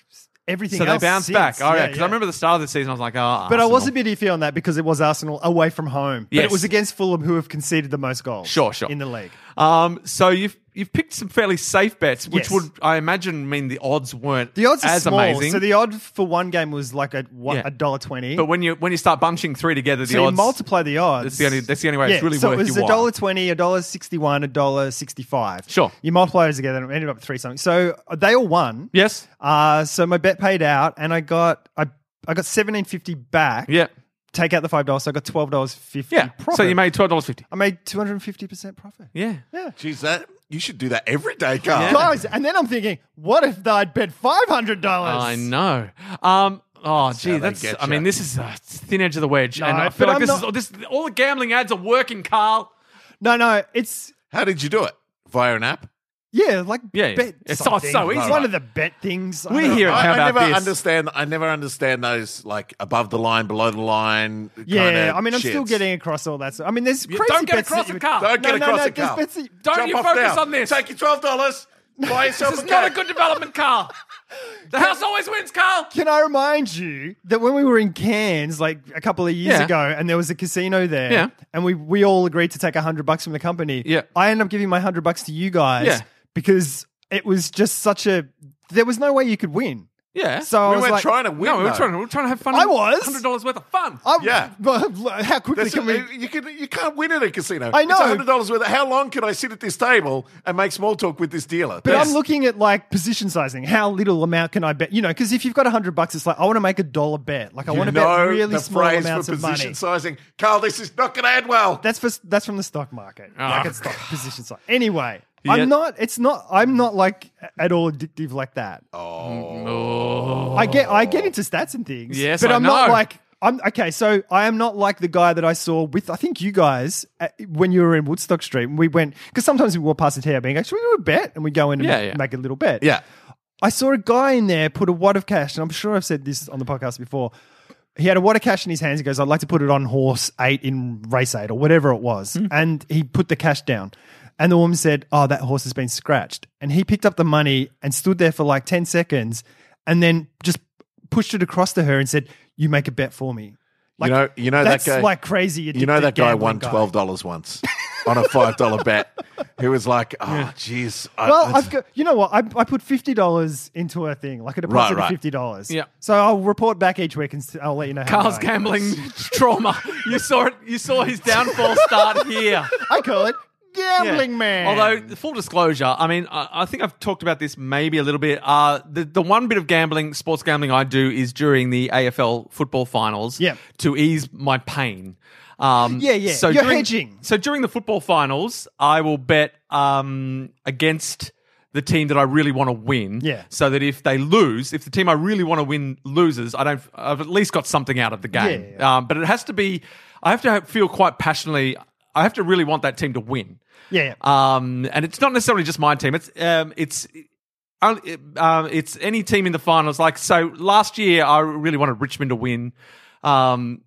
Speaker 4: everything.
Speaker 3: So they
Speaker 4: else
Speaker 3: bounce
Speaker 4: since.
Speaker 3: back. All right,
Speaker 4: Yeah,
Speaker 3: because
Speaker 4: yeah.
Speaker 3: I remember the start of the season, I was like, oh,
Speaker 4: But I was a
Speaker 3: Arsenal.
Speaker 4: bit iffy on that because it was Arsenal away from home. But
Speaker 3: Yes.
Speaker 4: it was against Fulham, who have conceded the most goals.
Speaker 3: Sure, sure.
Speaker 4: In the league.
Speaker 3: Um, so you've you've picked some fairly safe bets, which
Speaker 4: Yes.
Speaker 3: would I imagine mean the odds weren't
Speaker 4: The odds are
Speaker 3: as
Speaker 4: small.
Speaker 3: amazing.
Speaker 4: So the odd for one game was like a
Speaker 3: Yeah.
Speaker 4: a dollar twenty.
Speaker 3: but when you when you start bunching three together, the
Speaker 4: so
Speaker 3: odds
Speaker 4: you multiply the odds.
Speaker 3: That's the only- that's the only way it's really
Speaker 4: so
Speaker 3: worth
Speaker 4: it was
Speaker 3: your
Speaker 4: a
Speaker 3: while.
Speaker 4: dollar twenty, a dollar sixty-one, a dollar sixty-five.
Speaker 3: Sure.
Speaker 4: You multiply those together, and it ended up at three something. So uh, they all won.
Speaker 3: Yes.
Speaker 4: Uh, so my bet paid out, and I got I I got seventeen fifty back.
Speaker 3: Yeah.
Speaker 4: Take out the five dollars, so I got twelve dollars fifty.
Speaker 3: Yeah.
Speaker 4: Profit.
Speaker 3: So you made twelve dollars fifty.
Speaker 4: I made two hundred and fifty percent profit.
Speaker 3: Yeah.
Speaker 4: Yeah.
Speaker 1: Geez, that you should do that every day, Carl.
Speaker 3: Yeah.
Speaker 4: Guys, and then I'm thinking, what if I'd bet five hundred dollars?
Speaker 3: I know. Um. Oh, gee,
Speaker 1: they
Speaker 3: that's.
Speaker 1: get
Speaker 3: I mean,
Speaker 1: ya.
Speaker 3: this is a thin edge of the wedge, and I
Speaker 4: but
Speaker 3: feel like
Speaker 4: I'm
Speaker 3: this
Speaker 4: not-
Speaker 3: is all this. All the gambling ads are working, Carl.
Speaker 4: No, no, it's
Speaker 1: How did you do it? Via an app?
Speaker 4: yeah, like
Speaker 3: Yeah, yeah.
Speaker 4: bet.
Speaker 3: It's so-
Speaker 4: something.
Speaker 3: so easy.
Speaker 4: It's one of the bet things. I
Speaker 3: We
Speaker 4: don't
Speaker 3: hear
Speaker 4: know.
Speaker 3: it.
Speaker 1: I,
Speaker 3: How
Speaker 1: I
Speaker 3: about
Speaker 1: never
Speaker 3: this?
Speaker 1: understand. I never understand those like above the line, below the line.
Speaker 4: Yeah,
Speaker 1: kinda
Speaker 4: I mean, I'm still
Speaker 1: shits.
Speaker 4: getting across all that stuff. I mean, there's crazy
Speaker 3: don't get
Speaker 4: bets that
Speaker 3: across
Speaker 4: you
Speaker 3: it,
Speaker 4: would-
Speaker 3: Carl.
Speaker 1: Don't get
Speaker 4: No, no,
Speaker 1: across
Speaker 4: no,
Speaker 1: it, Carl.
Speaker 4: there's bits that-
Speaker 3: Don't
Speaker 1: Jump
Speaker 3: you
Speaker 1: off
Speaker 3: focus
Speaker 1: now.
Speaker 3: on this.
Speaker 1: Take your twelve dollars. Buy yourself
Speaker 3: This
Speaker 1: a
Speaker 3: is not a
Speaker 1: cake.
Speaker 3: good development, Carl. The house always wins, Carl.
Speaker 4: Can I remind you that when we were in Cairns like a couple of years
Speaker 3: Yeah.
Speaker 4: ago, and there was a casino there,
Speaker 3: Yeah.
Speaker 4: and we we all agreed to take hundred bucks from the company.
Speaker 3: Yeah.
Speaker 4: I ended up giving my hundred bucks to you guys
Speaker 3: Yeah.
Speaker 4: because it was just such a. There was no way you could win.
Speaker 3: Yeah.
Speaker 4: So I
Speaker 1: We
Speaker 4: was
Speaker 1: weren't
Speaker 4: like,
Speaker 1: trying to win.
Speaker 3: no, we were
Speaker 1: though.
Speaker 3: trying. We were trying to have fun.
Speaker 4: I was.
Speaker 3: hundred dollars worth of fun.
Speaker 4: I'm-
Speaker 1: Yeah.
Speaker 4: Well, how quickly
Speaker 1: That's
Speaker 4: can we?
Speaker 1: it. you, can, you can't win at a casino.
Speaker 4: I
Speaker 1: It's
Speaker 4: know.
Speaker 1: hundred dollars worth. Of, how long can I sit at this table and make small talk with this dealer?
Speaker 4: But
Speaker 1: That's-
Speaker 4: I'm looking at like position sizing. How little amount can I bet? You know, because if you've got hundred bucks, it's like I want to make a dollar bet. Like I
Speaker 1: you
Speaker 4: want to
Speaker 1: know
Speaker 4: bet really
Speaker 1: the
Speaker 4: small
Speaker 1: phrase
Speaker 4: amounts
Speaker 1: for
Speaker 4: of
Speaker 1: position
Speaker 4: money.
Speaker 1: sizing. Carl, this is not going to end well.
Speaker 4: that's for that's from the stock market. like
Speaker 3: Oh,
Speaker 4: it's stock position size. Anyway,
Speaker 3: Yeah.
Speaker 4: I'm not. It's not. I'm not like at all addictive like that.
Speaker 3: Oh.
Speaker 4: I get I get into stats and things.
Speaker 3: Yes,
Speaker 4: but
Speaker 3: I
Speaker 4: am not
Speaker 3: know.
Speaker 4: like I'm okay. So I am not like the guy that I saw with. I think you guys uh, when you were in Woodstock Street and we went because sometimes we walk past the tower being like, should we do a bet? And we go in and
Speaker 3: Yeah, yeah.
Speaker 4: make a little bet.
Speaker 1: Yeah.
Speaker 4: I saw a guy in there put a wad of cash, and I'm sure I've said this on the podcast before. He had a wad of cash in his hands. He goes, I'd like to put it on horse eight in race eight or whatever it was.
Speaker 3: Mm.
Speaker 4: And he put the cash down. And the woman said, Oh, that horse has been scratched. And he picked up the money and stood there for like 10 seconds and then just pushed it across to her and said, You make a bet for me. Like,
Speaker 1: you know, you know
Speaker 4: that's
Speaker 1: that guy.
Speaker 4: like crazy.
Speaker 1: you know
Speaker 4: addictive
Speaker 1: that guy
Speaker 4: gambling
Speaker 1: won
Speaker 4: guy.
Speaker 1: twelve dollars once on a five dollar bet. He was like, "Oh, jeez." I-
Speaker 4: Well,
Speaker 1: I-
Speaker 4: I've got, you know what? I, I put fifty dollars into a thing, like a deposit
Speaker 1: right.
Speaker 4: of fifty dollars.
Speaker 3: Yeah.
Speaker 4: So I'll report back each week and s- I'll let you know. how
Speaker 3: Carl's
Speaker 4: I'm going.
Speaker 3: gambling trauma. You saw it. You saw his downfall start here.
Speaker 4: I call it
Speaker 3: Yeah.
Speaker 4: gambling man.
Speaker 3: Although, full disclosure, I mean, I, I think I've talked about this maybe a little bit. Uh, the, the one bit of gambling, sports gambling I do is during the AFL football finals
Speaker 4: Yeah.
Speaker 3: to ease my pain. Um,
Speaker 4: Yeah, yeah. You're
Speaker 3: during,
Speaker 4: hedging.
Speaker 3: So during the football finals, I will bet um, against the team that I really want to win.
Speaker 4: Yeah.
Speaker 3: So that if they lose, if the team I really want to win loses, I don't. I've at least got something out of the game.
Speaker 4: Yeah, yeah,
Speaker 3: Um, but it has to be. I have to feel quite passionately. I have to really want that team to win.
Speaker 4: yeah, yeah.
Speaker 3: Um, and it's not necessarily just my team. It's um, it's um, it's any team in the finals. Like so, last year I really wanted Richmond to win. Um,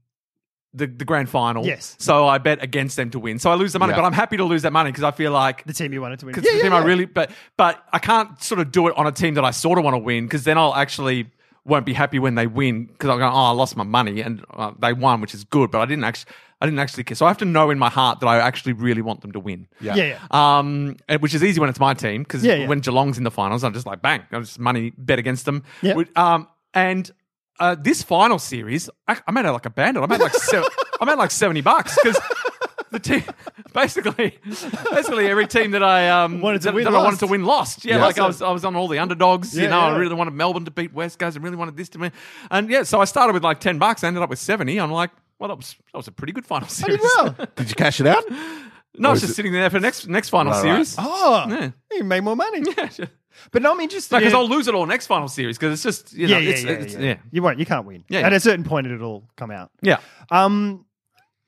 Speaker 3: the, the grand final.
Speaker 4: Yes.
Speaker 3: So I bet against them to win. So I lose the money,
Speaker 1: Yeah.
Speaker 3: but I'm happy to lose that money because I feel like
Speaker 4: The team you wanted to win.
Speaker 3: because the team I really but but I can't sort of do it on a team that I sort of want to win because then I'll actually won't be happy when they win because I'm going oh I lost my money and uh, they won which is good but I didn't actually I didn't actually care so I have to know in my heart that I actually really want them to win
Speaker 1: Yeah.
Speaker 4: yeah, yeah.
Speaker 3: um, and- which is easy when it's my team because
Speaker 4: Yeah, yeah.
Speaker 3: when Geelong's in the finals, I'm just like bang, I'm just money bet against them.
Speaker 4: Yeah.
Speaker 3: Which- Um, and uh, this final series, I, I made it like a bandit. I made like se- I made like seventy bucks because the team basically basically every team that I um
Speaker 4: Wanted to
Speaker 3: that,
Speaker 4: win
Speaker 3: that I wanted
Speaker 4: lost.
Speaker 3: to win lost. Yeah,
Speaker 1: Yeah.
Speaker 3: like I was I was on all the underdogs. you
Speaker 4: Yeah,
Speaker 3: know, I
Speaker 4: yeah.
Speaker 3: really wanted Melbourne to beat West Coast. I really wanted this to win, and yeah, so I started with like ten bucks. I ended up with seventy. I'm like. Well, that was, that was a pretty good final series.
Speaker 4: well.
Speaker 1: Did you cash it out?
Speaker 3: no, it's
Speaker 1: is
Speaker 3: just
Speaker 1: it-
Speaker 3: sitting there for next next final
Speaker 1: Right, right.
Speaker 3: series.
Speaker 4: Oh,
Speaker 3: Yeah.
Speaker 4: you made more money.
Speaker 3: Yeah,
Speaker 4: But no, I'm interested.
Speaker 3: because
Speaker 4: in-
Speaker 3: I'll lose it all next final series because it's just you know
Speaker 4: yeah, yeah,
Speaker 3: it's,
Speaker 4: yeah,
Speaker 3: it's,
Speaker 4: yeah.
Speaker 3: yeah
Speaker 4: You won't. You can't win.
Speaker 3: Yeah,
Speaker 4: At
Speaker 3: yeah.
Speaker 4: a certain point, it'll come out.
Speaker 3: yeah
Speaker 4: Um,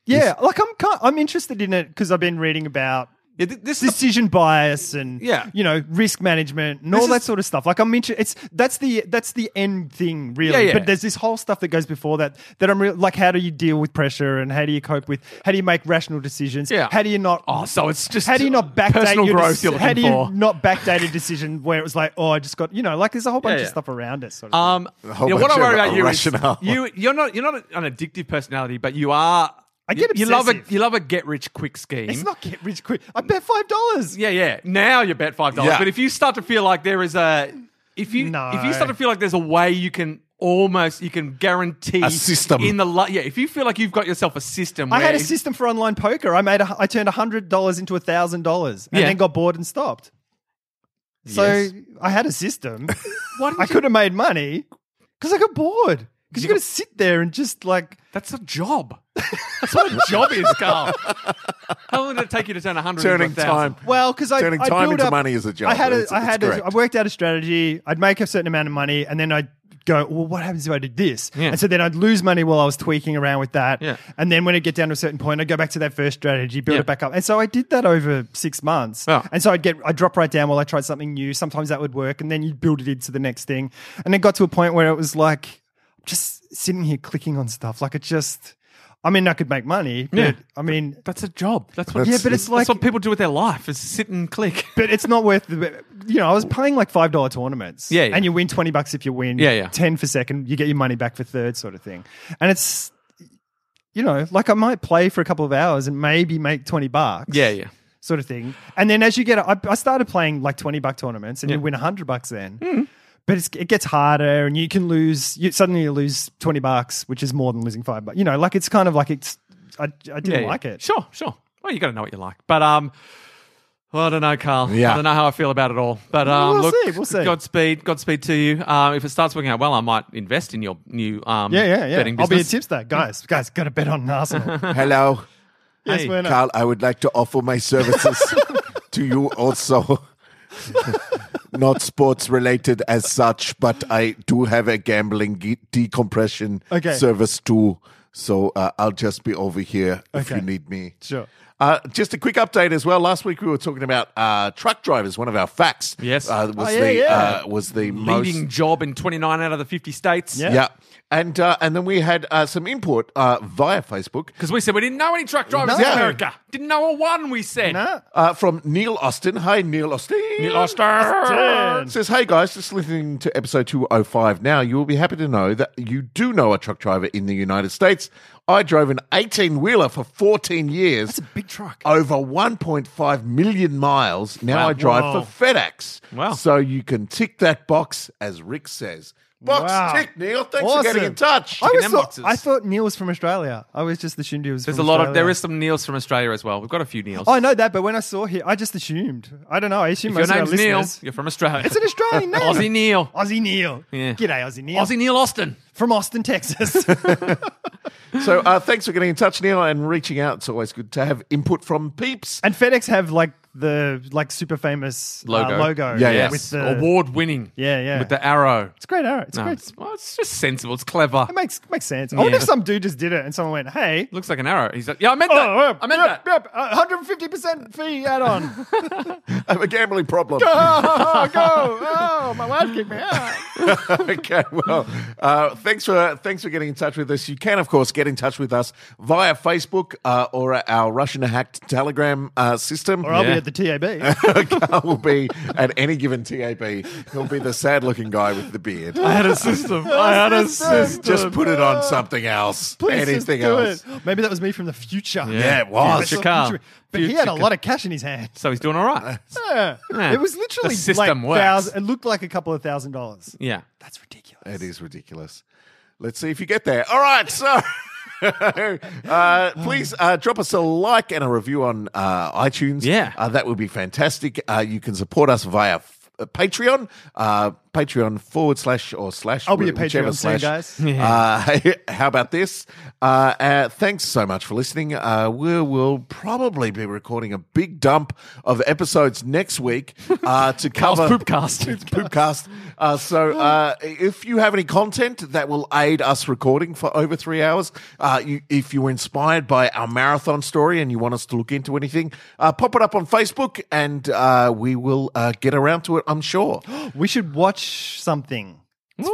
Speaker 4: yeah, like I'm. ki- I'm interested in it because I've been reading about
Speaker 3: yeah. th- This is the-
Speaker 4: decision bias and
Speaker 3: Yeah.
Speaker 4: you know risk management and all
Speaker 3: This
Speaker 4: that
Speaker 3: is-
Speaker 4: sort of stuff like i'm interested it's that's the that's the end thing really
Speaker 3: Yeah, yeah.
Speaker 4: but there's this whole stuff that goes before that that i'm real like how do you deal with pressure and how do you cope with how do you make rational decisions
Speaker 3: Yeah.
Speaker 4: how do you not
Speaker 3: oh so it's just
Speaker 4: how do you not backdate
Speaker 3: personal
Speaker 4: your
Speaker 3: growth
Speaker 4: deci-
Speaker 3: you're
Speaker 4: how
Speaker 3: looking
Speaker 4: do you
Speaker 3: for.
Speaker 4: not backdate a decision where it was like oh I just got you know like there's a whole bunch
Speaker 3: Yeah,
Speaker 4: of
Speaker 3: yeah.
Speaker 4: stuff around us sort of
Speaker 3: um
Speaker 1: whole
Speaker 3: yeah, what I
Speaker 1: bunch of
Speaker 3: worry about you is
Speaker 1: rationale.
Speaker 3: you you're not you're not an addictive personality but you are
Speaker 4: I get
Speaker 3: you, you love a
Speaker 4: obsessive.
Speaker 3: you love a get rich quick scheme
Speaker 4: thing. it's not get rich quick I bet five dollars
Speaker 3: yeah yeah now you bet five dollars
Speaker 1: Yeah.
Speaker 3: but if you start to feel like there is a if you
Speaker 4: No.
Speaker 3: if you start to feel like there's a way you can almost you can guarantee
Speaker 1: A system.
Speaker 3: in the lu- yeah if you feel like you've got yourself a system
Speaker 4: I
Speaker 3: where
Speaker 4: had a
Speaker 3: if-
Speaker 4: system for online poker I made a, I turned hundred dollars into thousand dollars and
Speaker 3: Yeah.
Speaker 4: then got bored and stopped so
Speaker 3: Yes.
Speaker 4: I had a system
Speaker 3: Why didn't
Speaker 4: I
Speaker 3: you-
Speaker 4: could have made money because I got bored because
Speaker 3: You
Speaker 4: you
Speaker 3: got-
Speaker 4: got to sit there and just like
Speaker 3: That's a job. That's what a job is, Carl. How long did it take you to turn 100
Speaker 1: Turning
Speaker 3: into 1,000?
Speaker 1: time.
Speaker 4: Well, because I
Speaker 1: Turning
Speaker 4: I
Speaker 1: time
Speaker 4: build
Speaker 1: into
Speaker 4: up-
Speaker 1: money is a job.
Speaker 4: I had a,
Speaker 1: It's-
Speaker 4: I
Speaker 1: it's
Speaker 4: had a,
Speaker 1: correct.
Speaker 4: I worked out a strategy. I'd make a certain amount of money, and then I'd go, well, what happens if I did this?
Speaker 3: Yeah.
Speaker 4: And so then I'd lose money while I was tweaking around with that.
Speaker 3: Yeah.
Speaker 4: And then when it get down to a certain point, I'd go back to that first strategy, build
Speaker 3: Yeah.
Speaker 4: it back up. And so I did that over six months.
Speaker 3: Yeah.
Speaker 4: And so I'd get I'd drop right down while I tried something new. Sometimes that would work, and then you'd build it into the next thing. And it got to a point where it was like just sitting here clicking on stuff. Like it just I mean, I could make money, but
Speaker 3: Yeah.
Speaker 4: I mean
Speaker 3: That's a job. That's what,
Speaker 4: Yeah, but it's like-
Speaker 3: that's what people do with their life is sit and click.
Speaker 4: but it's not worth the you know i was playing like five dollar tournaments
Speaker 3: Yeah, yeah.
Speaker 4: and you win 20 bucks if you win
Speaker 3: Yeah, yeah.
Speaker 4: 10 for second you get your money back for third sort of thing and it's you know like i might play for a couple of hours and maybe make 20 bucks
Speaker 3: Yeah, yeah.
Speaker 4: sort of thing and then as you get i, I started playing like 20 buck tournaments and you win 100 bucks then
Speaker 3: Mm-hmm.
Speaker 4: But it's, it gets harder, and you can lose. You, suddenly, you lose twenty bucks, which is more than losing five. But you know, like it's kind of like it's. I, I didn't
Speaker 3: Yeah, yeah.
Speaker 4: like it.
Speaker 3: Sure, sure. Well, you got to know what you like. But, um, well, I don't know, Carl.
Speaker 1: Yeah.
Speaker 3: I don't know how I feel about it all. But um,
Speaker 4: We'll
Speaker 3: look,
Speaker 4: see, we'll see.
Speaker 3: Godspeed, Godspeed to you. Um, if it starts working out well, I might invest in your new um,
Speaker 4: Yeah, yeah, yeah.
Speaker 3: betting
Speaker 4: I'll be a
Speaker 3: business.
Speaker 4: tipster, guys. Guys, got to bet on Arsenal.
Speaker 1: Hello,
Speaker 4: yes,
Speaker 3: Hey,
Speaker 4: we're not.
Speaker 1: Carl. I would like to offer my services to you also. Not sports related as such, but I do have a gambling ge- decompression
Speaker 4: Okay.
Speaker 1: service too. So uh, I'll just be over here if you
Speaker 4: Okay.
Speaker 1: need me.
Speaker 4: Sure.
Speaker 1: Uh, just a quick update as well. Last week we were talking about uh, truck drivers. One of our facts,
Speaker 3: Yes.
Speaker 1: uh, was
Speaker 4: Oh, yeah,
Speaker 1: the
Speaker 4: yeah.
Speaker 1: Uh, was the
Speaker 3: Leading
Speaker 1: most
Speaker 3: job in 29 out of the 50 states.
Speaker 4: Yeah.
Speaker 1: yeah. And uh, and then we had uh, some input uh, via Facebook
Speaker 3: Because we said we didn't know any truck drivers in
Speaker 1: No.
Speaker 3: America. Didn't know a one, we said.
Speaker 4: No.
Speaker 1: uh, from Neil Austin. Hi, Neil Austin.
Speaker 3: Neil Austin.
Speaker 1: It says, "Hey guys, just listening to episode 205 now. You will be happy to know that you do know a truck driver in the United States. I drove an 18-wheeler for 14 years. That's a
Speaker 4: big truck.
Speaker 1: Over 1.5 million miles. Now I drive
Speaker 4: Wow.
Speaker 1: for FedEx.
Speaker 3: Wow.
Speaker 1: So you can tick that box as Rick says. Box
Speaker 4: Wow.
Speaker 1: tick, Neil. Thanks for getting
Speaker 4: Awesome.
Speaker 1: in touch.
Speaker 4: I, always
Speaker 3: them
Speaker 4: thought,
Speaker 3: boxes.
Speaker 4: I thought Neil was from Australia. I was just assumed he was
Speaker 3: There's a
Speaker 4: from
Speaker 3: lot of
Speaker 4: Australia.
Speaker 3: there is some Neils from Australia as well. We've got a few Neils.
Speaker 4: Oh, I know that, but when I saw him, I just assumed. I don't know. I assume
Speaker 3: Your
Speaker 4: most of our
Speaker 3: name's Neil.
Speaker 4: listeners.
Speaker 3: You're from Australia.
Speaker 4: It's an Australian name.
Speaker 3: Aussie Neil.
Speaker 4: Aussie Neil.
Speaker 3: Yeah.
Speaker 4: G'day, Aussie Neil.
Speaker 3: Aussie Neil Austin.
Speaker 4: From Austin, Texas.
Speaker 1: so uh, thanks for getting in touch, Neil, and reaching out. It's always good to have input from peeps.
Speaker 4: and FedEx have like the like super famous uh,
Speaker 3: Logo.
Speaker 4: logo.
Speaker 1: Yeah, yes.
Speaker 4: With the,
Speaker 3: Award winning.
Speaker 4: Yeah, yeah.
Speaker 3: With the arrow.
Speaker 4: It's great arrow. It's
Speaker 3: No,
Speaker 4: great.
Speaker 3: it's, well, it's just sensible. It's clever.
Speaker 4: It makes makes sense. I wonder
Speaker 3: Yeah.
Speaker 4: if some dude just did it and someone went, "Hey,
Speaker 3: Looks like an arrow. He's like, yeah, I meant that.
Speaker 4: uh,
Speaker 3: I meant
Speaker 4: yep,
Speaker 3: that.
Speaker 4: yep, uh, 150% fee add-on.
Speaker 1: I have a gambling problem.
Speaker 4: oh, go! Oh, my wife kicked me out.
Speaker 1: okay, well, uh, thanks for thanks for getting in touch with us. You can, of course, get in touch with us via Facebook uh, or our Russian hacked Telegram uh, system.
Speaker 4: Or I'll
Speaker 3: Yeah.
Speaker 4: be at the TAB.
Speaker 1: Carl will be at any given TAB. He'll be the sad looking guy with the beard.
Speaker 3: I had a system. I had a system.
Speaker 1: Just put it on something else.
Speaker 4: Uh, Please just
Speaker 1: anything
Speaker 4: do
Speaker 1: else.
Speaker 4: it. Maybe that was me from the future.
Speaker 1: Yeah, it was.
Speaker 3: Future Carl.
Speaker 4: But he had a
Speaker 3: Future
Speaker 4: lot of cash in his hand.
Speaker 3: So he's doing all right.
Speaker 4: Yeah.
Speaker 3: Yeah.
Speaker 4: It was literally
Speaker 3: The system
Speaker 4: like
Speaker 3: works.
Speaker 4: thousand, it looked like a couple of thousand dollars.
Speaker 3: Yeah.
Speaker 4: That's ridiculous.
Speaker 1: It is ridiculous. Let's see if you get there. All right, so. uh,
Speaker 4: Um,
Speaker 1: please uh, drop us a like and a review on uh, iTunes.
Speaker 3: Yeah.
Speaker 1: Uh, that would be fantastic. Uh, you can support us via f- uh, Patreon, uh, Patreon forward slash or slash.
Speaker 4: I'll be a
Speaker 1: whichever
Speaker 4: Patreon soon, guys.
Speaker 1: Uh, how about this? Uh, uh, thanks so much for listening. Uh, we will probably be recording a big dump of episodes next week uh, to cover
Speaker 3: Poopcast.
Speaker 1: Poopcast. Uh, so, uh, if you have any content that will aid us recording for over three hours, uh, you, if you were inspired by our marathon story and you want us to look into anything, uh, pop it up on Facebook and uh, we will uh, get around to it, I'm sure.
Speaker 4: We should watch something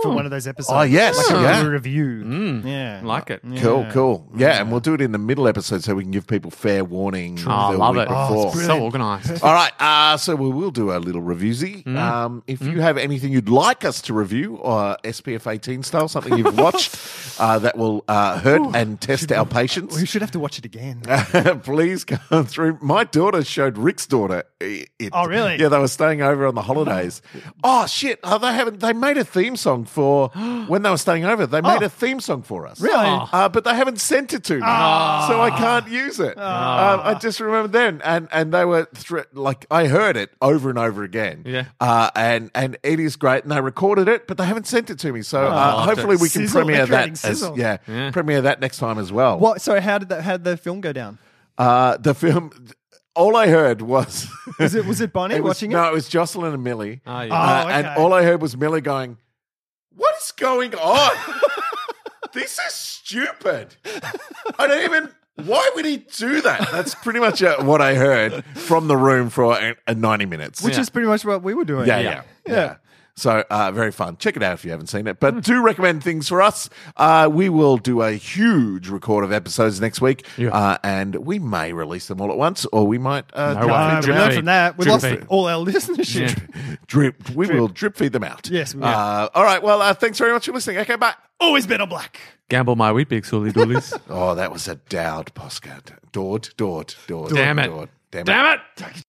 Speaker 4: for one of those episodes.
Speaker 1: Oh, yes,
Speaker 4: Like
Speaker 1: yeah.
Speaker 4: a
Speaker 1: Mm.
Speaker 4: little review. Yeah.
Speaker 3: like it.
Speaker 1: Cool, cool. Yeah, and we'll do it in the middle episode so we can give people fair warning.
Speaker 3: Oh,
Speaker 1: the
Speaker 3: love
Speaker 1: week
Speaker 3: it. Oh,
Speaker 1: before.
Speaker 3: it's so organized.
Speaker 1: All right, uh, so we will do a little reviewsy.
Speaker 3: Mm.
Speaker 1: Um, if you have anything you'd like us to review, uh, or SPF eighteen style, something you've watched uh, that will uh, hurt and test our
Speaker 4: We
Speaker 1: patience,
Speaker 4: should have to watch it again.
Speaker 1: Uh, please come through. My daughter showed Rick's daughter. i- It.
Speaker 4: Oh, really?
Speaker 1: Yeah, they were staying over on the holidays. Oh shit! Oh, they haven't. They made a theme song for when they were staying over. They made
Speaker 4: Oh.
Speaker 1: a theme song for us.
Speaker 4: Really? Ah.
Speaker 1: Uh, but they haven't sent it to me, so I can't use it. Um, I just remember then, and and they were thr like I heard it over and over again.
Speaker 3: Yeah.
Speaker 1: uh, and and it is great, and they recorded it, but they haven't sent it to me. So uh,
Speaker 3: Oh,
Speaker 1: hopefully we can
Speaker 4: Ah. Sizzle,
Speaker 1: premiere
Speaker 4: they're creating
Speaker 1: that. As,
Speaker 4: sizzle.
Speaker 1: yeah,
Speaker 3: Yeah.
Speaker 1: premiere that next time as well.
Speaker 4: what? So how did that? How did the film go down?
Speaker 1: Uh, the film. All I heard was
Speaker 4: Was it was it Bonnie
Speaker 1: it was-
Speaker 4: watching
Speaker 1: No, it was Jocelyn and Millie.
Speaker 3: Oh, yeah.
Speaker 4: Oh,
Speaker 1: Uh, And
Speaker 4: okay.
Speaker 1: all I heard was Millie going, What is going on? this is stupid. I don't even. Why would he do that? That's pretty much uh, what I heard from the room for uh, uh, 90 minutes.
Speaker 4: it? Which is pretty much what we were doing.
Speaker 1: yeah, yeah, yeah.
Speaker 4: Yeah.
Speaker 1: So uh, very fun. Check it out if you haven't seen it.
Speaker 3: Hmm.
Speaker 1: But do recommend things for us. Uh, we will do a huge record of episodes next week, uh, and we may release them all at once, or we might uh,
Speaker 3: No
Speaker 1: drip
Speaker 3: way.
Speaker 1: feed
Speaker 4: Uh,
Speaker 1: them
Speaker 4: we
Speaker 3: Drip
Speaker 1: out.
Speaker 4: learned
Speaker 3: feed.
Speaker 4: from that. We
Speaker 3: Drip
Speaker 4: lost
Speaker 3: feed.
Speaker 4: all our listenership.
Speaker 1: drip. We will drip feed them out.
Speaker 4: Yes, we will.
Speaker 1: Uh, all right. Well, uh, thanks very much for listening. Okay, bye.
Speaker 4: Always been on black.
Speaker 3: Gamble my wheat big Sully Doolies.
Speaker 1: Oh, that was a Dowd postcard. Dord, Dord, Dord.
Speaker 3: Damn it.
Speaker 1: Dord.
Speaker 3: Damn it.